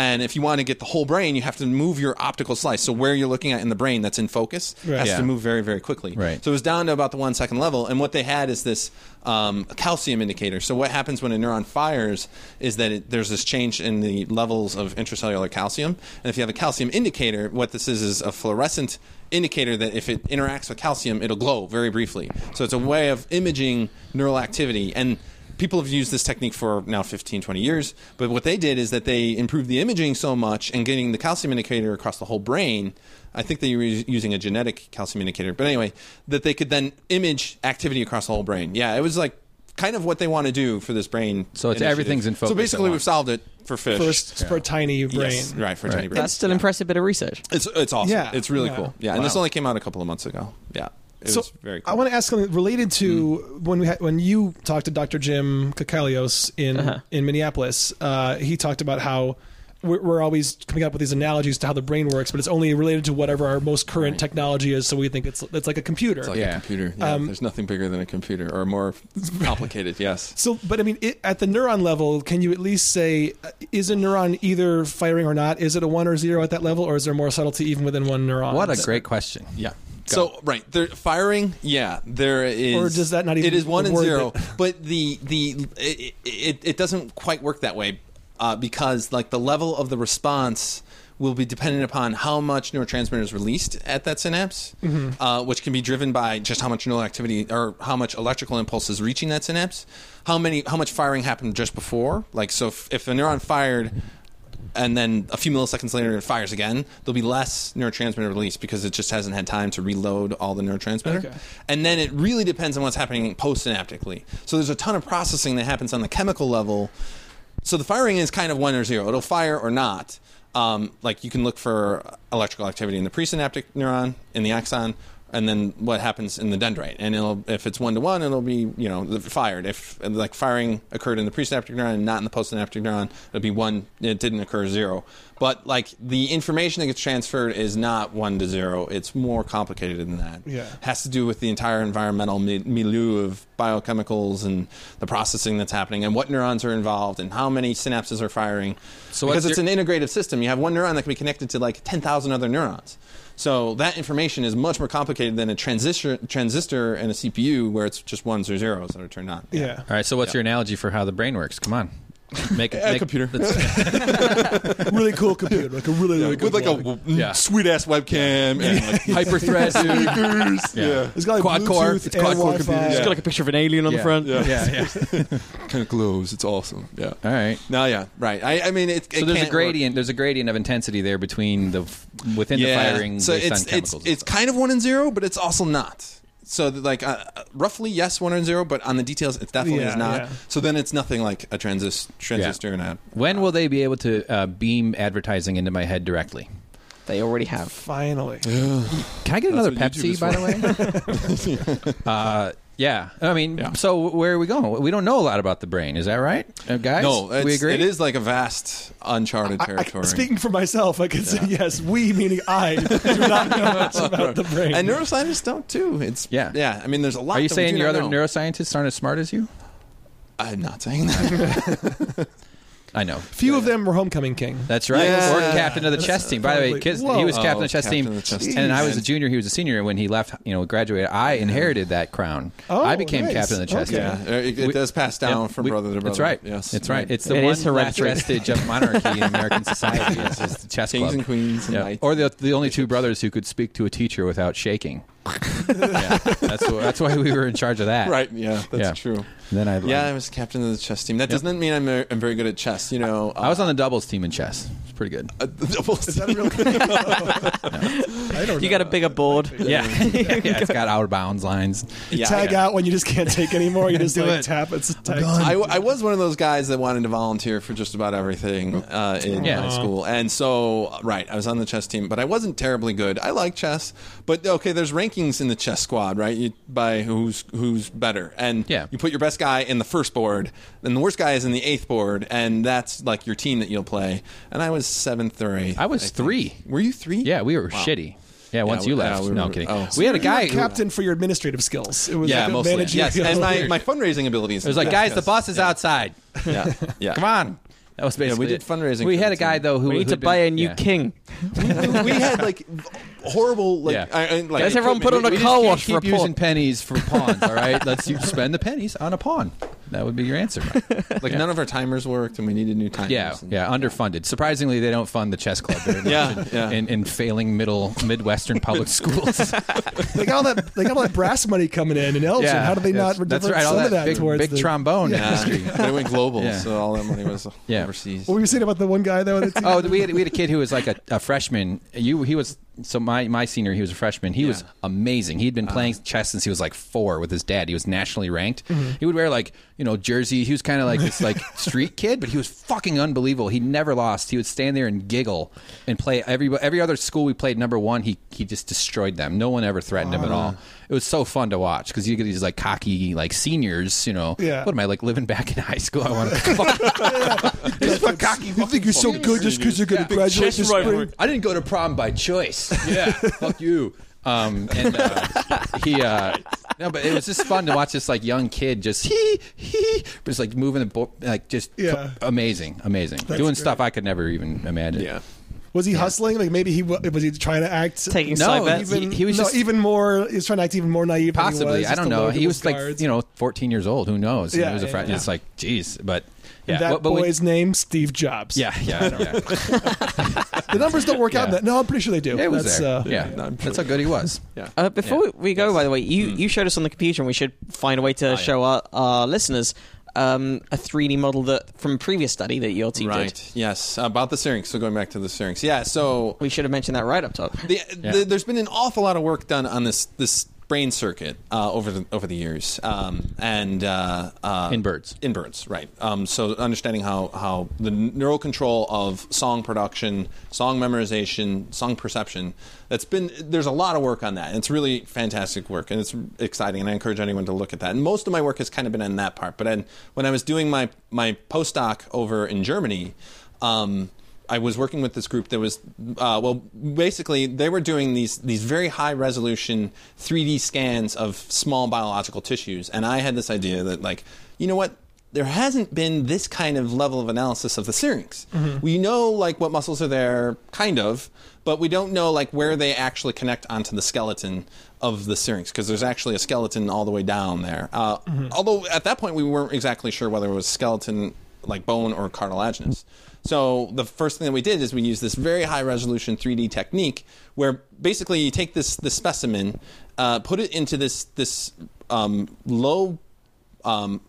Speaker 1: And if you want to get the whole brain, you have to move your optical slice. So where you're looking at in the brain that's in focus
Speaker 2: Right.
Speaker 1: has
Speaker 4: Yeah.
Speaker 1: to move very, very quickly.
Speaker 4: Right.
Speaker 1: So it was down to about the one second level. And what they had is this um, calcium indicator. So what happens when a neuron fires is that it, there's this change in the levels of intracellular calcium. And if you have a calcium indicator, what this is is a fluorescent indicator that if it interacts with calcium, it'll glow very briefly. So it's a way of imaging neural activity. And people have used this technique for now 15 20 years but what they did is that they improved the imaging so much and getting the calcium indicator across the whole brain i think they were us- using a genetic calcium indicator but anyway that they could then image activity across the whole brain yeah it was like kind of what they want to do for this brain
Speaker 4: So it's-
Speaker 1: initiative.
Speaker 4: everything's in focus
Speaker 1: so
Speaker 4: at
Speaker 1: basically we've
Speaker 4: once.
Speaker 1: solved it for fish
Speaker 2: first for a tiny brain
Speaker 1: Yes, right for tiny brain
Speaker 3: That's still an impressive bit of research.
Speaker 1: it's, it's awesome
Speaker 2: Yeah.
Speaker 1: it's really
Speaker 2: Yeah.
Speaker 1: cool yeah and this only came out a couple of months ago yeah it was very cool
Speaker 2: I want to ask something related to
Speaker 4: Mm.
Speaker 2: when we had, when you talked to Dr. Jim Kakalios in
Speaker 4: Uh-huh.
Speaker 2: in Minneapolis. Uh, he talked about how we're, we're always coming up with these analogies to how the brain works, but it's only related to whatever our most current technology is. So we think it's it's like a computer.
Speaker 1: It's like
Speaker 4: Yeah.
Speaker 1: a computer. Yeah,
Speaker 2: Um,
Speaker 1: there's nothing bigger than a computer, or more complicated. Yes.
Speaker 2: so, but I mean, it, at the neuron level, can you at least say uh, is a neuron either firing or not? Is it a one or zero at that level, or is there more subtlety even within one neuron?
Speaker 4: What a great question.
Speaker 1: Yeah. So right, there firing. Yeah, there is.
Speaker 2: Or does that not even
Speaker 1: It is one
Speaker 2: the
Speaker 1: and
Speaker 2: word
Speaker 1: zero,
Speaker 2: that-
Speaker 1: but the the it, it it doesn't quite work that way uh, because like the level of the response will be dependent upon how much neurotransmitter is released at that synapse,
Speaker 2: Mm-hmm.
Speaker 1: uh, which can be driven by just how much neural activity or how much electrical impulse is reaching that synapse, how many how much firing happened just before. Like so, if, if a neuron fired and then a few milliseconds later it fires again, there'll be less neurotransmitter released because it just hasn't had time to reload all the neurotransmitter. And then it really depends on what's happening postsynaptically. So there's a ton of processing that happens on the chemical level. So the firing is kind of one or zero. It'll fire or not. Um, like you can look for electrical activity in the presynaptic neuron, in the axon, and then what happens in the dendrite. And it'll, if it's one to one, it'll be you know the- fired. If like firing occurred in the presynaptic neuron and not in the postsynaptic neuron, it'll be one. It didn't occur zero. But like the information that gets transferred is not one to zero. It's more complicated than that.
Speaker 2: Yeah.
Speaker 1: has to do with the entire environmental mi- milieu of biochemicals and the processing that's happening and what neurons are involved and how many synapses are firing.
Speaker 4: So
Speaker 1: because
Speaker 4: what's
Speaker 1: it's an integrative system, you have one neuron that can be connected to like 10,000 other neurons. So that information is much more complicated than a transistor, transistor and a CPU where it's just ones or zeros that are turned on.
Speaker 2: Yeah.
Speaker 4: All right. So what's your analogy for how the brain works? Come on. Make a computer.
Speaker 2: really cool computer, like a really, really good
Speaker 1: With like a
Speaker 2: one.
Speaker 4: Yeah.
Speaker 1: Mm, sweet ass webcam and like
Speaker 4: Hyper thread.
Speaker 1: speakers.
Speaker 4: Yeah.
Speaker 2: It's got like
Speaker 4: Quad core.
Speaker 2: Bluetooth
Speaker 4: It's
Speaker 2: and
Speaker 4: quad core
Speaker 2: Wi-Fi.
Speaker 4: computer.
Speaker 3: It's got like a picture of an alien on
Speaker 4: Yeah.
Speaker 3: the front.
Speaker 1: Yeah.
Speaker 4: Yeah. Yeah.
Speaker 1: Kind of glows. It's awesome. Yeah.
Speaker 4: All right.
Speaker 1: No, yeah, right. I, I mean, it,
Speaker 4: So
Speaker 1: it
Speaker 4: there's
Speaker 1: can't
Speaker 4: a gradient. There's a gradient of intensity there between the f- within the firing
Speaker 1: So
Speaker 4: based
Speaker 1: it's
Speaker 4: on chemicals. and
Speaker 1: it's it's
Speaker 4: stuff.
Speaker 1: kind of one and zero, but it's also not. So that, like uh, uh, roughly yes, one and zero, but on the details, it definitely
Speaker 2: Yeah,
Speaker 1: is not.
Speaker 2: yeah.
Speaker 1: So then it's nothing like a transist- transistor and a
Speaker 4: when will they be able to uh, beam advertising into my head directly?
Speaker 3: They already have.
Speaker 2: Finally.
Speaker 4: Can I get another
Speaker 1: what YouTube
Speaker 4: Pepsi,
Speaker 1: is
Speaker 4: by the way? uh, yeah. I mean, so where are we going? We don't know a lot about the brain. Is that right, uh, guys?
Speaker 1: no. It's,
Speaker 4: we agree.
Speaker 1: It is like a vast uncharted
Speaker 2: I-
Speaker 1: territory.
Speaker 2: I, speaking for myself, I can say yes. We, meaning I, do not know much about the brain.
Speaker 1: and neuroscientists don't too. It's
Speaker 4: Yeah.
Speaker 1: yeah. I mean, there's a lot.
Speaker 4: Are you
Speaker 1: that we
Speaker 4: saying
Speaker 1: do
Speaker 4: your
Speaker 1: not
Speaker 4: other
Speaker 1: know.
Speaker 4: neuroscientists aren't as smart as you?
Speaker 1: I'm not saying that.
Speaker 4: I know.
Speaker 2: Few of them were homecoming king.
Speaker 4: That's right.
Speaker 1: Yeah. Oh,
Speaker 4: Or captain of the chess team. By the way,
Speaker 2: probably-
Speaker 4: kids,
Speaker 2: Whoa.
Speaker 4: he was captain of the chess
Speaker 1: Captain
Speaker 4: team,
Speaker 1: of the chess team.
Speaker 4: and I was a junior. He was a senior. And when he left, you know, graduated, I inherited that crown.
Speaker 2: Oh,
Speaker 4: I became
Speaker 2: nice.
Speaker 4: captain of the chess
Speaker 2: Okay.
Speaker 4: team.
Speaker 1: Yeah, it, it
Speaker 4: We-
Speaker 1: does pass
Speaker 4: Yeah,
Speaker 1: down from
Speaker 4: we-
Speaker 1: brother to brother.
Speaker 4: That's right.
Speaker 1: Yes,
Speaker 4: It's right. It's the
Speaker 3: It
Speaker 4: one
Speaker 3: is
Speaker 4: last
Speaker 3: hereditary.
Speaker 4: vestige of monarchy in American society. It's, it's the chess
Speaker 1: Kings
Speaker 4: club.
Speaker 1: and queens and
Speaker 4: Yeah.
Speaker 1: knights.
Speaker 4: Or the the only two brothers who could speak to a teacher without shaking. yeah, that's wh- that's why we were in charge of that.
Speaker 1: right. Yeah, that's
Speaker 4: Yeah.
Speaker 1: true.
Speaker 4: And then I
Speaker 1: Yeah, I was captain of the chess team. That doesn't mean I'm, ver- I'm very good at chess. You know,
Speaker 4: I was on the doubles team in chess. It's pretty good.
Speaker 1: uh, the doubles
Speaker 2: Is that a real thing? I don't
Speaker 3: You
Speaker 2: know.
Speaker 3: got a bigger board.
Speaker 4: Yeah, yeah, it's got out of bounds lines.
Speaker 2: You
Speaker 1: Yeah.
Speaker 2: tag out when you just can't take anymore. You just
Speaker 4: Do
Speaker 2: like
Speaker 4: it.
Speaker 2: tap. It's tag.
Speaker 1: I, I was one of those guys that wanted to volunteer for just about everything uh, in
Speaker 4: Yeah.
Speaker 1: high school, and so right, I was on the chess team, but I wasn't terribly good. I like chess, but okay, there's rankings in the chess squad, right? You, by who's who's better, and
Speaker 4: Yeah.
Speaker 1: you put your best guy in the first board, and the worst guy is in the eighth board, and that's like your team that you'll play. And I was seventh or eighth.
Speaker 4: I was
Speaker 1: think.
Speaker 4: three.
Speaker 1: Were you three?
Speaker 4: Yeah, we were shitty. Yeah, once
Speaker 1: we-
Speaker 4: you
Speaker 1: yeah,
Speaker 4: left.
Speaker 1: we
Speaker 4: no,
Speaker 1: were-
Speaker 4: I'm kidding.
Speaker 1: oh.
Speaker 4: we had a guy. Who, it
Speaker 2: captain for your administrative skills. It was
Speaker 1: Yeah,
Speaker 2: like a
Speaker 1: mostly.
Speaker 2: managerial-
Speaker 1: Yes, and my, my fundraising abilities. It
Speaker 4: was like, guys, the boss is outside.
Speaker 1: Yeah, yeah.
Speaker 4: Come on. That was basically.
Speaker 1: did
Speaker 4: it.
Speaker 1: fundraising
Speaker 4: We
Speaker 1: for
Speaker 4: had a
Speaker 1: the
Speaker 4: guy
Speaker 1: team.
Speaker 4: though who
Speaker 3: We need
Speaker 4: who'd
Speaker 3: to
Speaker 4: been-
Speaker 3: buy a new
Speaker 4: yeah.
Speaker 3: king.
Speaker 1: we had like horrible like,
Speaker 4: Yeah.
Speaker 1: I, I- like
Speaker 3: Does everyone put on a
Speaker 4: We just
Speaker 3: car
Speaker 4: can't
Speaker 3: wash for
Speaker 4: keep
Speaker 3: a
Speaker 4: using
Speaker 3: pawn?
Speaker 4: pennies for pawns. All right, let's u- spend the pennies on a pawn. That would be your answer.
Speaker 1: like none of our timers worked and we needed new timers
Speaker 4: Yeah,
Speaker 1: and-
Speaker 4: yeah, underfunded. Surprisingly, they don't fund the chess club very much
Speaker 1: Yeah,
Speaker 4: in,
Speaker 1: yeah.
Speaker 4: in, in failing middle midwestern public schools.
Speaker 2: they got all that. They got all that brass money coming in in Elgin. How do they
Speaker 4: yeah,
Speaker 2: not divert
Speaker 4: that's- That's right.
Speaker 2: some
Speaker 4: All
Speaker 2: of that
Speaker 4: that big,
Speaker 2: towards
Speaker 4: big
Speaker 2: the,
Speaker 4: trombone industry.
Speaker 1: yeah. they went global
Speaker 4: Yeah.
Speaker 1: so all that money was
Speaker 4: Yeah.
Speaker 1: overseas
Speaker 2: What were you saying about the one guy though? That's,
Speaker 4: Oh, we had, we had a kid who was like a, a freshman. You, he was so my my senior. He was a freshman. He was
Speaker 1: Yeah.
Speaker 4: amazing. He'd been playing chess since he was like four with his dad. He was nationally ranked. He would wear like you know jersey. He was kind of like this like street kid, but he was fucking unbelievable. He never lost. He would stand there and giggle and play every every other school we played number one. He he just destroyed them. No one ever threatened him at all. It was so fun to watch because you get these like cocky like seniors. You know,
Speaker 2: Yeah.
Speaker 4: what am I like living back in high school? I want to fuck. Just fuck cocky.
Speaker 2: you think you're so good just because you're going to graduate this spring?
Speaker 4: I didn't go to prom by choice. Yeah, fuck you. Um, and uh, he, uh, no, but it was just fun to watch this like young kid just he he was like moving the bo- like just
Speaker 2: Yeah.
Speaker 4: amazing, amazing, doing stuff I could never even imagine.
Speaker 1: yeah
Speaker 2: Was he hustling? Like maybe he wa- was he trying to act
Speaker 3: Taking
Speaker 4: No,
Speaker 3: side bets.
Speaker 4: that's-
Speaker 2: even
Speaker 4: he- he was
Speaker 2: no,
Speaker 4: just-
Speaker 2: even more. He was trying to act even more naive. than he
Speaker 4: possibly.
Speaker 2: was,
Speaker 4: I
Speaker 2: just
Speaker 4: don't
Speaker 2: to
Speaker 4: know.
Speaker 2: load
Speaker 4: He was like
Speaker 2: people's
Speaker 4: you know 14 years old. Who knows?
Speaker 2: Yeah,
Speaker 4: he was a
Speaker 2: yeah,
Speaker 4: friend.
Speaker 2: yeah.
Speaker 4: It's like geez, but yeah,
Speaker 2: cards. that
Speaker 4: But- but we-
Speaker 2: boy's name Steve Jobs.
Speaker 4: yeah, yeah, I don't know.
Speaker 2: the numbers don't work out. in
Speaker 4: Yeah.
Speaker 2: That no, I'm pretty sure they do.
Speaker 4: it was
Speaker 2: That's,
Speaker 4: there.
Speaker 2: Uh,
Speaker 4: yeah,
Speaker 1: yeah, I'm sure.
Speaker 4: that's how good he was.
Speaker 1: yeah
Speaker 3: Uh, before we we go, by the way, you, you showed us on the computer, and we should find a way to show our, our listeners um, a 3D model that from a previous study that your team did.
Speaker 1: right yes about the syrinx so going back to the syrinx yeah so
Speaker 3: We should have mentioned that right up top.
Speaker 1: the, the, there's been an awful lot of work done on this this brain circuit uh, over the over the years um, and uh, uh,
Speaker 4: In birds.
Speaker 1: in birds right um, so understanding how how the neural control of song production song memorization song perception that's been there's a lot of work on that and it's really fantastic work and it's exciting and I encourage anyone to look at that and most of my work has kind of been on that part but then when I was doing my my postdoc over in Germany um, I was working with this group that was, uh, well, basically they were doing these these very high resolution 3D scans of small biological tissues, and I had this idea that like, you know what? There hasn't been this kind of level of analysis of the syrinx. We know like what muscles are there, kind of, but we don't know like where they actually connect onto the skeleton of the syrinx because there's actually a skeleton all the way down there. Uh, Although at that point we weren't exactly sure whether it was skeleton like bone or cartilaginous. So the first thing that we did is we used this very high resolution 3D technique where basically you take this this specimen, uh, put it into this this um, low um,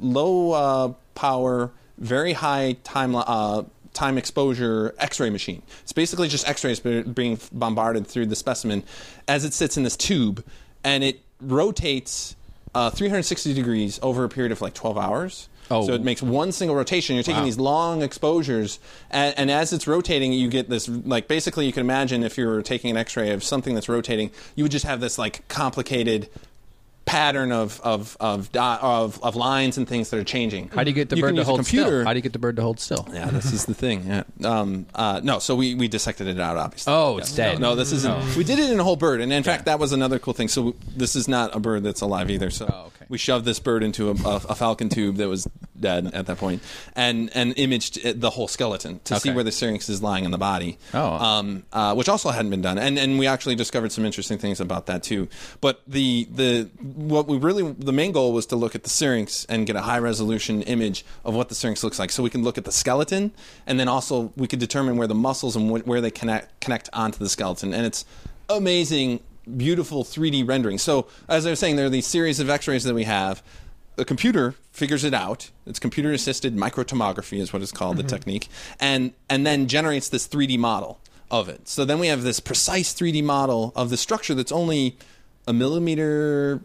Speaker 1: low uh, power, very high time uh, time exposure X-ray machine. It's basically just X-rays be- being bombarded through the specimen as it sits in this tube, and it rotates uh, 360 degrees over a period of like 12 hours.
Speaker 4: Oh.
Speaker 1: So it makes one single rotation. You're taking
Speaker 4: Wow.
Speaker 1: these long exposures, and, and as it's rotating, you get this like basically you can imagine if you were taking an X-ray of something that's rotating, you would just have this like complicated pattern of of of dot, of, of lines and things that are changing.
Speaker 4: How do you get the
Speaker 1: can
Speaker 4: bird to
Speaker 1: use a
Speaker 4: hold
Speaker 1: computer.
Speaker 4: still? How do you get the bird to hold still?
Speaker 1: yeah, this is the thing. Yeah. Um, uh, no, so we, we dissected it out, obviously.
Speaker 4: Oh, it's dead. Oh.
Speaker 1: No, this isn't. We did it in a whole bird, and in fact, that was another cool thing. So this is not a bird that's alive either. So
Speaker 4: Oh, okay.
Speaker 1: we shoved this bird into a, a, a falcon tube that was dead at that point, and and imaged it- the whole skeleton to see
Speaker 4: Okay.
Speaker 1: where the syrinx is lying in the body.
Speaker 4: Oh.
Speaker 1: um, uh, which also hadn't been done, and and we actually discovered some interesting things about that too. But the the what we really the main goal was to look at the syrinx and get a high resolution image of what the syrinx looks like, so we can look at the skeleton, and then also we could determine where the muscles and wh- where they connect connect onto the skeleton, and it's amazing beautiful 3D rendering. So, as I was saying, there are these series of X-rays that we have. The computer figures it out. It's computer-assisted microtomography is what it's called, the technique, and and then generates this 3D model of it. So then we have this precise 3D model of the structure that's only a millimeter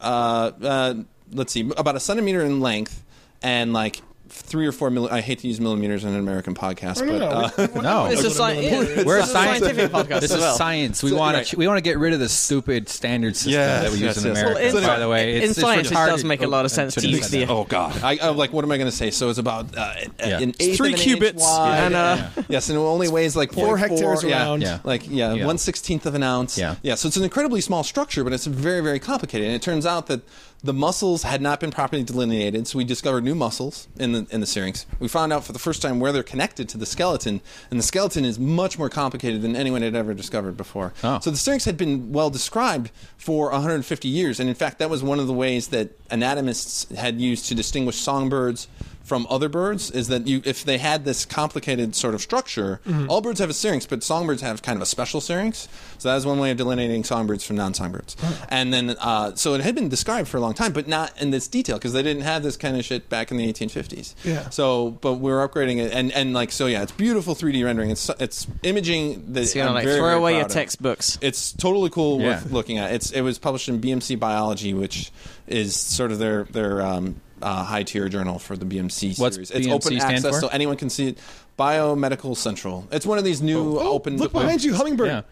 Speaker 1: uh, uh, let's see, about a centimeter in length and like three or four mil. I hate to use millimeters in an American podcast,
Speaker 2: No,
Speaker 1: but
Speaker 2: no,
Speaker 1: uh,
Speaker 2: we- we-
Speaker 4: no.
Speaker 2: we-
Speaker 4: It's
Speaker 3: This
Speaker 2: we-
Speaker 3: is
Speaker 2: we-
Speaker 3: sci-
Speaker 2: we-
Speaker 3: it-
Speaker 2: we-
Speaker 4: We're a
Speaker 3: It's a
Speaker 4: science.
Speaker 3: scientific podcast
Speaker 4: This
Speaker 3: as
Speaker 4: is
Speaker 3: well.
Speaker 4: science. We
Speaker 1: So-
Speaker 4: want
Speaker 1: right.
Speaker 4: to we want to get rid of the stupid standard system
Speaker 1: Yes,
Speaker 4: that we
Speaker 1: yes,
Speaker 4: use in
Speaker 1: yes.
Speaker 4: America.
Speaker 1: Well, in
Speaker 4: by
Speaker 1: sci-
Speaker 4: the way,
Speaker 3: in science, it
Speaker 4: retarded.
Speaker 3: does make a lot of sense
Speaker 4: Shouldn't
Speaker 3: to
Speaker 4: have
Speaker 3: use
Speaker 4: said
Speaker 3: the-
Speaker 4: that.
Speaker 1: Oh God! I, I like. What am I going to say? So it's about uh,
Speaker 4: Yeah.
Speaker 1: an
Speaker 4: It's
Speaker 1: eighth
Speaker 5: three
Speaker 1: of an inch
Speaker 5: qubits.
Speaker 1: wide.
Speaker 3: And, uh,
Speaker 1: yes, and it only weighs like
Speaker 2: Four
Speaker 1: 0.4,
Speaker 2: hectares
Speaker 1: yeah,
Speaker 2: around.
Speaker 4: Yeah.
Speaker 1: Like yeah,
Speaker 4: Yeah.
Speaker 1: one sixteenth of an ounce.
Speaker 4: Yeah.
Speaker 1: yeah. So it's an incredibly small structure, but it's very very complicated. And it turns out that the muscles had not been properly delineated, so we discovered new muscles in the in the syrinx. We found out for the first time where they're connected to the skeleton, and the skeleton is much more complicated than anyone had ever discovered before.
Speaker 4: Oh.
Speaker 1: So the syrinx had been well described for 150 years, and in fact, that was one of the ways that anatomists had used to distinguish songbirds from other birds. Is that you, if they had this complicated sort of structure, all birds have a syrinx, but songbirds have kind of a special syrinx. So that was one way of delineating songbirds from non-songbirds. And then, uh, so it had been described for a long time, but not in this detail because they didn't have this kind of shit back in the 1850s.
Speaker 2: Yeah.
Speaker 1: So, but we're upgrading it, and and like so, yeah, it's beautiful 3D rendering. It's it's imaging that
Speaker 3: It's gonna
Speaker 1: I'm
Speaker 3: like
Speaker 1: very,
Speaker 3: throw
Speaker 1: very
Speaker 3: away your
Speaker 1: proud of.
Speaker 3: textbooks.
Speaker 1: It's totally cool
Speaker 4: Yeah.
Speaker 1: worth looking at. It's it was published in BMC Biology, which is sort of their their um, uh, high tier journal for the BMC
Speaker 4: What's
Speaker 1: series. It's
Speaker 4: BMC
Speaker 1: open
Speaker 4: stand
Speaker 1: access,
Speaker 4: for?
Speaker 1: so anyone can see it. Biomedical Central. It's one of these new
Speaker 2: Oh,
Speaker 1: open.
Speaker 2: look behind you, hummingbird.
Speaker 4: Yeah.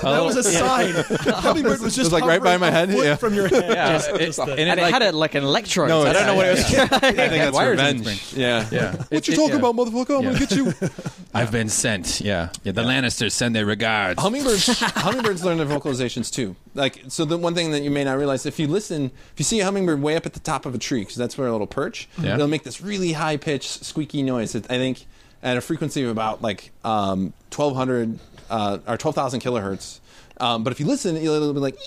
Speaker 2: That was a sign. hummingbird was just
Speaker 1: like, right by
Speaker 2: hovering
Speaker 1: my
Speaker 2: a
Speaker 1: head,
Speaker 2: foot
Speaker 1: yeah.
Speaker 2: from your head.
Speaker 4: Yeah,
Speaker 2: Just-
Speaker 4: it-
Speaker 2: just the-
Speaker 4: and
Speaker 3: And it
Speaker 4: like-
Speaker 3: had a, like an electrode.
Speaker 1: No,
Speaker 3: I
Speaker 1: it's-
Speaker 3: don't know what it was.
Speaker 1: I think that's
Speaker 4: wires in its
Speaker 1: revenge. Yeah.
Speaker 4: Yeah.
Speaker 1: What you talking about, motherfucker? I'm
Speaker 4: Yeah.
Speaker 1: gonna get you.
Speaker 4: I've been sent. Yeah, yeah. The Lannisters send their regards.
Speaker 1: hummingbirds hummingbirds learn their vocalizations too like so the one thing that you may not realize if you listen if you see a hummingbird way up at the top of a tree because that's where it'll perch
Speaker 4: Yeah.
Speaker 1: they'll make this really high pitched squeaky noise it, i think at a frequency of about like um, 1200 uh, or 12000 kilohertz um, but if you listen it'll be like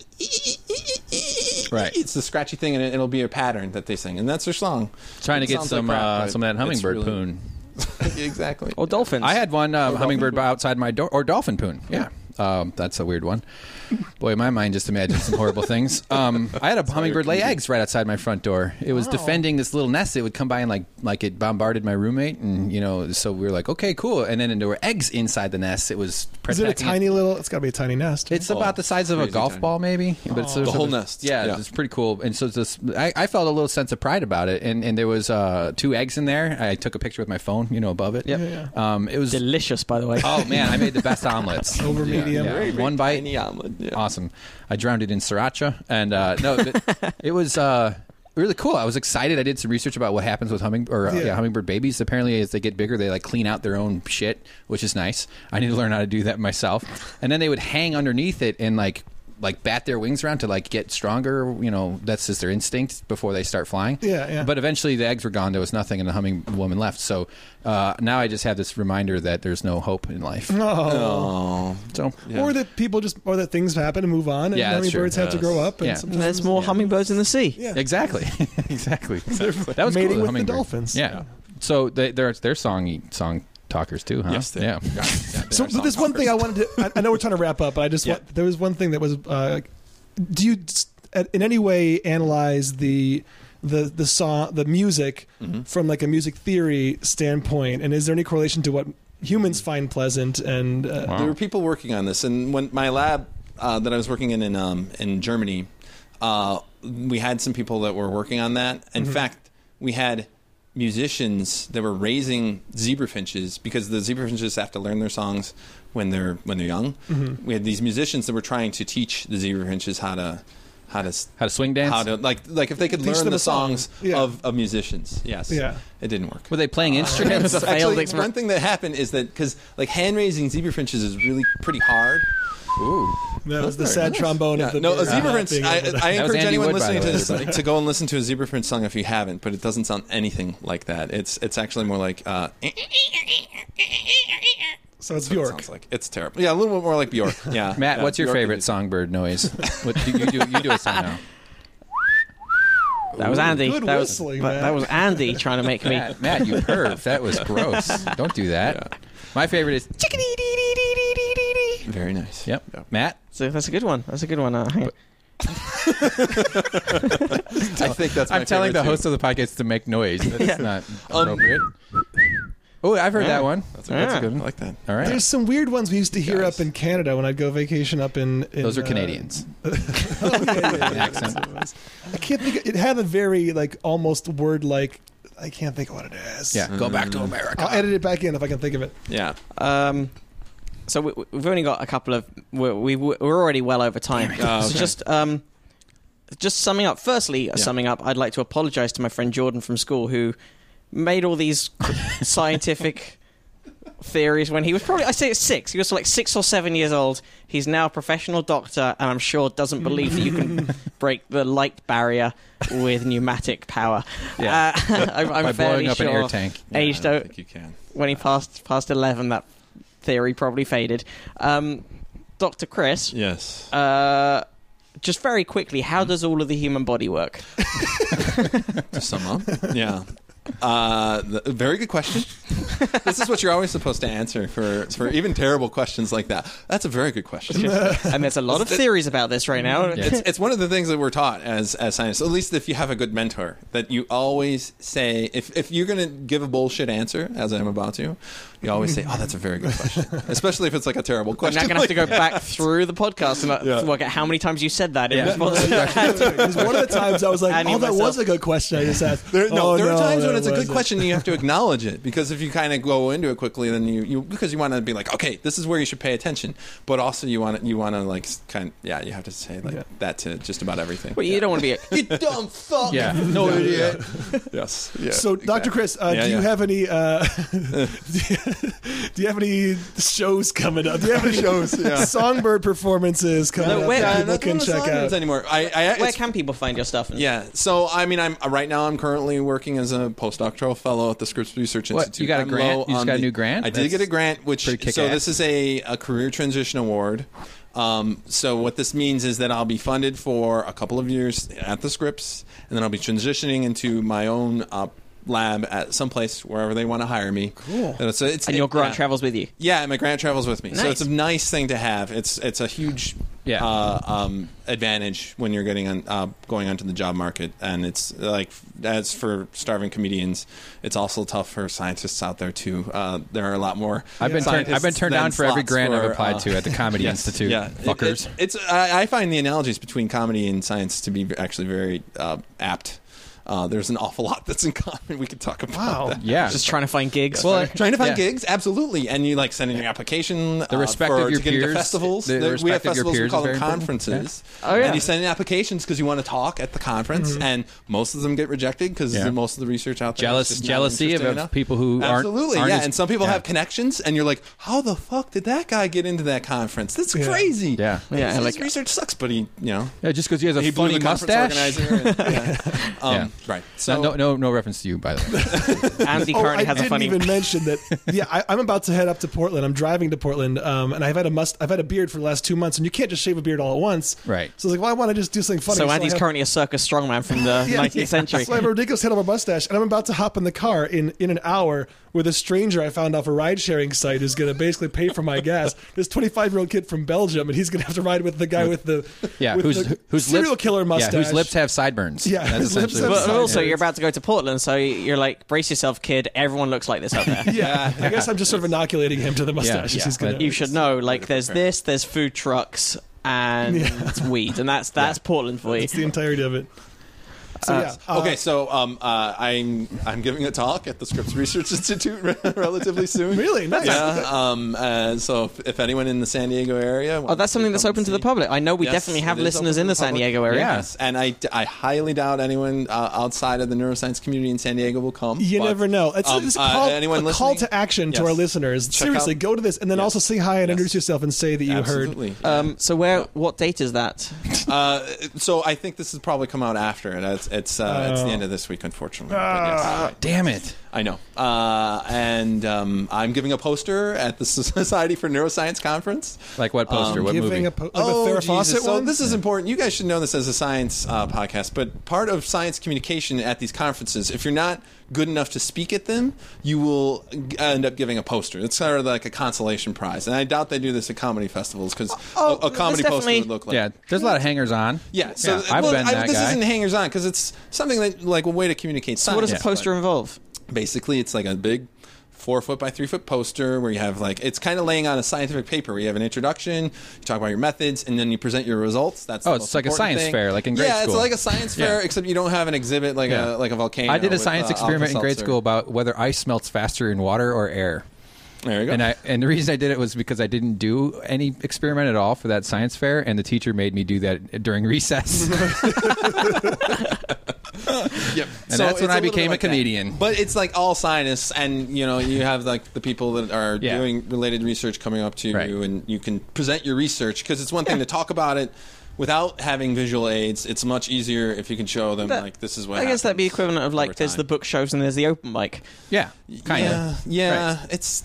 Speaker 4: Right.
Speaker 1: it's the scratchy thing and it- it'll be a pattern that they sing and that's their song
Speaker 4: Trying to
Speaker 1: It
Speaker 4: get
Speaker 1: sounds
Speaker 4: some
Speaker 1: like crap,
Speaker 4: uh,
Speaker 1: but
Speaker 4: some of that
Speaker 1: it's
Speaker 4: hummingbird
Speaker 1: really-
Speaker 4: poon.
Speaker 1: exactly
Speaker 3: Or dolphins.
Speaker 4: I had one um, hummingbird by outside my door, or dolphin poon. Yeah, um, that's a weird one. Boy, my mind just imagined some horrible things. Um, I had a hummingbird lay eggs right outside my front door. It was defending this little nest. It would come by and like like it bombarded my roommate, and you know, so we were like, okay, cool. And then there were eggs inside the nest. It was
Speaker 2: Is it a
Speaker 4: protecting
Speaker 2: tiny little? It's got to be a tiny nest.
Speaker 4: It's about the size of a
Speaker 1: crazy
Speaker 4: golf
Speaker 1: tiny.
Speaker 4: ball, maybe. But it's
Speaker 1: The whole nest.
Speaker 4: Yeah,
Speaker 1: Yeah.
Speaker 4: it's pretty cool. And so this, I, I felt a little sense of pride about it. And and there was uh, two eggs in there. I took a picture with my phone, you know, above it.
Speaker 3: Yep.
Speaker 2: Yeah,
Speaker 4: Um, it was.
Speaker 3: delicious, by the way.
Speaker 4: oh man, I made the best omelets.
Speaker 2: Over medium.
Speaker 4: yeah. One bite.
Speaker 1: Tiny omelet, yeah.
Speaker 4: Awesome. I drowned it in sriracha, and uh, no, it, it was uh, really cool. I was excited. I did some research about what happens with humming or uh,
Speaker 2: Yeah.
Speaker 4: yeah, hummingbird babies. Apparently, as they get bigger, they like clean out their own shit, which is nice. I need to learn how to do that myself. And then they would hang underneath it and like like bat their wings around to like get stronger. You know, that's just their instinct before they start flying.
Speaker 2: Yeah, yeah.
Speaker 4: But eventually, the eggs were gone. There was nothing, and the humming woman left. So uh, now I just have this reminder that there's no hope in life.
Speaker 2: Oh.
Speaker 1: oh
Speaker 4: So.
Speaker 2: Or that people just, or that things happen and move on, and
Speaker 4: Yeah, that's true.
Speaker 2: hummingbirds have to
Speaker 1: Yes.
Speaker 2: grow up. And
Speaker 4: Yeah.
Speaker 2: sometimes-
Speaker 3: There's more hummingbirds in the sea.
Speaker 2: Yeah.
Speaker 4: Exactly. exactly. That
Speaker 2: mating
Speaker 4: was cool,
Speaker 2: with the
Speaker 4: hummingbird.
Speaker 2: dolphins.
Speaker 4: Yeah.
Speaker 2: Yeah.
Speaker 4: So they, they're they're song song talkers too, huh?
Speaker 1: Yes, they-
Speaker 4: yeah.
Speaker 2: So but there's one thing I wanted to. I, I know we're trying to wrap up, but I just
Speaker 1: Yeah.
Speaker 2: want, there was one thing that was. Uh, do you s- at- in any way analyze the the the song the music
Speaker 1: Mm-hmm.
Speaker 2: from like a music theory standpoint, and is there any correlation to what
Speaker 1: Mm-hmm.
Speaker 2: humans find pleasant and uh,
Speaker 4: Wow.
Speaker 1: There were people working on this, and when my lab uh, that I was working in in, um, in Germany, uh, we had some people that were working on that.
Speaker 2: Mm-hmm.
Speaker 1: In fact, we had musicians that were raising zebrafinches because the zebrafinches have to learn their songs when they're when they're young.
Speaker 2: Mm-hmm.
Speaker 1: We had these musicians that were trying to teach the zebrafinches how to how to s-
Speaker 4: How to swing dance?
Speaker 1: how to like like if they could
Speaker 2: Teach
Speaker 1: learn
Speaker 2: them
Speaker 1: the
Speaker 2: a song.
Speaker 1: songs
Speaker 2: Yeah.
Speaker 1: of, of musicians. Yes.
Speaker 2: Yeah.
Speaker 1: It didn't work.
Speaker 4: Were they playing instruments?
Speaker 3: It's a failed
Speaker 1: Actually,
Speaker 3: experiment.
Speaker 1: one thing that happened is that because like hand raising zebrafinches is really pretty hard.
Speaker 4: Ooh.
Speaker 2: That was the sad trombone
Speaker 1: Yeah,
Speaker 2: of the
Speaker 1: no, a
Speaker 2: beer
Speaker 1: zebra
Speaker 2: not
Speaker 1: print.
Speaker 2: being
Speaker 1: I,
Speaker 2: able to-
Speaker 1: I
Speaker 4: That was
Speaker 1: encourage
Speaker 4: Andy
Speaker 1: anyone
Speaker 4: Wood, by the
Speaker 1: listening to
Speaker 4: way,
Speaker 1: this
Speaker 4: everybody.
Speaker 1: to go and listen to a zebra print song if you haven't, but it doesn't sound anything like that. It's it's actually more like uh, eh, eh,
Speaker 2: so it's
Speaker 1: it
Speaker 2: Bjork.
Speaker 1: sounds like it's terrible. Yeah, a little bit more like Bjork. Yeah,
Speaker 4: Matt,
Speaker 1: Yeah,
Speaker 4: what's your
Speaker 1: Bjork
Speaker 4: favorite
Speaker 1: is-
Speaker 4: songbird noise? What do you do? You do a song now.
Speaker 3: That was Andy.
Speaker 2: good
Speaker 3: that was
Speaker 2: whistling,
Speaker 3: but
Speaker 2: Matt.
Speaker 3: that was Andy trying to make me.
Speaker 4: Matt, Matt, you perv. That was gross. Don't do that. My favorite is chickadee dee dee dee dee dee dee dee.
Speaker 1: Very nice.
Speaker 4: Yep.
Speaker 1: Yeah.
Speaker 4: Matt,
Speaker 3: So that's a good one. That's a good one. Uh, hang on.
Speaker 1: I think that's.
Speaker 4: I'm
Speaker 1: my
Speaker 4: telling the
Speaker 1: favorite too. Um,
Speaker 4: host of the podcast to make noise. That's
Speaker 3: Yeah.
Speaker 4: not appropriate. oh, I've heard that one.
Speaker 1: That's a, that's a
Speaker 3: Yeah.
Speaker 1: good one. I like that.
Speaker 4: All right.
Speaker 2: There's some weird ones we used to hear up in Canada when I'd go vacation up in. in
Speaker 4: Those are
Speaker 2: uh,
Speaker 4: Canadians. Accent.
Speaker 2: I can't think. It had a very like almost word like. I can't think of what it is.
Speaker 4: Yeah. Go back
Speaker 1: Mm.
Speaker 4: to America.
Speaker 1: Oh,
Speaker 2: I'll edit it back in if I can think of it.
Speaker 1: Yeah.
Speaker 3: Um, so we, we've only got a couple of. We're, we, we're already well over time.
Speaker 1: Oh,
Speaker 3: So
Speaker 1: okay.
Speaker 3: just um, just summing up. Firstly, uh, summing up. I'd like to apologise to my friend Jordan from school who made all these scientific theories when he was probably I say it's six. He was like six or seven years old. He's now a professional doctor, and I'm sure doesn't believe that you can break the light barrier with pneumatic power.
Speaker 4: Yeah.
Speaker 3: Uh, I'm, I'm
Speaker 4: By
Speaker 3: fairly
Speaker 4: blowing up
Speaker 3: sure
Speaker 4: an air tank.
Speaker 1: Yeah,
Speaker 3: Aged
Speaker 1: I
Speaker 3: out-
Speaker 1: don't think you can.
Speaker 3: when he passed past 11 that theory probably faded um, dr chris
Speaker 1: Yes.
Speaker 3: uh, just very quickly how does all of the human body work
Speaker 1: to sum up. Yeah. Uh, th very good question. this is what you're always supposed to answer for, for even terrible questions like that. That's a very good question.
Speaker 3: and there's a lot of theories about this right now
Speaker 1: it's, it's one of the things that we're taught as as scientists. At least if you have a good mentor, that you always say if if you're going to give a bullshit answer, as I'm about to, you always say, "Oh, that's a very good question," especially if it's like a terrible
Speaker 3: i'm now
Speaker 1: question.
Speaker 3: going to have to go back through the podcast and like,
Speaker 1: Yeah.
Speaker 3: work out how many times you said that in
Speaker 4: Yeah.
Speaker 3: response to
Speaker 2: Because one of the times I was like,
Speaker 3: I knew
Speaker 2: "Oh, that
Speaker 3: myself.
Speaker 2: was a good question." I just asked.
Speaker 1: There, no,
Speaker 2: Oh,
Speaker 1: there are times
Speaker 2: that
Speaker 1: when it's a good
Speaker 2: wasn't.
Speaker 1: question and you have to acknowledge it because if you kind of go into it quickly, then you, you because you want to be like, okay, this is where you should pay attention, but also you want to you want to like s- kind yeah, you have to say like
Speaker 2: Yeah.
Speaker 1: that to just about everything.
Speaker 3: well, you
Speaker 1: Yeah.
Speaker 3: don't want to be a, you dumb fuck
Speaker 4: Yeah.
Speaker 1: no idiot. yes. Yeah,
Speaker 2: So, Dr.
Speaker 1: exactly.
Speaker 2: Chris, uh,
Speaker 1: Yeah,
Speaker 2: do you
Speaker 1: yeah.
Speaker 2: have any? Uh, do you have any shows coming up? Do you have any shows? Songbird performances coming
Speaker 3: No,
Speaker 2: up
Speaker 3: where-
Speaker 2: that
Speaker 1: Yeah, I'm
Speaker 2: people
Speaker 1: not
Speaker 2: can
Speaker 1: doing the
Speaker 2: check
Speaker 1: slogans
Speaker 2: out?
Speaker 1: anymore? I, I,
Speaker 3: where
Speaker 1: it's-
Speaker 3: can people find your stuff and
Speaker 1: yeah. So I mean, I'm uh, right now. I'm currently working as a postdoctoral fellow at the Scripps Research
Speaker 4: What,
Speaker 1: Institute.
Speaker 4: you got a
Speaker 1: I'm
Speaker 4: grant?
Speaker 1: low
Speaker 4: You just
Speaker 1: on
Speaker 4: got a
Speaker 1: the-
Speaker 4: new grant?
Speaker 1: I did
Speaker 4: That's
Speaker 1: get a grant, which so
Speaker 4: pretty kick ass.
Speaker 1: this is a, a career transition award. Um, so what this means is that I'll be funded for a couple of years at the Scripps, and then I'll be transitioning into my own uh, lab at someplace wherever they want to hire me. Cool. And, so it's,
Speaker 3: and your grant
Speaker 1: yeah.
Speaker 3: travels with you
Speaker 1: Yeah, and my grant travels with me, so
Speaker 3: Nice.
Speaker 1: it's a nice thing to have. It's it's a huge
Speaker 4: Yeah.
Speaker 1: uh, um, advantage when you're getting on uh, going onto the job market, and it's like as for starving comedians, it's also tough for scientists out there too. Uh, there are a lot more.
Speaker 4: I've been turned, I've been
Speaker 1: scientists
Speaker 4: turned
Speaker 1: than
Speaker 4: down for every
Speaker 1: slots
Speaker 4: grant I've
Speaker 1: for,
Speaker 4: applied
Speaker 1: uh,
Speaker 4: to at the Comedy
Speaker 1: yes,
Speaker 4: Institute.
Speaker 1: Yeah, It-
Speaker 4: Fuckers.
Speaker 1: it- it's I, I find the analogies between comedy and science to be actually very uh, apt. Uh, there's an awful lot that's in common. We could talk about
Speaker 2: Wow.
Speaker 1: that
Speaker 4: yeah.
Speaker 3: just trying to find gigs
Speaker 4: Well,
Speaker 3: for-
Speaker 1: trying to find
Speaker 4: Yeah.
Speaker 1: gigs, absolutely, and you like send in your application.
Speaker 4: The respect
Speaker 1: uh, for,
Speaker 4: of your
Speaker 1: to get into
Speaker 4: peers-
Speaker 1: festivals.
Speaker 4: the
Speaker 1: There- we have
Speaker 4: respect of your
Speaker 1: festivals we
Speaker 4: peers
Speaker 1: call
Speaker 4: is
Speaker 1: them
Speaker 4: very important.
Speaker 1: conferences,
Speaker 3: Yeah. Oh, yeah. Mm-hmm.
Speaker 1: and you send in applications because you want to talk at the conference, and most of them get rejected because
Speaker 4: Yeah.
Speaker 1: most of the research out there is
Speaker 4: Jealous,
Speaker 1: just not
Speaker 4: jealousy of,
Speaker 1: interesting
Speaker 4: of
Speaker 1: enough.
Speaker 4: people who aren't.
Speaker 1: Absolutely,
Speaker 4: aren't
Speaker 1: yeah.
Speaker 4: as-
Speaker 1: and some people
Speaker 4: yeah.
Speaker 1: have connections, and you're like, "How the fuck did that guy get into that conference? That's
Speaker 2: Yeah.
Speaker 1: crazy."
Speaker 4: Yeah.
Speaker 1: Like,
Speaker 3: Yeah,
Speaker 1: his
Speaker 3: like-
Speaker 1: research sucks, but he, you know,
Speaker 4: Yeah, just because he has a
Speaker 1: he blew
Speaker 4: funny
Speaker 1: the conference
Speaker 4: mustache.
Speaker 1: organizer. and- yeah. Um,
Speaker 4: Yeah.
Speaker 1: Right.
Speaker 4: No,
Speaker 1: So
Speaker 4: no, no, no reference to you, by the way.
Speaker 3: andy
Speaker 2: Oh,
Speaker 3: currently
Speaker 2: I
Speaker 3: has
Speaker 2: didn't
Speaker 3: a funny
Speaker 2: even mention that. Yeah, I, I'm about to head up to Portland. I'm driving to Portland, um, and I've had a must. I've had a beard for the last two months, and you can't just shave a beard all at once.
Speaker 4: Right.
Speaker 2: So I was like, well, I want to just do something funny.
Speaker 3: so
Speaker 2: I
Speaker 3: andy's
Speaker 2: have-
Speaker 3: currently a circus strongman from the
Speaker 2: Yeah.
Speaker 3: 19th century
Speaker 2: So I have a ridiculous head on my mustache, and I'm about to hop in the car in, in an hour with a stranger I found off a ride sharing site who's going to basically pay for my gas. This 25 year old kid from Belgium, and he's going to have to ride with the guy with the
Speaker 4: Yeah,
Speaker 2: with
Speaker 4: who's
Speaker 2: the
Speaker 4: whose
Speaker 2: serial
Speaker 4: lips,
Speaker 2: killer
Speaker 4: yeah,
Speaker 2: mustache.
Speaker 4: whose lips have sideburns.
Speaker 2: Yeah,
Speaker 4: that's
Speaker 2: whose lips have
Speaker 4: essentially. what it
Speaker 3: But
Speaker 4: is.
Speaker 2: sideburns.
Speaker 3: also, you're about to go to Portland, so you're like, brace yourself, kid. Everyone looks like this out there.
Speaker 2: yeah, I guess I'm just sort of inoculating him to the mustache.
Speaker 4: yeah.
Speaker 2: he's gonna,
Speaker 3: You should know. Like, there's this, there's food trucks, and weed, and that's that's Portland for you.
Speaker 2: It's the entirety of it. So yeah. uh,
Speaker 1: okay, so um, uh, I'm I'm giving a talk at the Scripps Research Institute relatively soon.
Speaker 2: Really? Nice.
Speaker 1: Yeah. Um, uh, so if, if anyone in the San Diego area,
Speaker 3: Oh, that's something that's open to the public. I know we
Speaker 1: Yes,
Speaker 3: definitely have
Speaker 1: it is open
Speaker 3: listeners
Speaker 1: to
Speaker 3: in the San
Speaker 1: public.
Speaker 3: Diego area.
Speaker 1: Yes, and I, I highly doubt anyone uh, outside of the neuroscience community in San Diego will come.
Speaker 2: You
Speaker 1: but,
Speaker 2: never know. It's,
Speaker 1: um,
Speaker 2: it's a,
Speaker 1: uh,
Speaker 2: call,
Speaker 1: anyone
Speaker 2: a call
Speaker 1: listening?
Speaker 2: to action to
Speaker 1: Yes.
Speaker 2: our listeners. Seriously,
Speaker 1: out-
Speaker 2: go to this and then
Speaker 1: Yes.
Speaker 2: also say hi and
Speaker 1: Yes.
Speaker 2: introduce yourself and say that you
Speaker 1: Absolutely.
Speaker 3: Um, so where? What date is that?
Speaker 1: Uh, so I think this has probably come out after, and it's it's, uh,
Speaker 2: Oh.
Speaker 1: it's the end of this week, unfortunately. But yes,
Speaker 2: Ah.
Speaker 1: you're right.
Speaker 4: Damn it.
Speaker 1: I know. Uh, and um, I'm giving a poster at the Society for Neuroscience conference.
Speaker 4: Like what poster?
Speaker 2: heard
Speaker 4: what
Speaker 2: Um, giving
Speaker 4: movie?
Speaker 2: a, po- like a Farrah Fawcett
Speaker 1: Oh, Jesus. So
Speaker 2: one.
Speaker 1: this is important. You guys should know this as a science uh, podcast, but part of science communication at these conferences, if you're not good enough to speak at them, you will g- end up giving a poster. It's sort of like a consolation prize, and I doubt they do this at comedy festivals because
Speaker 3: Oh,
Speaker 1: a, a comedy
Speaker 3: that's
Speaker 1: poster would
Speaker 3: definitely-
Speaker 1: look like
Speaker 4: yeah, there's a lot of hangers on.
Speaker 1: Yeah, so
Speaker 4: I've
Speaker 1: well,
Speaker 4: been
Speaker 1: I-
Speaker 4: that
Speaker 1: this
Speaker 4: guy.
Speaker 1: isn't hangers on because it's something that like a way to communicate.
Speaker 3: What does
Speaker 1: science,
Speaker 3: a poster
Speaker 1: but-
Speaker 3: involve?
Speaker 1: basically it's like a big four foot by three foot poster where you have like it's kind of laying on a scientific paper where you have an introduction you talk about your methods and then you present your results that's the
Speaker 4: Oh, it's
Speaker 1: most
Speaker 4: like a
Speaker 1: important
Speaker 4: science
Speaker 1: thing.
Speaker 4: fair, like in grade
Speaker 1: yeah
Speaker 4: school.
Speaker 1: it's like a science
Speaker 4: Yeah.
Speaker 1: fair except you don't have an exhibit like
Speaker 4: Yeah.
Speaker 1: a like a volcano
Speaker 4: I did a
Speaker 1: with,
Speaker 4: science
Speaker 1: uh,
Speaker 4: experiment in
Speaker 1: Alka
Speaker 4: grade
Speaker 1: Seltzer.
Speaker 4: school about whether ice melts faster in water or air.
Speaker 1: there you go
Speaker 4: And I and the reason I did it was because I didn't do any experiment at all for that science fair, and the teacher made me do that during recess.
Speaker 1: Yep.
Speaker 4: And that's
Speaker 1: it's
Speaker 4: when I
Speaker 1: a
Speaker 4: became
Speaker 1: little bit
Speaker 4: a
Speaker 1: like that.
Speaker 4: comedian.
Speaker 1: But it's like all scientists, and you know, you have like the people that are
Speaker 4: Yeah.
Speaker 1: doing related research coming up to
Speaker 4: Right.
Speaker 1: you, and you can present your research because it's one thing to talk about it without having visual aids. It's much easier if you can show them
Speaker 3: That-
Speaker 1: like this is what.
Speaker 3: I guess that'd be
Speaker 1: happens
Speaker 3: equivalent of
Speaker 1: over
Speaker 3: like there's the
Speaker 1: time.
Speaker 3: bookshows and there's the open mic.
Speaker 4: yeah, kind
Speaker 1: yeah,
Speaker 4: of.
Speaker 1: yeah. It's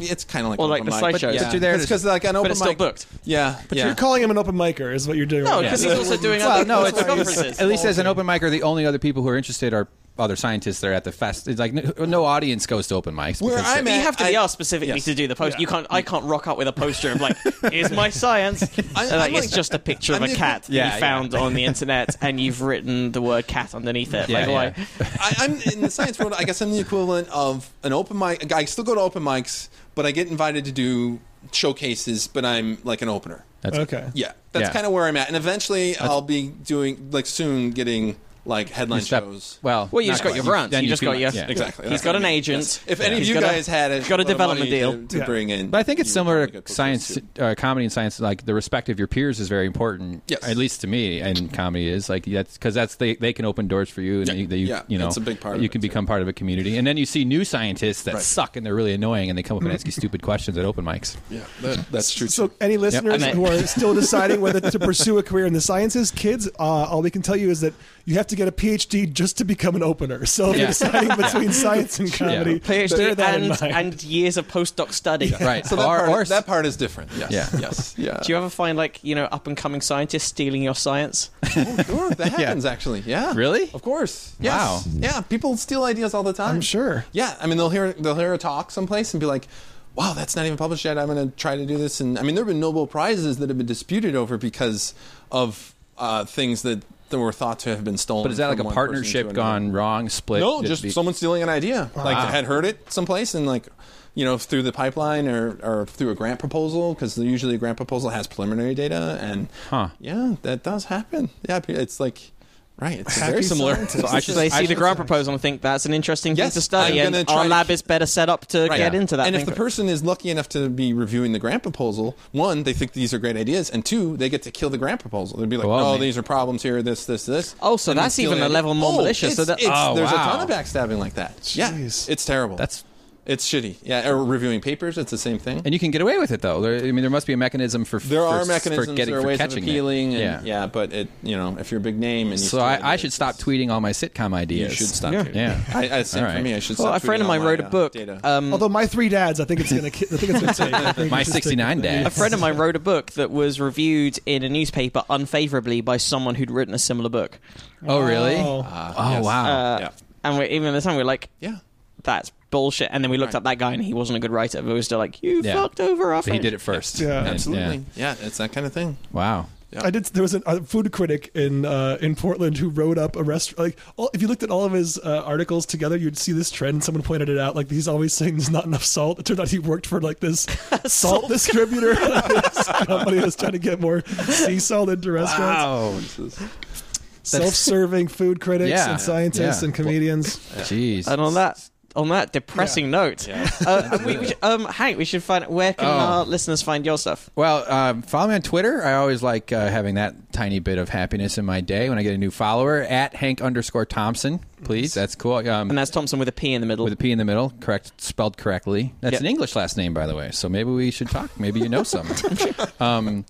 Speaker 1: it's kind of like
Speaker 3: Or
Speaker 1: an
Speaker 3: like
Speaker 1: open
Speaker 3: the
Speaker 1: mic,
Speaker 3: slideshows.
Speaker 1: yeah.
Speaker 3: But
Speaker 4: you're there to-
Speaker 1: because like an open
Speaker 3: it's still
Speaker 1: mic-
Speaker 3: booked.
Speaker 1: Yeah, but yeah.
Speaker 2: You're calling him an open micer is what you're doing.
Speaker 3: No,
Speaker 2: right
Speaker 3: because
Speaker 2: now.
Speaker 3: he's also doing
Speaker 4: Well,
Speaker 3: other
Speaker 4: no, it's,
Speaker 3: conferences.
Speaker 4: at least as an open micer, the only other people who are interested are other scientists that are at the fest. It's like no, no audience goes to open mics.
Speaker 1: Where
Speaker 4: because-
Speaker 1: I'm
Speaker 3: But
Speaker 1: at,
Speaker 3: you have to
Speaker 1: I-
Speaker 3: be asked specifically
Speaker 1: Yes.
Speaker 3: to do the poster.
Speaker 2: Yeah.
Speaker 3: You can't. I can't rock up with a poster of like, "Here's my science." And, like,
Speaker 1: I'm
Speaker 3: it's
Speaker 1: like-
Speaker 3: just a picture
Speaker 1: I'm
Speaker 3: of a
Speaker 1: the-
Speaker 3: cat that
Speaker 4: Yeah,
Speaker 3: you
Speaker 4: yeah.
Speaker 3: found on the internet, and you've written the word "cat" underneath it.
Speaker 4: Yeah,
Speaker 3: like,
Speaker 4: yeah.
Speaker 3: like,
Speaker 1: I, I'm in the science world. I guess I'm the equivalent of an open mic. I still go to open mics, but I get invited to do showcases. But I'm like an opener.
Speaker 4: That's-
Speaker 2: okay.
Speaker 1: Yeah, that's
Speaker 4: Yeah.
Speaker 1: kind of where I'm at. And eventually, I'll be doing like soon getting like headline
Speaker 4: Stop-
Speaker 1: shows.
Speaker 4: Well,
Speaker 3: well, you
Speaker 4: not
Speaker 3: just got
Speaker 4: quite.
Speaker 3: your brands.
Speaker 4: then
Speaker 3: You just
Speaker 4: feel
Speaker 3: got
Speaker 4: like-
Speaker 3: your.
Speaker 4: yeah.
Speaker 1: Exactly.
Speaker 3: He's
Speaker 1: That's
Speaker 3: got
Speaker 1: what
Speaker 3: an
Speaker 1: I mean.
Speaker 3: agent.
Speaker 1: Yes. If any
Speaker 3: He's
Speaker 1: of you
Speaker 3: got a-
Speaker 1: guys had it,
Speaker 3: he's got a development
Speaker 1: to,
Speaker 3: deal.
Speaker 1: to
Speaker 2: Yeah.
Speaker 1: bring in.
Speaker 4: But I think it's
Speaker 1: you would
Speaker 4: similar
Speaker 1: probably get
Speaker 4: to
Speaker 1: booked
Speaker 4: science,
Speaker 1: too.
Speaker 4: uh, comedy and science. Like the respect of your peers is very important.
Speaker 1: Yes.
Speaker 4: at least to me, and comedy is like that's because that's they, they can open doors for you, and you, they,
Speaker 1: yeah,
Speaker 4: you know
Speaker 1: it's a big part of
Speaker 4: You
Speaker 1: it,
Speaker 4: can
Speaker 1: too.
Speaker 4: become part of a community, and then you see new scientists that
Speaker 1: Right. Mm-hmm.
Speaker 4: suck and they're really annoying, and they come up and ask you stupid questions at open mics.
Speaker 1: Yeah, that, that's true.
Speaker 2: So,
Speaker 1: too.
Speaker 2: any listeners
Speaker 3: And I-
Speaker 2: who are still deciding whether to pursue a career in the sciences, kids, uh, all we can tell you is that you have to get a PhD just to become an opener. So, if
Speaker 4: Yeah.
Speaker 2: you're deciding between science and comedy, bear
Speaker 3: PhD
Speaker 2: that in
Speaker 3: and,
Speaker 2: mind.
Speaker 3: and years of postdoc study.
Speaker 4: Right.
Speaker 1: so that,
Speaker 4: or,
Speaker 1: part,
Speaker 4: or-
Speaker 1: that part is different. Yes.
Speaker 4: Yeah.
Speaker 1: Yes. Yeah.
Speaker 3: Do you ever find like you know up and coming scientists stealing your science?
Speaker 1: Oh, sure, that happens actually. Yeah.
Speaker 4: Really?
Speaker 1: Of course.
Speaker 4: Wow.
Speaker 1: Yes. Yeah, people steal ideas all the time.
Speaker 2: I'm sure.
Speaker 1: Yeah, I mean they'll hear they'll hear a talk someplace and be like, "Wow, that's not even published yet. I'm going to try to do this." And I mean there've been Nobel prizes that have been disputed over because of uh, things that, that were thought to have been stolen.
Speaker 4: but is that like
Speaker 1: from
Speaker 4: a
Speaker 1: one person to
Speaker 4: partnership
Speaker 1: another.
Speaker 4: gone wrong? Split?
Speaker 1: No,
Speaker 4: Did
Speaker 1: just
Speaker 4: be-
Speaker 1: someone stealing an idea. Like had heard it someplace and like you know through the pipeline or, or through a grant proposal because usually a grant proposal has preliminary data and
Speaker 4: Huh.
Speaker 1: yeah that does happen yeah it's like right it's very
Speaker 2: Happy
Speaker 1: similar
Speaker 2: scientists.
Speaker 1: So
Speaker 4: I
Speaker 3: So
Speaker 4: should-
Speaker 3: they see the
Speaker 4: should-
Speaker 3: grant proposal and think that's an interesting
Speaker 1: Yes,
Speaker 3: thing to study,
Speaker 1: I'm
Speaker 3: and
Speaker 1: gonna try
Speaker 3: our
Speaker 1: to
Speaker 3: lab
Speaker 1: keep-
Speaker 3: is better set up to
Speaker 1: Right.
Speaker 3: get
Speaker 1: Yeah.
Speaker 3: into that.
Speaker 1: And if
Speaker 3: thing.
Speaker 1: the person is lucky enough to be reviewing the grant proposal, one, they think these are great ideas, and two, they get to kill the grant proposal. They'd be like,
Speaker 4: Well,
Speaker 1: "Oh,
Speaker 4: man.
Speaker 1: these are problems here, this, this, this."
Speaker 3: Oh, so
Speaker 1: And they
Speaker 3: that's
Speaker 1: steal
Speaker 3: even
Speaker 1: the
Speaker 3: a
Speaker 1: idea.
Speaker 3: level more
Speaker 1: Oh,
Speaker 3: malicious.
Speaker 1: It's,
Speaker 3: So that-
Speaker 1: it's-
Speaker 4: Oh,
Speaker 1: there's
Speaker 4: wow.
Speaker 1: a ton of backstabbing like that.
Speaker 2: Jeez.
Speaker 1: Yeah, it's terrible.
Speaker 4: That's-
Speaker 1: it's shitty. Yeah, or reviewing papers, it's the same thing.
Speaker 4: and you can get away with it though. There, I mean, there must be a mechanism for
Speaker 1: there
Speaker 4: for,
Speaker 1: are
Speaker 4: for
Speaker 1: mechanisms,
Speaker 4: getting
Speaker 1: there are
Speaker 4: for
Speaker 1: ways of
Speaker 4: catching it.
Speaker 1: appealing, and,
Speaker 4: yeah.
Speaker 1: yeah, but it, you know, if you're a big name, and you
Speaker 4: So
Speaker 1: steal
Speaker 4: I, I
Speaker 1: ideas,
Speaker 4: should stop
Speaker 1: it's-
Speaker 4: tweeting all my sitcom
Speaker 1: You
Speaker 4: ideas.
Speaker 1: should stop.
Speaker 3: Yeah.
Speaker 1: tweeting.
Speaker 4: Yeah.
Speaker 1: I, I, same
Speaker 4: All
Speaker 1: for
Speaker 4: right.
Speaker 1: me. I should.
Speaker 3: well,
Speaker 1: stop
Speaker 3: a friend
Speaker 1: tweeting
Speaker 3: of mine
Speaker 1: all my,
Speaker 3: wrote a
Speaker 1: uh,
Speaker 3: book.
Speaker 1: data.
Speaker 3: Um,
Speaker 2: Although my three dads, I think it's gonna, ki- I think it's gonna take. I think
Speaker 4: My
Speaker 2: it's just taking-
Speaker 4: 69 dad.
Speaker 3: a friend of mine wrote a book that was reviewed in a newspaper unfavorably by someone who'd written a similar book.
Speaker 4: Oh really?
Speaker 2: Wow.
Speaker 4: oh
Speaker 1: yes.
Speaker 4: wow.
Speaker 3: Uh,
Speaker 1: Yeah.
Speaker 3: And we, even at the time, we were like,
Speaker 1: yeah.
Speaker 3: that's bullshit. And then we looked up that guy, and he wasn't a good writer. But we were still like, you
Speaker 4: Yeah.
Speaker 3: fucked over our
Speaker 4: So he
Speaker 3: friend.
Speaker 4: did it first.
Speaker 2: Yeah.
Speaker 4: And-
Speaker 1: Absolutely. Yeah. it's that kind of thing.
Speaker 4: Wow.
Speaker 1: Yeah.
Speaker 2: I did. There was an, a food critic in uh, in Portland who wrote up a restaurant. Like, all, if you looked at all of his uh, articles together, you'd see this trend. Someone pointed it out. Like, he's always saying there's not enough salt. It turned out he worked for like this salt distributor. This company was trying to get more sea salt into restaurants.
Speaker 4: Oh,
Speaker 2: self-serving food critics
Speaker 4: Yeah.
Speaker 2: and scientists
Speaker 4: Yeah.
Speaker 2: and comedians.
Speaker 4: Jeez.
Speaker 3: And on that on that depressing note, uh, we, we should- um, Hank, we should find out where can
Speaker 4: Oh.
Speaker 3: our listeners find your stuff.
Speaker 4: Well, um, follow me on Twitter. I always like uh, having that tiny bit of happiness in my day when I get a new follower at Hank underscore Thompson. Please, that's cool. Um,
Speaker 3: And that's Thompson with a P in the middle.
Speaker 4: with a P in the middle, correct, spelled correctly. That's
Speaker 3: Yep.
Speaker 4: an English last name, by the way. So maybe we should talk. Maybe you know some. um,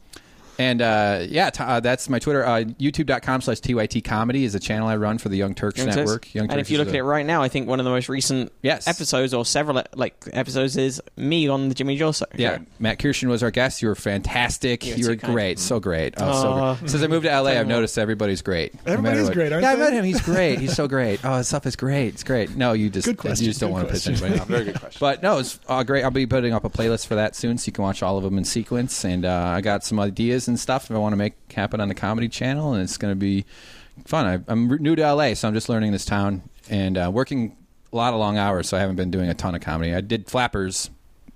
Speaker 4: and uh, yeah, t- uh, that's my Twitter. Uh, YouTube.com slash TYT Comedy is a channel I run for the Young Turks
Speaker 3: Young Turks.
Speaker 4: Network. Young
Speaker 3: and if
Speaker 4: Turks
Speaker 3: you
Speaker 4: is
Speaker 3: look at
Speaker 4: a-
Speaker 3: it right now, I think one of the most recent
Speaker 4: Yes.
Speaker 3: episodes or several like episodes is me on the Jimmy Jaw show.
Speaker 4: Yeah, Matt Kirshen was our guest. You were fantastic.
Speaker 3: You were
Speaker 4: You were
Speaker 3: too kind.
Speaker 4: great, so great. Oh, so
Speaker 3: Aw.
Speaker 4: great. Since I moved to LA, I've noticed everybody's great. No
Speaker 2: Everybody's
Speaker 4: matter what-
Speaker 2: great, aren't
Speaker 4: yeah,
Speaker 2: they?
Speaker 4: I met him. He's great. He's so great. Oh, his stuff is great. It's great. No, you just
Speaker 2: Good question.
Speaker 4: You just don't
Speaker 2: Good
Speaker 4: want to piss
Speaker 2: question.
Speaker 4: anybody off.
Speaker 1: Very good question.
Speaker 4: But no, it's uh, great. I'll be putting up a playlist for that soon, so you can watch all of them in sequence. And uh, I got some ideas and stuff that I want to make happen on the Comedy Channel, and it's going to be fun. I, I'm re- new to LA, so I'm just learning this town and uh, working a lot of long hours. So I haven't been doing a ton of comedy. I did Flappers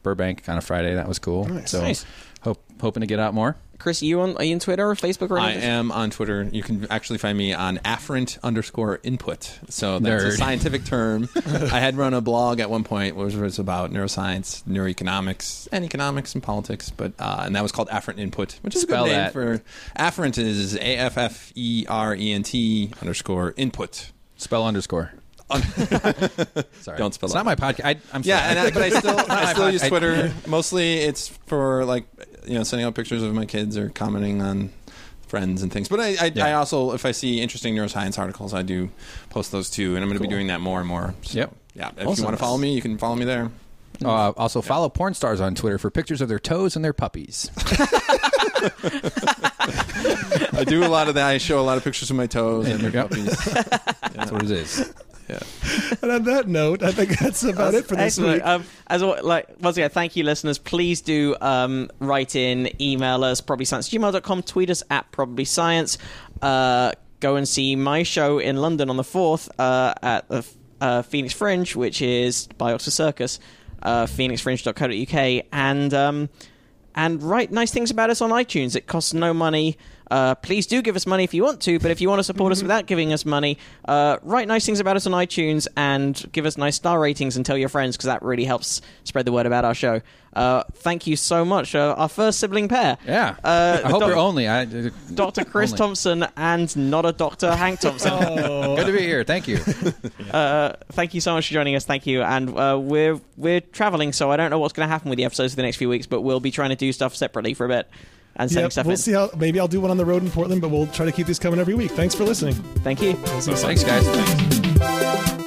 Speaker 4: Burbank on a Friday. That was cool. So
Speaker 3: Nice.
Speaker 4: hope hoping to get out more.
Speaker 3: Chris, you on are you on Twitter or Facebook or
Speaker 1: I
Speaker 3: anything?
Speaker 1: am on Twitter. You can actually find me on afferent underscore input. So that's a
Speaker 4: Nerd.
Speaker 1: scientific term. I had run a blog at one point, which was about neuroscience, neuroeconomics, and economics and politics. But uh, and that was called afferent input, which is
Speaker 4: Spell
Speaker 1: a good name
Speaker 4: that.
Speaker 1: for afferent is a f f e r e n t underscore input.
Speaker 4: Spell underscore. Sorry,
Speaker 1: Don't spell
Speaker 4: It's not my podcast. I, I'm
Speaker 1: Yeah,
Speaker 4: sorry.
Speaker 1: and I, but I still I still use
Speaker 4: I-
Speaker 1: Twitter. Mostly, it's for like you know sending out pictures of my kids or commenting on friends and things. But I I,
Speaker 4: Yeah.
Speaker 1: I also if I see interesting neuroscience articles, I do post those too, and I'm going to be doing that more and more. So,
Speaker 4: Yep.
Speaker 1: Yeah. If
Speaker 3: Awesome.
Speaker 1: you want to follow me, you can follow me there.
Speaker 4: Uh, also, follow porn stars on Twitter for pictures of their toes and their puppies.
Speaker 1: I do a lot of that. I show a lot of pictures of my toes and
Speaker 4: Yep.
Speaker 1: puppies.
Speaker 4: That's what it is.
Speaker 1: Yeah.
Speaker 2: And on that note, I think that's about it for this
Speaker 3: Excellent.
Speaker 2: week.
Speaker 3: Um, as al- like once again, thank you, listeners. Please do um, write in, email us, probablysciencegmail.com, tweet us at probably science. Uh, go and see my show in London on the fourth uh, at the uh, Phoenix Fringe, which is by Oxford Circus, uh, phoenixfringe.co.uk, and. Um, and write nice things about us on iTunes. It costs no money. Uh, please do give us money if you want to, but if you want to support
Speaker 4: Mm-hmm.
Speaker 3: us without giving us money, uh, write nice things about us on iTunes and give us nice star ratings and tell your friends because that really helps spread the word about our show. Uh, thank you so much. Uh, our first sibling pair.
Speaker 4: Yeah.
Speaker 3: Uh,
Speaker 4: I hope
Speaker 3: Doc-
Speaker 4: you're only. I, uh,
Speaker 3: Dr. Chris
Speaker 4: Only. Oh.
Speaker 3: Thompson and not a Dr. Hank Thompson.
Speaker 4: Good to be here. Thank you.
Speaker 3: uh, thank you so much for joining us. Thank you. And uh, we're we're traveling, so I don't know what's going to happen with the episodes for the next few weeks, but we'll be trying to do stuff separately for a bit and sending
Speaker 2: Yep,
Speaker 3: stuff
Speaker 2: we'll
Speaker 3: in.
Speaker 2: see how. Maybe I'll do one on the road in Portland, but we'll try to keep these coming every week. Thanks for listening.
Speaker 3: Thank you.
Speaker 4: Thanks, guys.